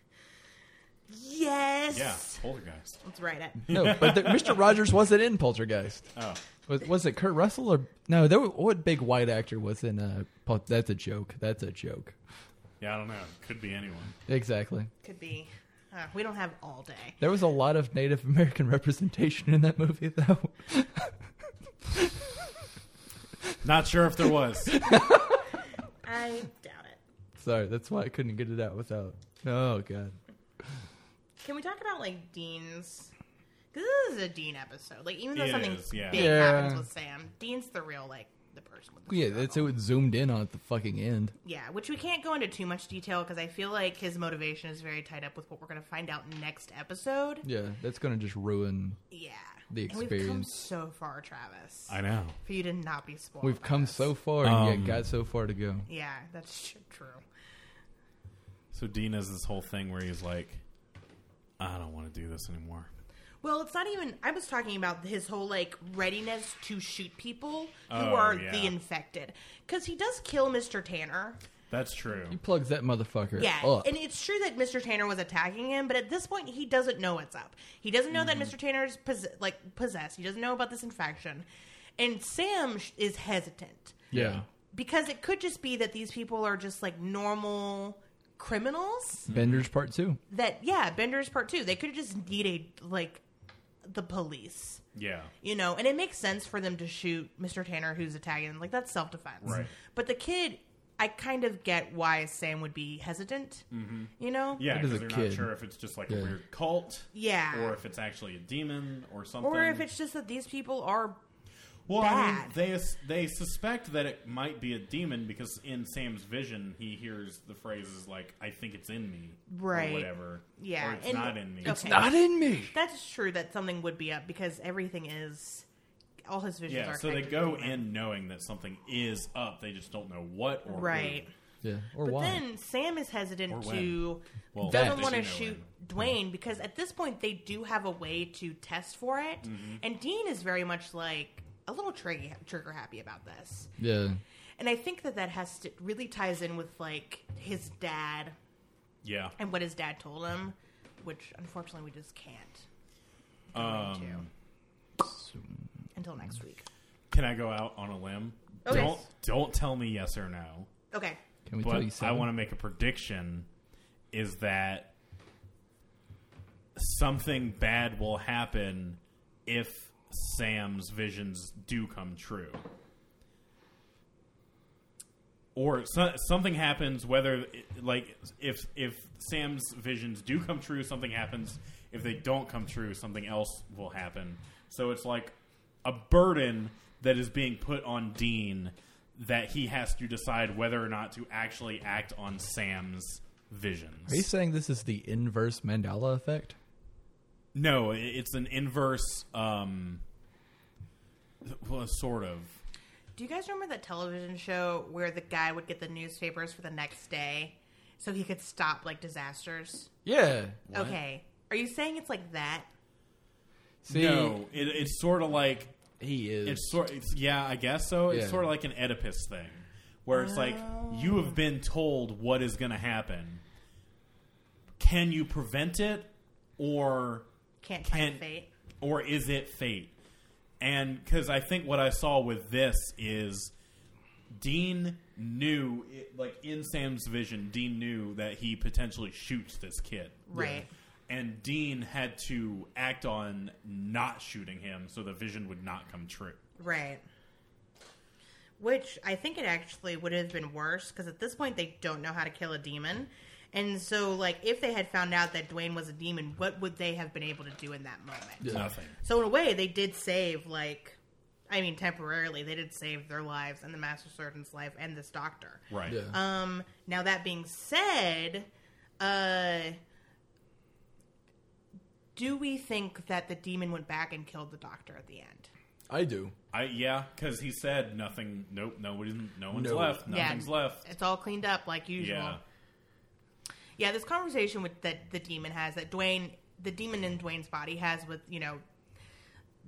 S3: Yes.
S2: yeah. Poltergeist.
S3: Let's
S2: <laughs>
S3: write it.
S1: No, but the, Mr. Rogers wasn't in Poltergeist.
S2: Oh.
S1: Was, was it Kurt Russell or no? There, wa- what big white actor was in? Uh, Pul- that's a joke. That's a joke.
S2: Yeah, I don't know. Could be anyone.
S1: Exactly.
S3: Could be. Uh, we don't have all day.
S1: There was a lot of Native American <laughs> representation in that movie, though. <laughs>
S2: Not sure if there
S1: <laughs>
S2: was.
S3: I doubt it.
S1: Sorry, that's why I couldn't get it out without. Oh god.
S3: Can we talk about like Dean's? 'cause This is a Dean episode. Like even though
S2: It
S3: something
S2: is, yeah.
S3: big
S1: Yeah.
S3: happens with Sam, Dean's the real like the person. With the
S1: Yeah, that's it.
S3: struggle.
S1: was Zoomed in on at the fucking end.
S3: Yeah, which we can't go into too much detail because I feel like his motivation is very tied up with what we're going to find out next episode.
S1: Yeah, that's gonna just ruin.
S3: Yeah.
S1: The
S3: And we've come
S1: experience.
S3: so far, Travis.
S2: I know.
S3: for you to not be spoiled.
S1: We've
S3: by
S1: come
S3: this.
S1: so far, and yet got so far to go.
S3: Yeah, that's tr- true.
S2: So Dean has this whole thing where he's like, I don't want to do this anymore.
S3: Well, it's not even. I was talking about his whole like readiness to shoot people who
S2: Oh,
S3: are
S2: yeah.
S3: the infected, because he does kill Mr. Tanner.
S2: That's true.
S1: Plugs that motherfucker
S3: Yeah,
S1: up.
S3: and it's true that Mr. Tanner was attacking him, but at this point he doesn't know what's up. He doesn't know
S1: Mm-hmm.
S3: that Mr. Tanner's pos- like possessed. He doesn't know about this infection, and Sam sh- is hesitant
S1: yeah.
S3: because it could just be that these people are just like normal criminals.
S1: Bender's part two.
S3: That yeah, Bender's part two. They could just need a like the police,
S2: Yeah.
S3: you know. And it makes sense for them to shoot Mr. Tanner, who's attacking. Like that's self defense,
S2: Right.
S3: But the kid. I kind of get why Sam would be hesitant, mm-hmm. you know.
S2: Yeah,
S1: That is
S2: because
S1: a
S2: they're
S1: kid.
S2: not sure if it's just like a
S1: Yeah.
S2: weird cult.
S3: Yeah.
S2: Or if it's actually a demon or something.
S3: or if it's just that these people are
S2: well,
S3: bad.
S2: I mean, they they suspect that it might be a demon because in Sam's vision he hears the phrases like "I think it's in me,"
S3: Right.
S2: Or whatever.
S3: yeah
S2: Or it's
S3: and-
S2: not in me.
S3: okay.
S1: Not in me.
S3: that's true that something would be up because everything is all his visions
S2: Yeah.
S3: are
S2: So they
S3: connected
S2: go
S3: to him.
S2: in knowing that something is up. They just don't know what or who.
S3: right
S1: Yeah. Or
S3: but
S1: why?
S3: then sam is
S2: Or
S3: hesitant
S2: when.
S3: to
S2: Well,
S1: That-
S3: doesn't
S2: does
S3: want
S2: he
S3: to
S2: know
S3: shoot
S2: when?
S3: dwayne because at this point they do have a way to test for it
S2: Mm-hmm.
S3: and dean is very much like a little trigger, trigger happy about this
S1: yeah.
S3: And I think that that has to really ties in with like his dad
S2: Yeah.
S3: and what his dad told him, which unfortunately we just can't go into
S2: Um,
S3: until next week.
S2: Can I go out on a limb?
S3: Oh,
S2: don't
S3: yes.
S2: don't tell me yes or no.
S3: Okay.
S1: Can we tell you
S2: But I
S1: seven?
S2: want to make a prediction is that something bad will happen if Sam's visions do come true. Or so, something happens whether like if if Sam's visions do come true something happens if they don't come true something else will happen. So it's like a burden that is being put on Dean that he has to decide whether or not to actually act on Sam's visions.
S1: Are you saying this is the inverse Mandela effect?
S2: No, i- it's an inverse. Um, well, sort of.
S3: Do you guys remember that television show where the guy would get the newspapers for the next day so he could stop like disasters?
S1: Yeah.
S3: Okay. Are you saying it's like that?
S1: See,
S2: no, it, it's sort of like
S1: he is.
S2: it's sort. It's, yeah, I guess so. It's
S1: Yeah. Oh.
S2: sort of like an Oedipus thing, where it's like you have been told what is going to happen. Can you prevent it, or
S3: Can't
S2: Can't-
S3: find fate.
S2: or is it fate? And because I think what I saw with this is Dean knew, it, like in Sam's vision, Dean knew that he potentially shoots this kid.
S3: Right.
S2: And Dean had to act on not shooting him so the vision would not come true.
S3: Right. Which I think it actually would have been worse because at this point they don't know how to kill a demon. And so, like, if they had found out that Dwayne was a demon, what would they have been able to do in that moment?
S2: Nothing.
S3: So, in a way, they did save, like, I mean, temporarily, they did save their lives and the Master Surgeon's life and this doctor.
S2: Right.
S1: Yeah.
S3: Um, now that being said, uh, do we think that the demon went back and killed the doctor at the end?
S1: I do.
S2: I yeah, because he said nothing. Nope. Nobody. No one's
S1: No.
S2: left.
S3: Yeah.
S2: Nothing's left.
S3: It's all cleaned up like usual.
S2: Yeah.
S3: Yeah, this conversation with that the demon has that Dwayne, the demon in Dwayne's body has with you know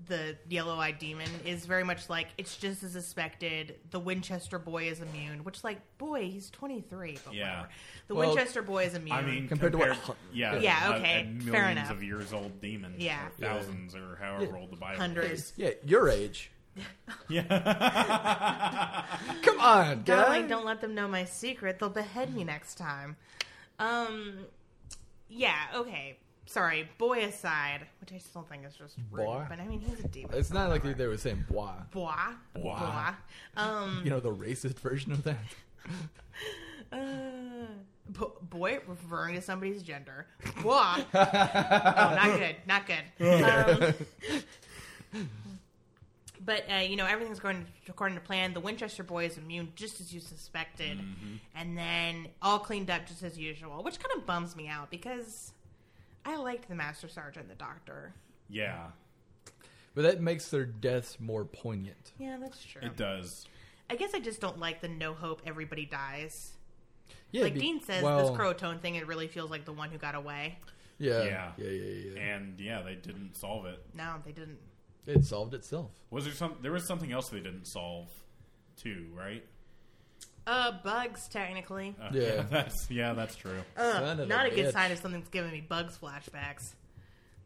S3: the yellow-eyed demon is very much like it's just as expected. The Winchester boy is immune, which like boy, he's 23, but
S2: Yeah.
S3: whatever. The
S1: Well,
S3: Winchester boy is immune.
S2: I mean,
S1: Compared to what-
S2: Yeah.
S3: Yeah,
S2: a-
S3: okay,
S2: a
S3: fair
S2: millions
S3: enough.
S2: of years old demons.
S3: Yeah.
S2: Or thousands or however old the Bible is.
S3: hundreds.
S1: Yeah, your
S2: <laughs>
S1: age.
S2: Yeah.
S1: <laughs> Come on, guys.
S3: Darling, don't let them know my secret. They'll behead me next time. Um, yeah, okay. Sorry, boy aside, which I still think is just rude,
S1: Boy?
S3: but I mean, he's a demon.
S1: It's not like they they were saying bois.
S3: boy.
S2: Boy.
S3: Um,
S1: You know, the racist version of that.
S3: uh, bo- boy referring to somebody's gender. Boy.
S1: <laughs>
S3: oh, not good. Not good. Um, but, uh, you know, everything's going according to plan. The Winchester boy is immune, just as you suspected.
S1: Mm-hmm.
S3: And then all cleaned up, just as usual, which kind of bums me out because I liked the Master Sergeant, the doctor.
S2: yeah.
S1: But that makes their deaths more poignant.
S3: Yeah, that's true.
S2: It does.
S3: I guess I just don't like the no hope, everybody dies.
S1: Yeah,
S3: like
S1: be-
S3: Dean says,
S1: well,
S3: this Croatone thing, it really feels like the one who got away.
S1: Yeah,
S2: Yeah.
S1: yeah, yeah, yeah. yeah.
S2: And yeah, they didn't solve it.
S3: No, they didn't.
S1: It solved itself.
S2: Was there some? There was something else they didn't solve, too, right? <laughs>
S3: Uh, bugs, technically.
S2: Uh,
S1: Yeah.
S2: that's yeah, that's true.
S1: Son of
S3: Not a good
S1: bitch.
S3: sign if something's giving me bugs flashbacks.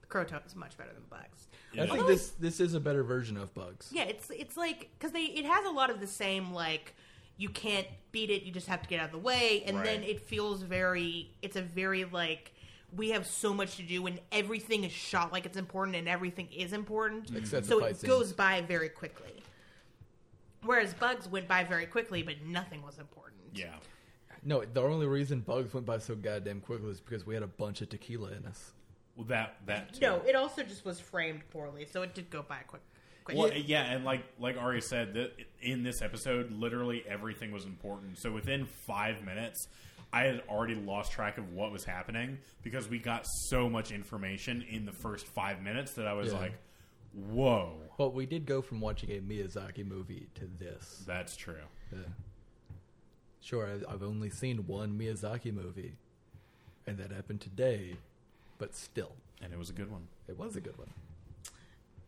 S3: The Croton is much better than bugs.
S1: I
S2: Although
S1: think this this is a better version of bugs.
S3: Yeah, it's it's like because they it has a lot of the same like you can't beat it, you just have to get out of the way, and then
S2: Right.
S3: it feels very. It's a very like we have so much to do, and everything is shot like it's important, and everything is important.
S1: Mm-hmm. Except the
S3: so
S1: fight
S3: it
S1: scenes.
S3: goes by very quickly. Whereas bugs went by very quickly, but nothing was important.
S2: Yeah,
S1: No, the only reason bugs went by so goddamn quickly is because we had a bunch of tequila in us.
S2: well, that that too.
S3: No, it also just was framed poorly, so it did go by quick. quick.
S2: Well, yeah, and like like Ari said, that in this episode, literally everything was important. So within five minutes, I had already lost track of what was happening because we got so much information in the first five minutes that I was
S1: Yeah.
S2: like, "Whoa,
S1: But we did go from watching a Miyazaki movie to this.
S2: that's true."
S1: Yeah. Sure, I- I've only seen one Miyazaki movie, and that happened today. But still,
S2: And it was a good one.
S1: it was a good one.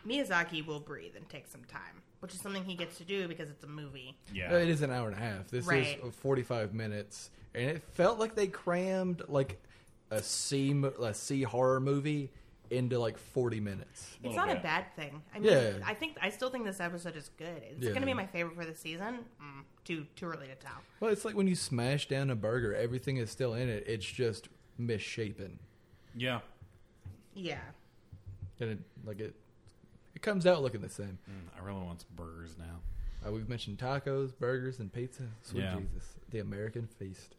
S3: Miyazaki will breathe and take some time, which is something he gets to do because it's a movie.
S2: Yeah.
S1: Uh, It is an hour and a half. This
S3: Right.
S1: is 45 minutes, and it felt like they crammed like a C mo- a C horror movie into like 40 minutes.
S3: It's
S2: Little
S3: not a
S2: bit.
S3: bad thing. I mean,
S1: Yeah.
S3: I think I still think this episode is good. It's
S1: Yeah.
S3: going to be my favorite for the season. Mm, too too early to tell.
S1: Well, it's like when you smash down a burger, everything is still in it. It's just misshapen,
S2: yeah.
S3: Yeah,
S1: and it, like it, it comes out looking the same.
S2: Mm, I really want some burgers now.
S1: Uh, we've mentioned tacos, burgers, and pizza. Sweet
S2: Yeah.
S1: Jesus, the American feast.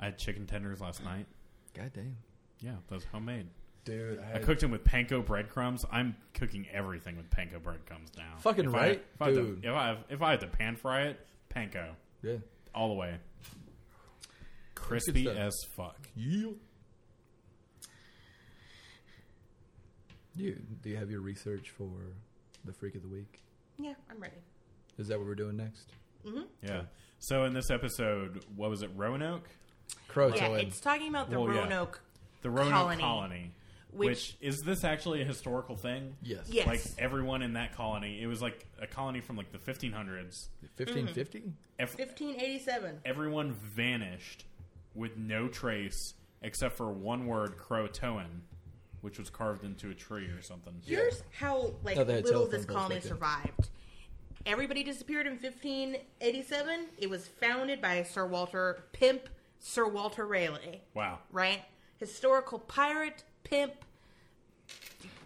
S2: I had chicken tenders last night.
S1: God damn,
S2: Yeah, those homemade.
S1: dude!
S2: I cooked them with panko breadcrumbs. I'm cooking everything with panko breadcrumbs now.
S1: Fucking
S2: If I-
S1: right,
S2: if I had to-
S1: dude.
S2: if I have- if I had to pan fry it, panko
S1: Yeah.
S2: all the way, crispy
S1: stuff.
S2: as fuck.
S1: You. You do you have your research for the freak of the week?
S3: yeah, I'm ready.
S1: Is that what we're doing next?
S2: Yeah. So in this episode, what was it? Roanoke,
S1: Croatoan.
S3: yeah, it's talking about the
S2: Well, yeah.
S3: Roanoke.
S2: the Roanoke
S3: Colony.
S2: colony.
S3: Which-
S2: Which, is this actually a historical thing?
S1: yes.
S3: Yes.
S2: Like everyone in that colony, it was like a colony from like the 1500s.
S1: 1550?
S3: Mm-hmm.
S2: Ev-
S3: 1587.
S2: everyone vanished with no trace except for one word, Croatoan, which was carved into a tree or something.
S3: Here's how like
S1: No, they had
S3: little
S1: telephone
S3: this
S1: poles
S3: colony
S1: back then.
S3: survived. Everybody disappeared in 1587. It was founded by Sir Walter Pimp, Sir Walter Raleigh,
S2: Wow.
S3: right? Historical pirate, pimp,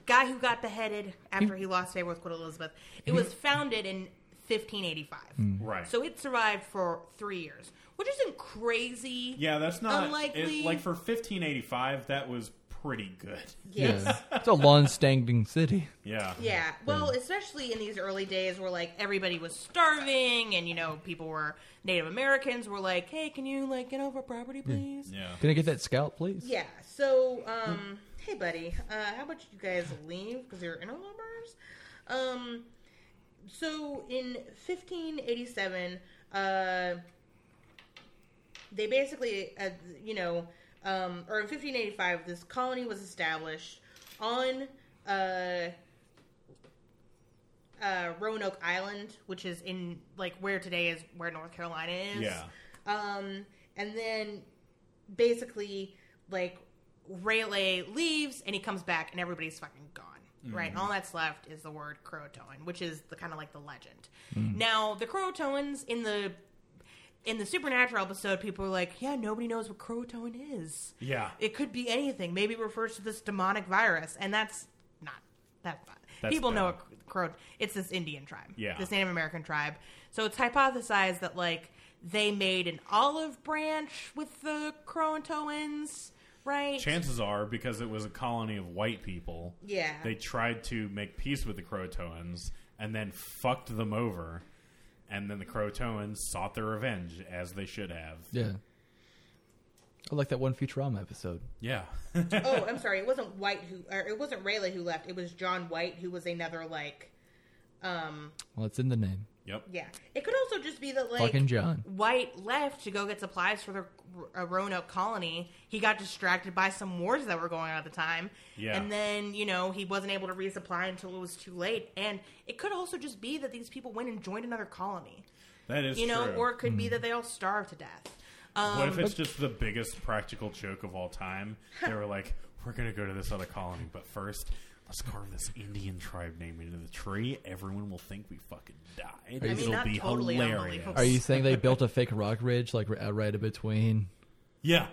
S3: guy who got beheaded after he lost favor with Queen Elizabeth. It was founded in 1585.
S1: Hmm.
S2: Right.
S3: So it survived for three years, which isn't crazy.
S2: yeah, that's not
S3: Unlikely.
S2: It, like for 1585, that was pretty good.
S3: Yes.
S1: it's a long-standing city.
S2: Yeah.
S3: Yeah. Well, especially in these early days where like everybody was starving and you know people were Native Americans were like, "Hey, can you like get over property, please?"
S2: Yeah.
S1: Can I get that scalp, please?
S3: Yeah. So, um, hey buddy, uh how about you guys leave cuz you're interlopers? Um so in 1587, uh they basically, uh, you know, um, or in 1585, this colony was established on uh, uh, Roanoke Island, which is in like where today is where North Carolina is.
S2: Yeah.
S3: Um, and then basically, like Rayleigh leaves and he comes back and everybody's fucking gone.
S2: Mm-hmm.
S3: Right, all that's left is the word Croatoan, which is the kind of like the legend.
S2: Mm-hmm.
S3: Now, the Croatoans in the in the supernatural episode, people were like, "Yeah, nobody knows what Croatoan is.
S2: Yeah.
S3: It could be anything. Maybe it refers to this demonic virus, and that's not that's not.
S2: That's
S3: people know
S2: bad.
S3: what Croat. It's this Indian tribe,
S2: Yeah.
S3: this Native American tribe. So it's hypothesized that like they made an olive branch with the Croatoans, right?
S2: Chances are, because it was a colony of white people,
S3: Yeah.
S2: they tried to make peace with the Croatoans and then fucked them over. And then the Croatoans sought their revenge, as they should have.
S1: Yeah. I like that one Futurama episode.
S2: Yeah. <laughs>
S3: oh, I'm sorry. It wasn't White who, or it wasn't Rayleigh who left. It was John White who was another like, um,
S1: Well, it's in the name.
S2: yep.
S3: yeah. It could also just be that like
S1: Fucking John.
S3: White left to go get supplies for the R- uh, Roanoke colony. He got distracted by some wars that were going on at the time.
S2: Yeah.
S3: And then, you know, he wasn't able to resupply until it was too late. And it could also just be that these people went and joined another colony,
S2: That is
S3: you know,
S2: true.
S3: or it could be that they all starved to death. Um,
S2: What if it's just the biggest practical joke of all
S3: <laughs>
S2: time? They were like, we're going to go to this other colony, but first, let's carve this Indian tribe name into the tree. Everyone will think we fucking died.
S1: I mean,
S2: It'll
S3: not
S2: be
S3: totally
S2: hilarious.
S3: unbelievable.
S1: Are you saying they built a fake rock ridge like r- right in between?
S2: Yeah.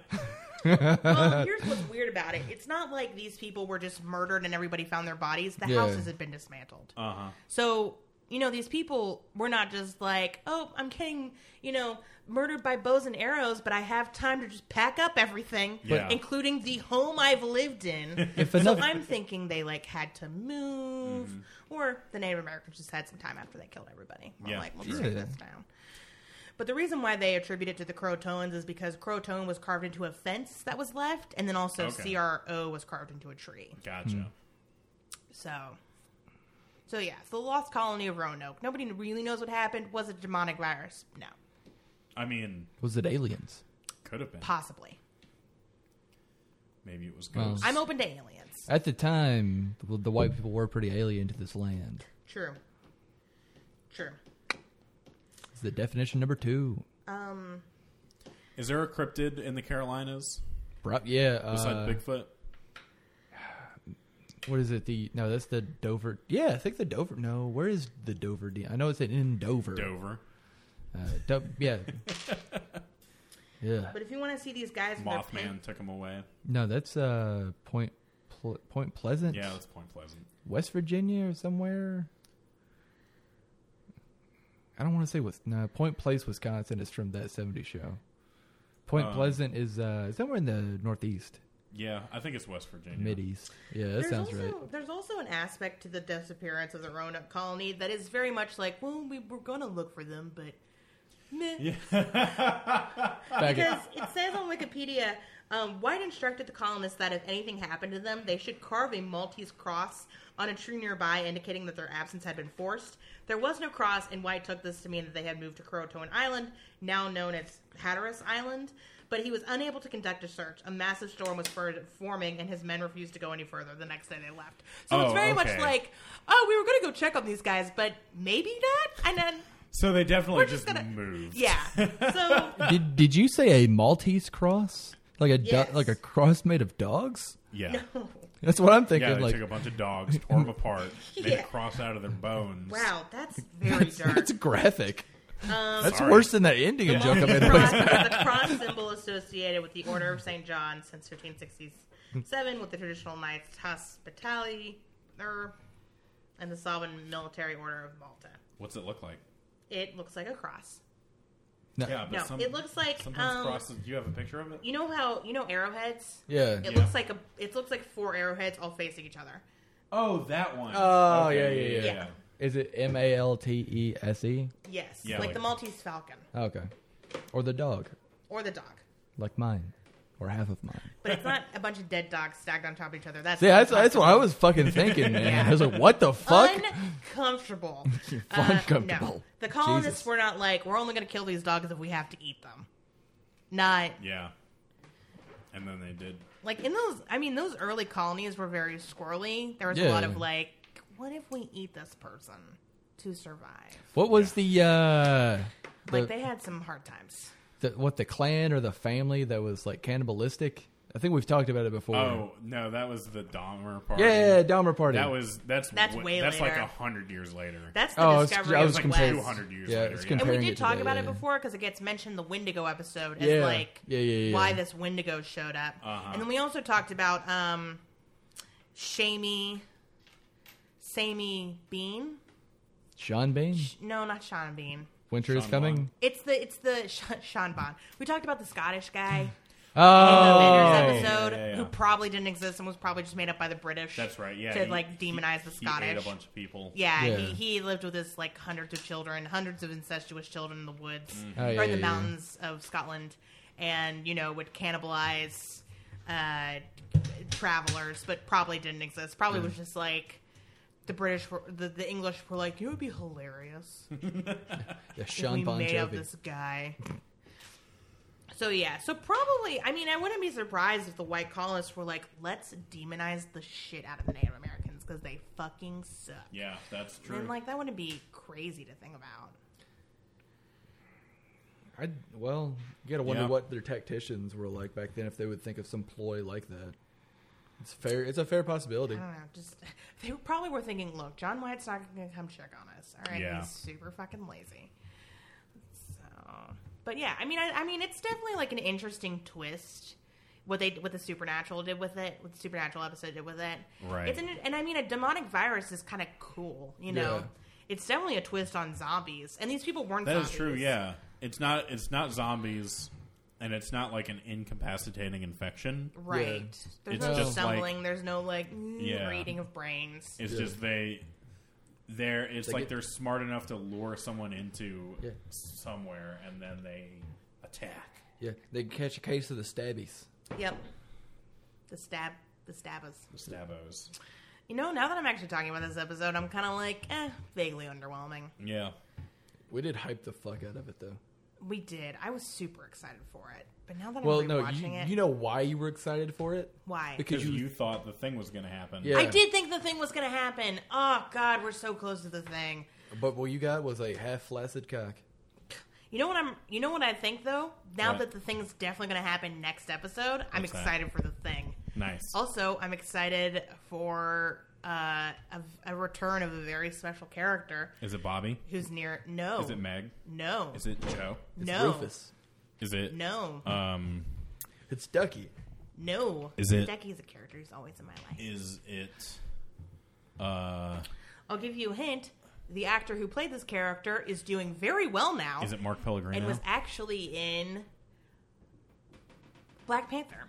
S3: well, here's what's weird about it it's not like these people were just murdered and everybody found their bodies, the
S1: Yeah.
S3: houses had been dismantled.
S2: Uh huh.
S3: So, you know, these people were not just like, oh, I'm getting, you know, murdered by bows and arrows, but I have time to just pack up everything,
S2: Yeah.
S3: including the home I've
S2: <laughs>
S3: lived in.
S1: If
S3: so
S1: enough-
S3: I'm thinking they, like, had to move, or the Native Americans just had some time after they killed everybody. I'm
S2: Mm-hmm. Yeah,
S3: like, we'll
S1: sure.
S3: screw this down. But the reason why they attribute it to the Croatoans is because Croatoan was carved into a fence that was left, and then also
S2: Okay.
S3: CRO was carved into a tree.
S2: Gotcha.
S1: Hmm.
S3: So, so yeah, it's the lost colony of Roanoke. Nobody really knows what happened. Was it a demonic virus? No,
S2: I mean,
S1: Was it aliens?
S2: could have been.
S3: possibly.
S2: Maybe it was ghosts.
S3: I'm open to aliens.
S1: At the time, the, the white people were pretty alien to this land.
S3: True. True.
S1: It's the definition number two.
S2: Is there a cryptid in the Carolinas
S1: Bro- yeah.
S2: besides
S1: Uh,
S2: Bigfoot?
S1: what is it? The no, that's the Dover. Yeah, I think the Dover. No, where is the Dover? D- I know it's in Dover.
S2: Dover.
S1: Uh, Do- yeah. yeah.
S3: But if you want to see these guys, with their
S2: Mothman
S3: pink-
S2: took him away.
S1: No, that's uh Point Ple- Point Pleasant,
S2: Yeah, that's Point Pleasant.
S1: West Virginia or somewhere. I don't want to say what's no Point Place, Wisconsin is from that '70s show. Point
S2: Um,
S1: Pleasant is uh somewhere in the northeast,
S2: Yeah, I think it's West Virginia.
S1: mid east. Yeah, that
S3: There's
S1: sounds
S3: also,
S1: right.
S3: There's also an aspect to the disappearance of the Roanoke colony that is very much like, well, we were gonna look for them, but meh.
S1: Back
S3: because it says on Wikipedia, um, White instructed the colonists that if anything happened to them, they should carve a Maltese cross on a tree nearby, indicating that their absence had been forced. There was no cross, and White took this to mean that they had moved to Croatoan Island, now known as Hatteras Island. But he was unable to conduct a search. A massive storm was for- forming, and his men refused to go any further. The next day, they left. So
S2: Oh,
S3: it's
S2: okay.
S3: very much like, oh, we were going to go check on these guys, but maybe not. And then,
S2: So they definitely
S3: We're
S2: just,
S3: just gonna- <laughs>
S2: moved.
S3: yeah.
S2: <laughs>
S3: So
S1: did did you say a Maltese cross? Like a do-
S3: Yes.
S1: like a cross made of dogs?
S2: Yeah.
S1: That's what I'm
S2: Yeah,
S1: thinking.
S2: they
S1: like <laughs>
S2: took a bunch of dogs, tore them apart, made a
S3: Yeah.
S2: cross out of their bones.
S3: wow, that's very dark. Um,
S1: it's graphic. that's
S2: Sorry.
S1: worse than that Indian joke I made. a
S3: cross,
S1: place
S3: <laughs> the cross symbol associated with the Order of St. John since 1567 with the traditional Knights Hospitality er, and the Sovereign Military Order of Malta.
S2: What's it look like?
S3: It looks like a cross.
S1: No.
S2: Yeah, but
S3: No,
S2: some,
S3: it looks like,
S2: sometimes
S3: um,
S2: crosses. Do you have a picture of it?
S3: You know how you know arrowheads?
S1: Yeah.
S3: It
S2: Yeah.
S3: looks like a it looks like four arrowheads all facing each other.
S2: Oh, that one.
S1: Oh, yeah, yeah,
S3: yeah.
S2: yeah.
S1: Is it M A L T E S E? Oh,
S3: Yes,
S2: Yeah,
S3: like
S2: like-
S3: the Maltese falcon
S1: Okay. Or the dog,
S3: or the dog.
S1: like mine, or half of mine.
S3: But it's not a bunch of dead dogs stacked on top of each other. That's
S1: See, that's, that's what I was fucking thinking,
S3: <laughs>
S1: man. I was like, what the fuck? <laughs>
S3: uncomfortable. Uh,
S1: Uncomfortable.
S3: The colonists
S1: Jesus.
S3: were not like, we're only going to kill these dogs if we have to eat them. Not
S2: Yeah. And then they did.
S3: like in those, I mean, those early colonies were very squirrely. There was
S1: Yeah.
S3: a lot of like, what if we eat this person to survive?
S1: what was the, uh, the,
S3: Like, they had some hard times.
S1: the, what, the clan or the family that was like cannibalistic? I think we've talked about it before.
S2: Oh no, that was the Dahmer part.
S1: yeah, yeah, yeah, Dahmer Party.
S2: That was that's
S3: That's
S2: wa-
S3: way
S2: that's like
S3: later.
S2: a hundred years later.
S3: That's the
S1: Oh, I was-
S3: discovery
S1: I was
S3: of the
S1: comparing-
S3: West.
S2: 200 years
S1: Yeah,
S2: later.
S1: it's
S2: yeah.
S1: comparing-
S3: And we
S1: it
S3: did
S1: to
S3: talk
S1: that,
S3: about
S1: yeah,
S3: it
S1: yeah.
S3: before because it gets mentioned in the Wendigo episode as
S1: Yeah.
S3: like
S1: Yeah, yeah, yeah.
S3: why this Wendigo showed up.
S2: Uh-huh.
S3: And then we also talked about um Shamey Samey Bean.
S1: Sean Bain?
S3: No, not Sean Bean.
S1: Winter is
S2: Sean
S1: coming?
S2: Bond.
S3: It's the it's the <laughs> Sh- Sean Bond. We talked about the Scottish
S2: <laughs>
S3: guy in the
S1: Oh!
S3: Avengers episode
S2: Yeah, yeah, yeah.
S3: who probably didn't exist and was probably just made up by the British.
S2: That's right. Yeah,
S3: to
S2: he-
S3: like demonize the
S2: he
S3: Scottish.
S2: ate a bunch of people.
S3: Yeah,
S1: Yeah.
S3: He, he lived with his like hundreds of children, hundreds of incestuous children in the woods
S1: Oh,
S3: or
S1: yeah,
S3: in the
S1: yeah, yeah.
S3: mountains of Scotland, and you know would cannibalize uh, travelers, but probably didn't exist. Probably was just like the British, were, the the English were like, it would be hilarious
S1: Yeah,
S3: if we
S1: Sean Bon
S3: made up
S1: Jovi.
S3: this guy. So yeah, so probably I mean I wouldn't be surprised if the white colonists were like, let's demonize the shit out of the Native Americans because they fucking suck.
S2: Yeah, that's true.
S3: And like that wouldn't be crazy to think about.
S1: I, well, you gotta wonder
S2: Yeah.
S1: what their tacticians were like back then if they would think of some ploy like that. It's fair. It's a fair possibility.
S3: I don't know. Just <laughs> they probably were thinking, look, John White's not going to come check on us. All right,
S2: Yeah.
S3: he's super fucking lazy. So, but yeah, I mean, I, I mean, it's definitely like an interesting twist. What they what the supernatural did with it, what the supernatural episode did with it.
S2: Right.
S3: It's an, and I mean, a demonic virus is kind of cool. You know,
S1: Yeah.
S3: it's definitely a twist on zombies, and these people weren't.
S2: That is
S3: zombies.
S2: true. Yeah, it's not it's not zombies, and it's not like an incapacitating infection.
S3: Right. There's
S2: It's
S3: no
S2: just like-
S3: stumbling. there's no like mm,
S2: Yeah.
S3: reading of brains.
S2: It's
S1: Yeah.
S2: just they they're it's
S1: They
S2: like
S1: get-
S2: they're smart enough to lure someone into
S1: Yeah.
S2: somewhere, and then they attack.
S1: Yeah, they can catch a case of the stabbies.
S3: Yep. The stab, the stabbers.
S2: The stabos.
S3: You know, now that I'm actually talking about this episode, I'm kind of like, eh, vaguely underwhelming.
S2: Yeah.
S1: We did hype the fuck out of it though.
S3: We did. I was super excited for it, but now that
S1: Well,
S3: I'm
S1: no,
S3: rewatching
S1: you,
S3: it,
S1: you know why you were excited for it?
S3: why?
S1: Because
S2: Because
S1: you,
S2: you thought the thing was going to happen.
S1: Yeah.
S3: I did think the thing was going to happen. Oh God, we're so close to the thing.
S1: but what you got was a half flaccid cock.
S3: You know what I'm? You know what I think though. Now
S2: What?
S3: that the thing's definitely going to happen next episode, I'm
S2: What's that?
S3: excited for the thing.
S2: Nice.
S3: Also, I'm excited for uh, a, a return of a very special character
S2: Is it Bobby?
S3: who's near. No,
S2: Is it Meg?
S3: no,
S2: Is it Joe?
S1: It's
S3: no,
S1: Rufus.
S2: Is it
S3: no,
S2: um
S1: It's Ducky.
S3: no.
S2: Is it-
S3: Decky's a character who's always in my life.
S2: is it uh
S3: I'll give you a hint. The actor who played this character is doing very well now,
S2: is it
S1: Oh.
S2: Mark
S3: and
S2: Pellegrino?
S3: was actually in Black Panther.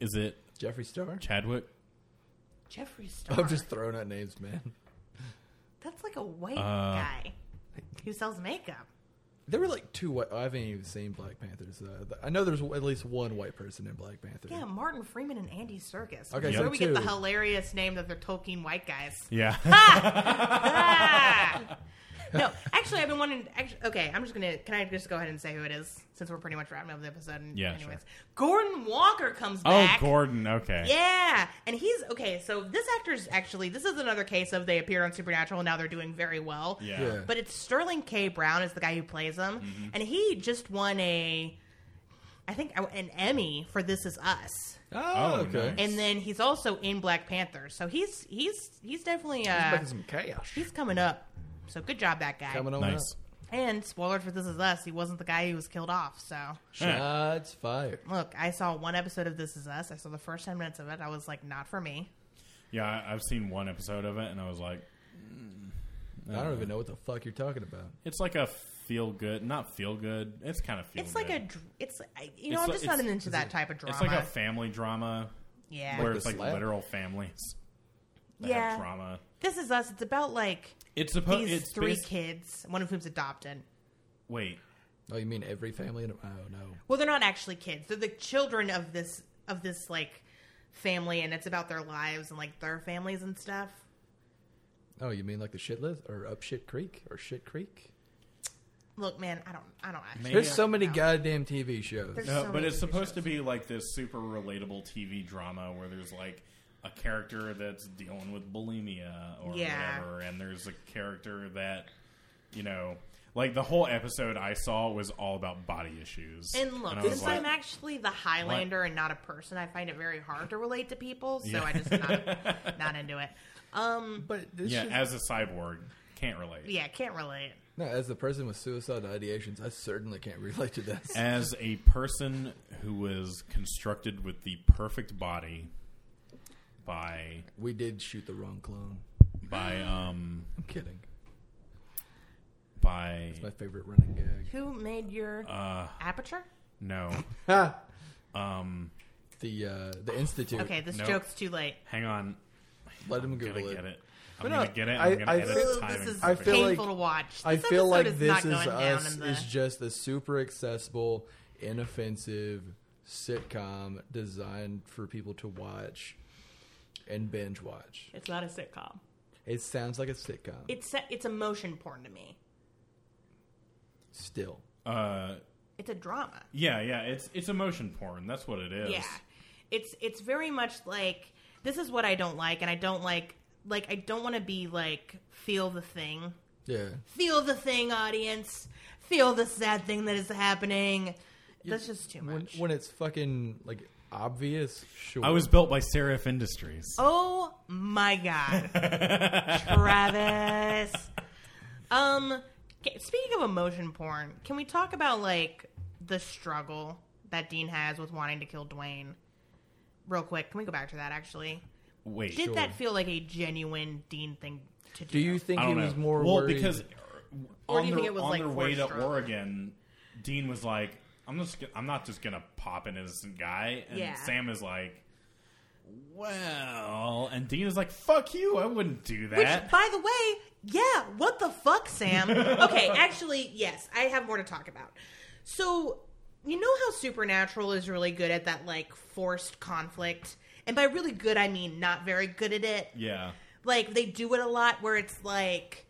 S2: is it
S1: Jeffree Star. <laughs>
S2: Chadwick? Oh,
S3: Jeffree Star.
S1: I'm just throwing out names, man.
S3: That's like a white
S2: Uh,
S3: guy who sells makeup.
S1: There were like two white. I haven't even seen Black Panthers. Uh, th- I know there's at least one white person in Black Panther.
S3: Yeah, Martin Freeman and Andy Serkis.
S1: Okay,
S3: That's where
S1: so
S3: we get the
S1: two.
S3: hilarious name that they're Tolkien white guys.
S2: Yeah.
S3: Ah! no, actually, I've been wanting. Actually, okay, I'm just gonna. Can I just go ahead and say who it is since we're pretty much wrapping up the episode? And,
S2: Yeah,
S3: Anyways,
S2: sure.
S3: Gordon Walker comes
S2: oh,
S3: back.
S2: Gordon. Okay.
S3: Yeah, and he's okay. So this actor's actually this is another case of they appeared on Supernatural and now they're doing very well.
S2: Yeah. Mm-hmm.
S1: Yeah.
S3: But it's Sterling K. Brown is the guy who plays him, and he just won a, I think an Emmy for This Is Us,
S1: Oh,
S2: Oh,
S1: okay.
S2: nice.
S3: and then he's also in Black Panther. So he's he's he's definitely uh,
S1: Making some cash.
S3: he's coming up. So good job that guy.
S1: Coming on
S2: Nice.
S1: up.
S3: And spoilers for This Is Us, he wasn't the guy who was killed off. So
S1: Shots fired.
S3: look, I saw one episode of This Is Us. I saw the first ten minutes of it. I was like, not for me.
S2: Yeah, I, I've seen one episode of it, and I was like,
S1: I
S2: Uh.
S1: don't even know what the fuck you're talking about.
S2: it's like a feel good, not feel good. It's kind of feel.
S3: It's like a,
S2: good.
S3: dr- it's I- you know,
S2: It's
S3: I'm
S2: like-
S3: just
S2: it's-
S3: not into that type of drama.
S2: It's like a family drama
S3: yeah,
S2: where
S1: the
S2: it's like
S1: slap.
S2: literal families that
S3: yeah.
S2: have trauma.
S3: This is us. It's about like
S2: It's supposed.
S3: these
S2: It's
S3: three
S2: bas-
S3: kids, one of whom's adopted.
S2: Wait,
S1: Oh, you mean every family? In a, oh no.
S3: Well, they're not actually kids. They're the children of this of this like family, and it's about their lives and like their families and stuff.
S1: Oh, you mean like the shit list or up shit creek or shit creek?
S3: Look, man, I don't, I don't actually.
S2: Maybe-
S1: There's so many goddamn TV shows.
S3: There's
S2: no,
S3: so
S2: but
S3: many
S2: it's
S3: TV
S2: supposed to
S3: shows.
S2: be like this super relatable TV drama where there's like a character that's dealing with bulimia or
S3: Yeah.
S2: whatever, and there's a character that you know. Like the whole episode I saw was all about body issues.
S3: And look,
S2: I was
S3: since
S2: like,
S3: I'm actually the Highlander and not a person, I find it very hard to relate to people. So I just not, not into it. Um,
S1: But this
S2: yeah,
S1: should-
S2: as a cyborg, can't relate.
S3: yeah, can't relate.
S1: no, as the person with suicidal ideations, I certainly can't relate to this.
S2: As a person who was constructed with the perfect body by
S1: we did shoot the wrong clone.
S2: by um
S1: I'm kidding.
S2: by
S1: My favorite running gag.
S3: Who made your
S2: uh
S3: aperture?
S2: no um
S1: The uh, the institute.
S3: Okay, this
S2: nope.
S3: joke's too late.
S2: hang on
S1: Let him
S2: I'm
S1: Google
S2: gonna
S1: it.
S2: get it
S1: But
S2: I'm gonna
S1: no,
S2: get it
S1: I-
S2: I'm gonna
S1: I
S2: edit
S1: feel-
S2: the timing
S3: this is
S1: I
S2: perfect.
S1: feel
S3: painful
S1: like-
S3: to watch. This
S1: I feel
S3: episode
S1: like
S3: is
S1: this
S3: not
S1: is
S3: going down
S1: us
S3: in the.
S1: is just a super accessible, inoffensive sitcom designed for people to watch and binge watch.
S3: It's not a sitcom.
S1: It sounds like a sitcom.
S3: It's a, it's a motion porn to me.
S1: Still,
S2: uh
S3: It's a drama.
S2: yeah yeah it's it's emotion porn that's what it is
S3: Yeah, it's it's very much like this is what I don't like, and I don't like like I don't want to be like feel the thing,
S1: yeah.
S3: feel the thing, audience, feel the sad thing that is happening. That's just too
S1: When,
S3: much.
S1: when it's fucking like obvious, sure.
S2: I was built by Serif Industries
S3: Oh
S1: <laughs>
S3: my god, Travis. Um, ca- speaking of emotion porn, can we talk about like the struggle that Dean has with wanting to kill Dwayne? Real quick, can we go back to that? Actually,
S2: wait
S3: did that feel like a genuine Dean thing to
S1: Do
S3: do?
S1: you think
S2: I
S1: he
S2: don't know
S1: was more
S2: well
S1: worried?
S2: because
S3: Or
S2: on
S3: do you
S2: their,
S3: think it was,
S2: on
S3: like,
S2: their way to
S3: forced or-
S2: Oregon, Dean was like, "I'm just g- I'm not just gonna pop an innocent guy," and
S3: Yeah.
S2: Sam is like. Well, and Dean is like, "Fuck you! I wouldn't do
S3: Which,
S2: that."
S3: by the way, yeah, what the
S2: <laughs>
S3: fuck, Sam? okay, actually, yes, I have more to talk about. So, you know how Supernatural is really good at that, like, forced conflict? And by really good, I mean not very good at it.
S2: yeah,
S3: Like, they do it a lot where it's like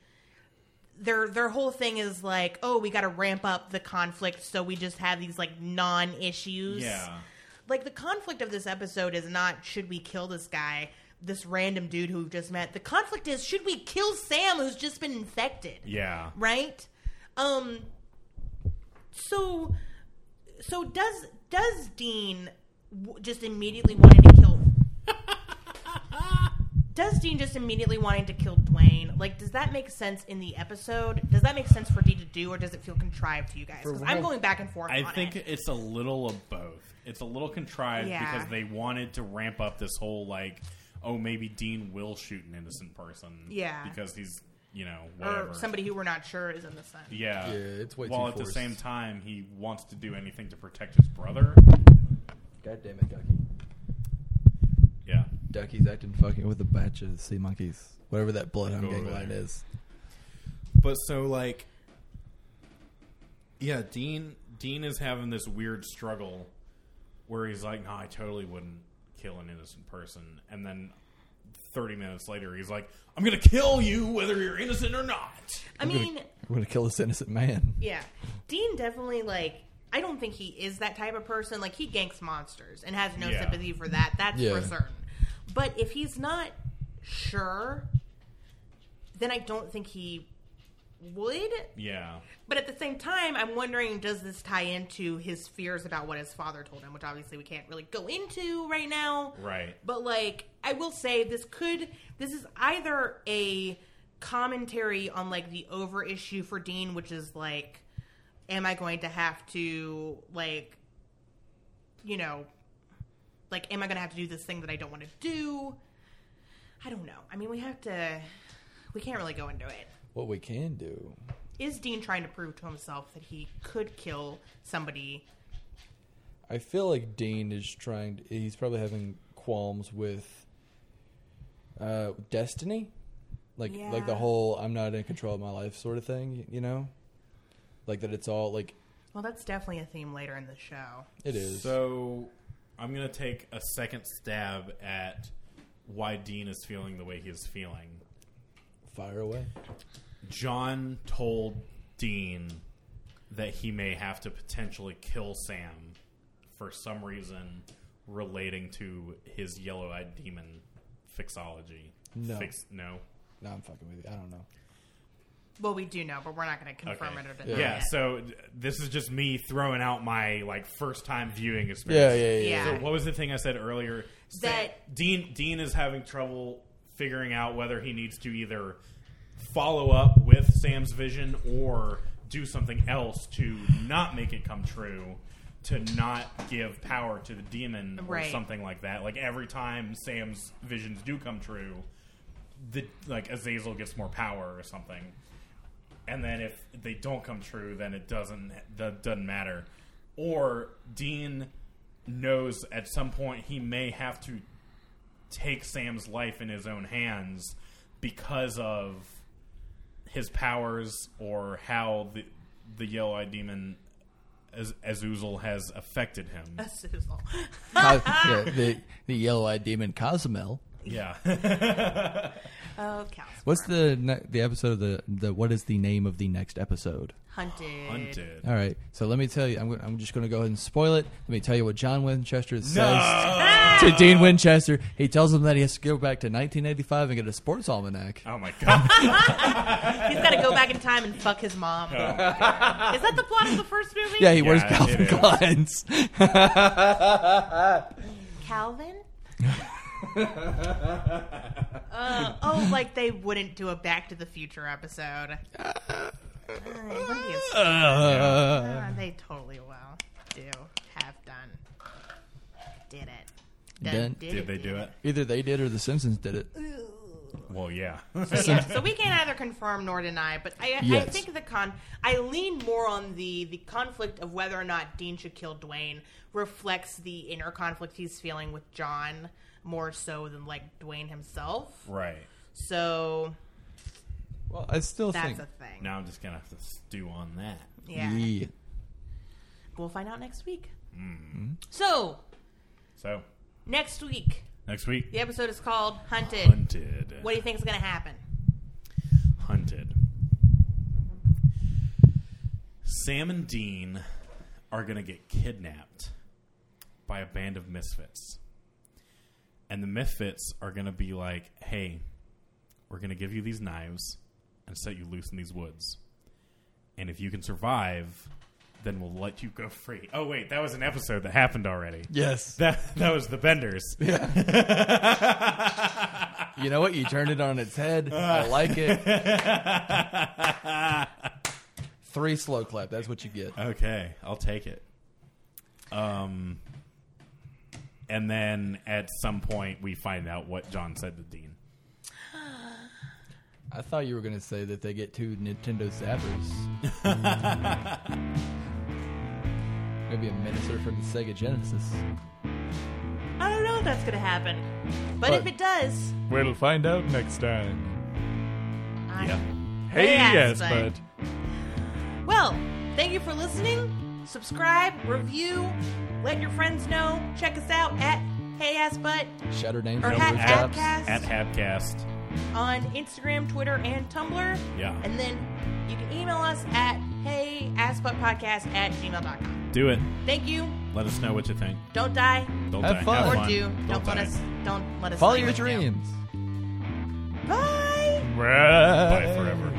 S3: their their whole thing is like, oh, we got to ramp up the conflict, so we just have these like non issues.
S2: Yeah.
S3: Like the conflict of this episode is not should we kill this guy, this random dude who we've just met. The conflict is should we kill Sam who's just been infected
S2: Yeah.
S3: right? Um so so does does Dean w- just immediately wanting to
S2: <laughs>
S3: kill Does Dean just immediately wanting to kill Dwayne? Like does that make sense in the episode? Does that make sense for Dean to do or does it feel contrived to you guys? Cuz I'm going back and forth
S2: I
S3: on
S2: think
S3: it.
S2: it's a little of both. It's a little contrived
S3: Yeah.
S2: because they wanted to ramp up this whole like, oh, maybe Dean will shoot an innocent person.
S3: Yeah.
S2: Because he's you know whatever
S3: or somebody who we're not sure is in the sun.
S2: Yeah.
S1: Yeah, it's way
S2: While
S1: too
S2: at the
S1: forced.
S2: same time, he wants to do anything to protect his brother.
S1: God damn it, Ducky.
S2: Yeah.
S1: Ducky's acting fucking with a batch of sea monkeys. Whatever that bloodhound
S2: Go over
S1: gang line
S2: there.
S1: is.
S2: But so like Yeah, Dean Dean is having this weird struggle where he's like, No, I totally wouldn't kill an innocent person and then thirty minutes later he's like, I'm gonna kill you whether you're innocent or not.
S3: I mean,
S1: I'm gonna kill this innocent man.
S3: Yeah. Dean definitely like I don't think he is that type of person. Like he ganks monsters and has no
S2: Yeah.
S3: sympathy for that. That's
S1: Yeah.
S3: for certain. But if he's not sure, then I don't think he would.
S2: Yeah.
S3: But at the same time, I'm wondering does this tie into his fears about what his father told him, which obviously we can't really go into right now.
S2: Right.
S3: But like, I will say this could this is either a commentary on like the over issue for Dean, which is like, am I going to have to like, you know, like, am I going to have to do this thing that I don't want to do? I don't know. I mean, we have to. We can't really go into it.
S1: What we can do.
S3: Is Dean trying to prove to himself that he could kill somebody?
S1: I feel like Dean is trying. He's probably having qualms with uh, destiny, like like the
S3: Yeah.
S1: whole "I'm not in control of my life" sort of thing. You know, like that. It's all like
S3: Well, that's definitely a theme later in the show.
S1: it is.
S2: So I'm gonna take a second stab at why Dean is feeling the way he is feeling.
S1: Fire away.
S2: John told Dean that he may have to potentially kill Sam for some reason relating to his yellow eyed demon fixology.
S1: No.
S2: Fix, no.
S1: No, I'm fucking with you. I don't know.
S3: Well, we do know, but we're not going to confirm
S2: Okay.
S3: it or deny
S2: Yeah,
S3: it. <laughs>
S2: so d- this is just me throwing out my like first time viewing
S1: Yeah,
S2: experience.
S1: yeah, yeah.
S3: Yeah.
S2: So what was the thing I said earlier? Sa-
S3: That-
S2: Dean Dean is having trouble figuring out whether he needs to either follow up with Sam's vision or do something else to not make it come true, to not give power to the demon or
S3: Right.
S2: something like that. Like every time Sam's visions do come true, the like Azazel gets more power or something. And then if they don't come true, then it doesn't that doesn't matter. Or Dean knows at some point he may have to take Sam's life in his own hands because of his powers or how the the yellow eyed demon Az- Azuzel has affected him.
S3: Sizzle.
S1: Co- yeah, the the yellow eyed demon Cozumel.
S2: Yeah.
S3: <laughs> Oh,
S1: What's the ne- the episode of the the what is the name of the next episode?
S3: hunted?
S2: Hunted.
S1: All right, so let me tell you. I'm go- I'm just going to go ahead and spoil it. Let me tell you what John Winchester says.
S2: Uh,
S1: to Dean Winchester. He tells him that he has to go back to 1985 and get a sports almanac.
S2: Oh my god.
S3: He's got to go back in time and fuck
S2: <laughs>
S3: his mom. Is that the plot of the first movie?
S1: Yeah, he wears
S2: Yeah, it
S1: Calvin
S2: is.
S1: Klein's.
S2: <laughs>
S3: Calvin. uh, oh, like they wouldn't do a Back to the Future episode. Uh, it wouldn't be a- uh, they totally will do have done. Did it? Done,
S1: Done.
S2: Did they do
S3: did
S2: it?
S1: <laughs> Either they did or The Simpsons did it.
S2: Well, yeah.
S3: yeah, so we can't either confirm nor deny, but I, I
S1: Yes.
S3: think the con. I lean more on the the conflict of whether or not Dean should kill Dwayne reflects the inner conflict he's feeling with John more so than like Dwayne himself.
S2: right.
S3: So
S1: Well, I still
S3: that's
S1: think.
S3: a thing.
S2: Now I'm just gonna have to stew on that.
S3: Yeah,
S1: Yeah.
S3: we'll find out next week. So
S2: So
S3: next week,
S2: next week,
S3: the episode is called Hunted.
S2: hunted.
S3: What do you think is going to happen?
S2: Hunted. Sam and Dean are going to get kidnapped by a band of misfits. And the misfits are going to be like, hey, we're going to give you these knives and set you loose in these woods. And if you can survive, then we'll let you go free. Oh, wait, that was an episode that happened already. <laughs>
S1: Yes.
S2: That, that was the Benders.
S1: You know what? You turned it on its head. I like it. Three slow clap. That's what you get.
S2: Okay, I'll take it. Um, and then at some point we find out what John said to Dean.
S1: I thought you were going to say that they get two Nintendo Zappers. Maybe a minister from the Sega Genesis.
S3: I don't know if that's gonna happen, but, if
S6: But-
S3: it does,
S6: We'll find out next time.
S3: I-
S6: Hey, yes,
S3: bud.
S6: bud.
S3: Well, thank you for listening. Subscribe, review, let your friends know. Check us out at Hey Ass Butt
S1: Shout her name.
S3: Or
S1: from
S3: hat-
S1: the
S3: hat
S1: tops.
S3: cast.
S2: At Habcast.
S3: on Instagram, Twitter, and Tumblr.
S2: Yeah.
S3: And then you can email us at heyassbuttpodcast at gmail.com.
S2: Do it.
S3: Thank you.
S2: Let us know what you think.
S3: Don't die.
S2: Don't
S1: Have
S2: die.
S1: fun.
S2: Have
S3: Or
S2: fun.
S3: do.
S2: Don't
S3: Don't, let
S2: die.
S3: us don't let us
S1: Follow
S3: let
S1: your
S3: us down.
S1: dreams.
S3: Bye.
S2: Bye forever.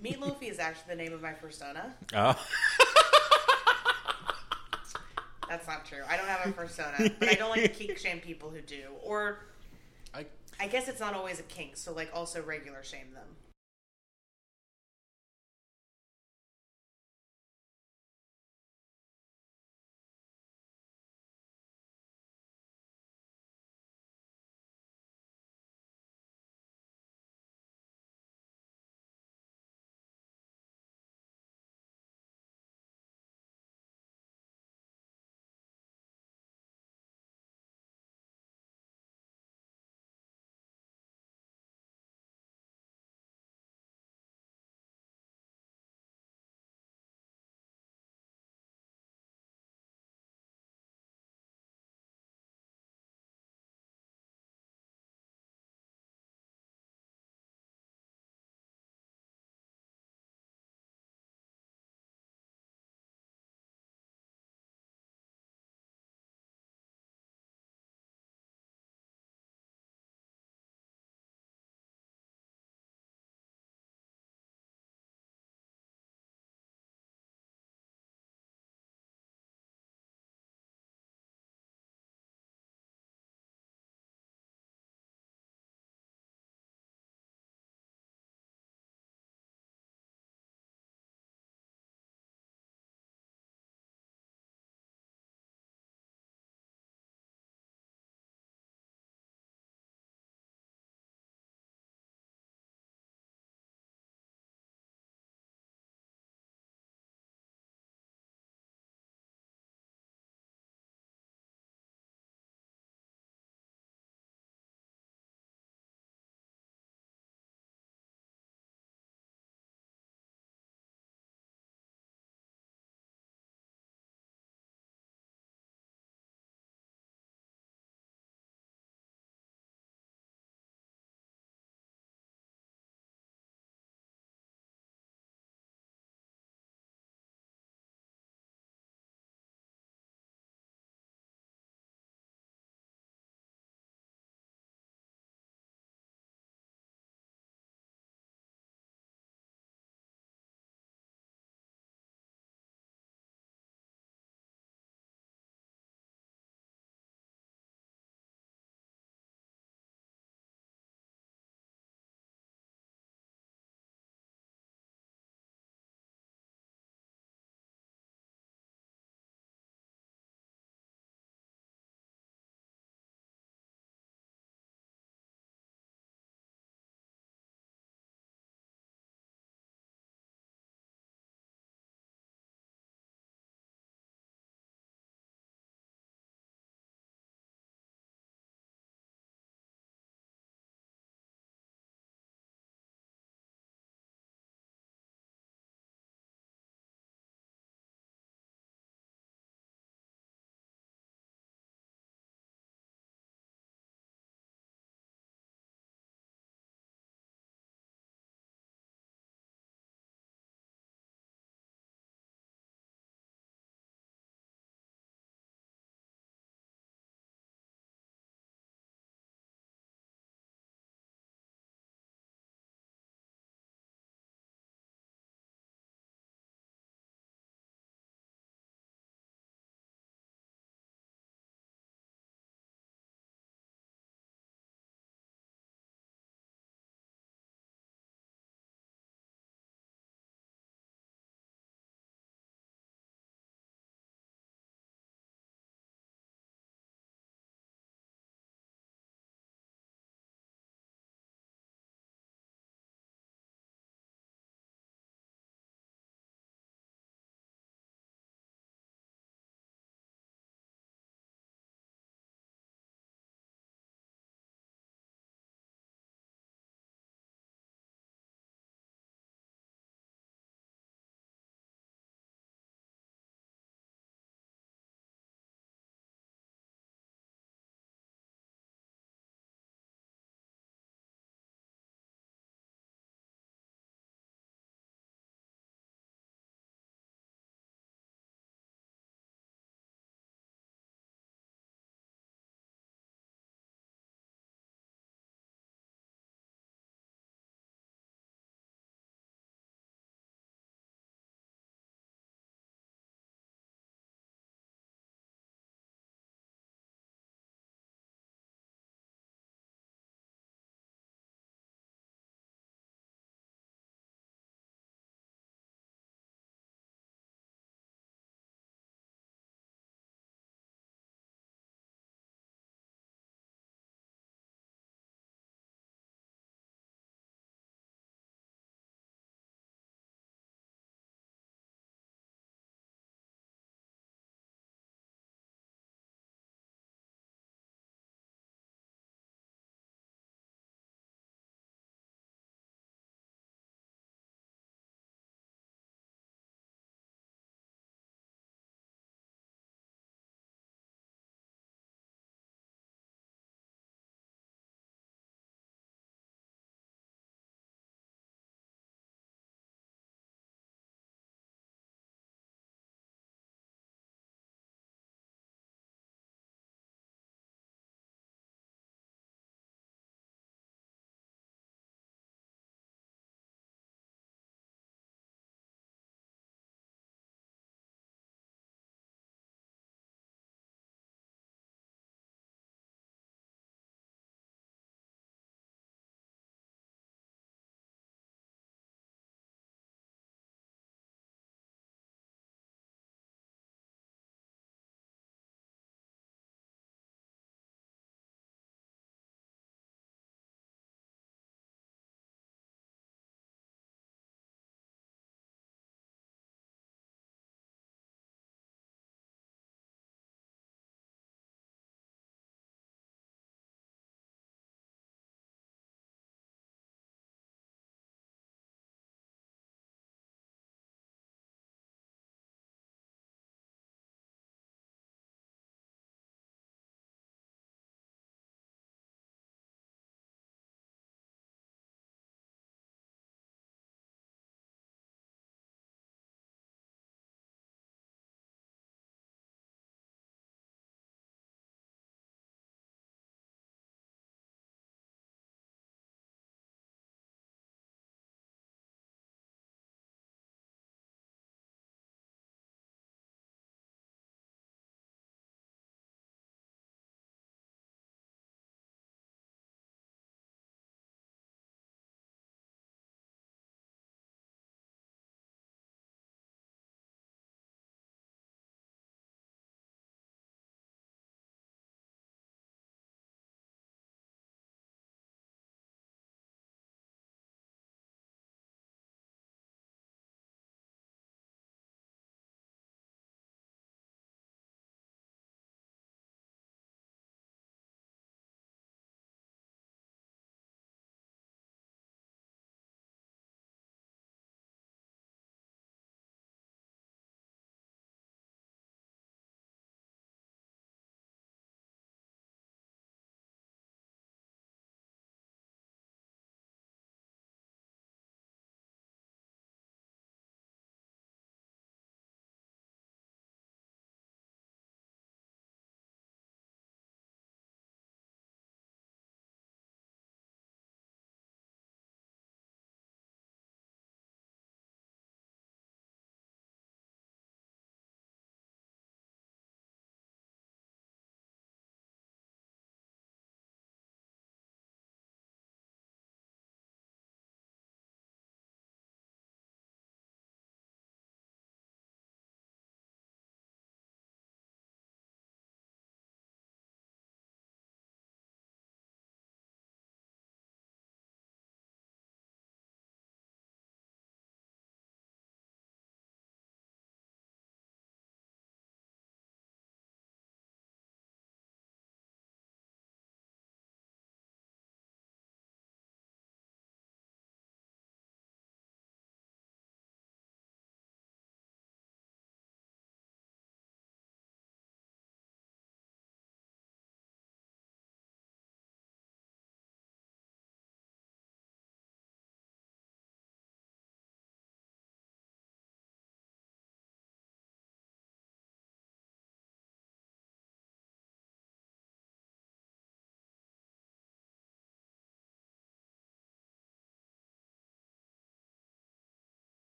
S3: Meat Luffy is actually the name of my persona.
S2: Oh.
S3: <laughs> That's not true. I don't have a persona, but I don't like to kink shame people who do. Or I, guess it's not always a kink, so like also regular shame them.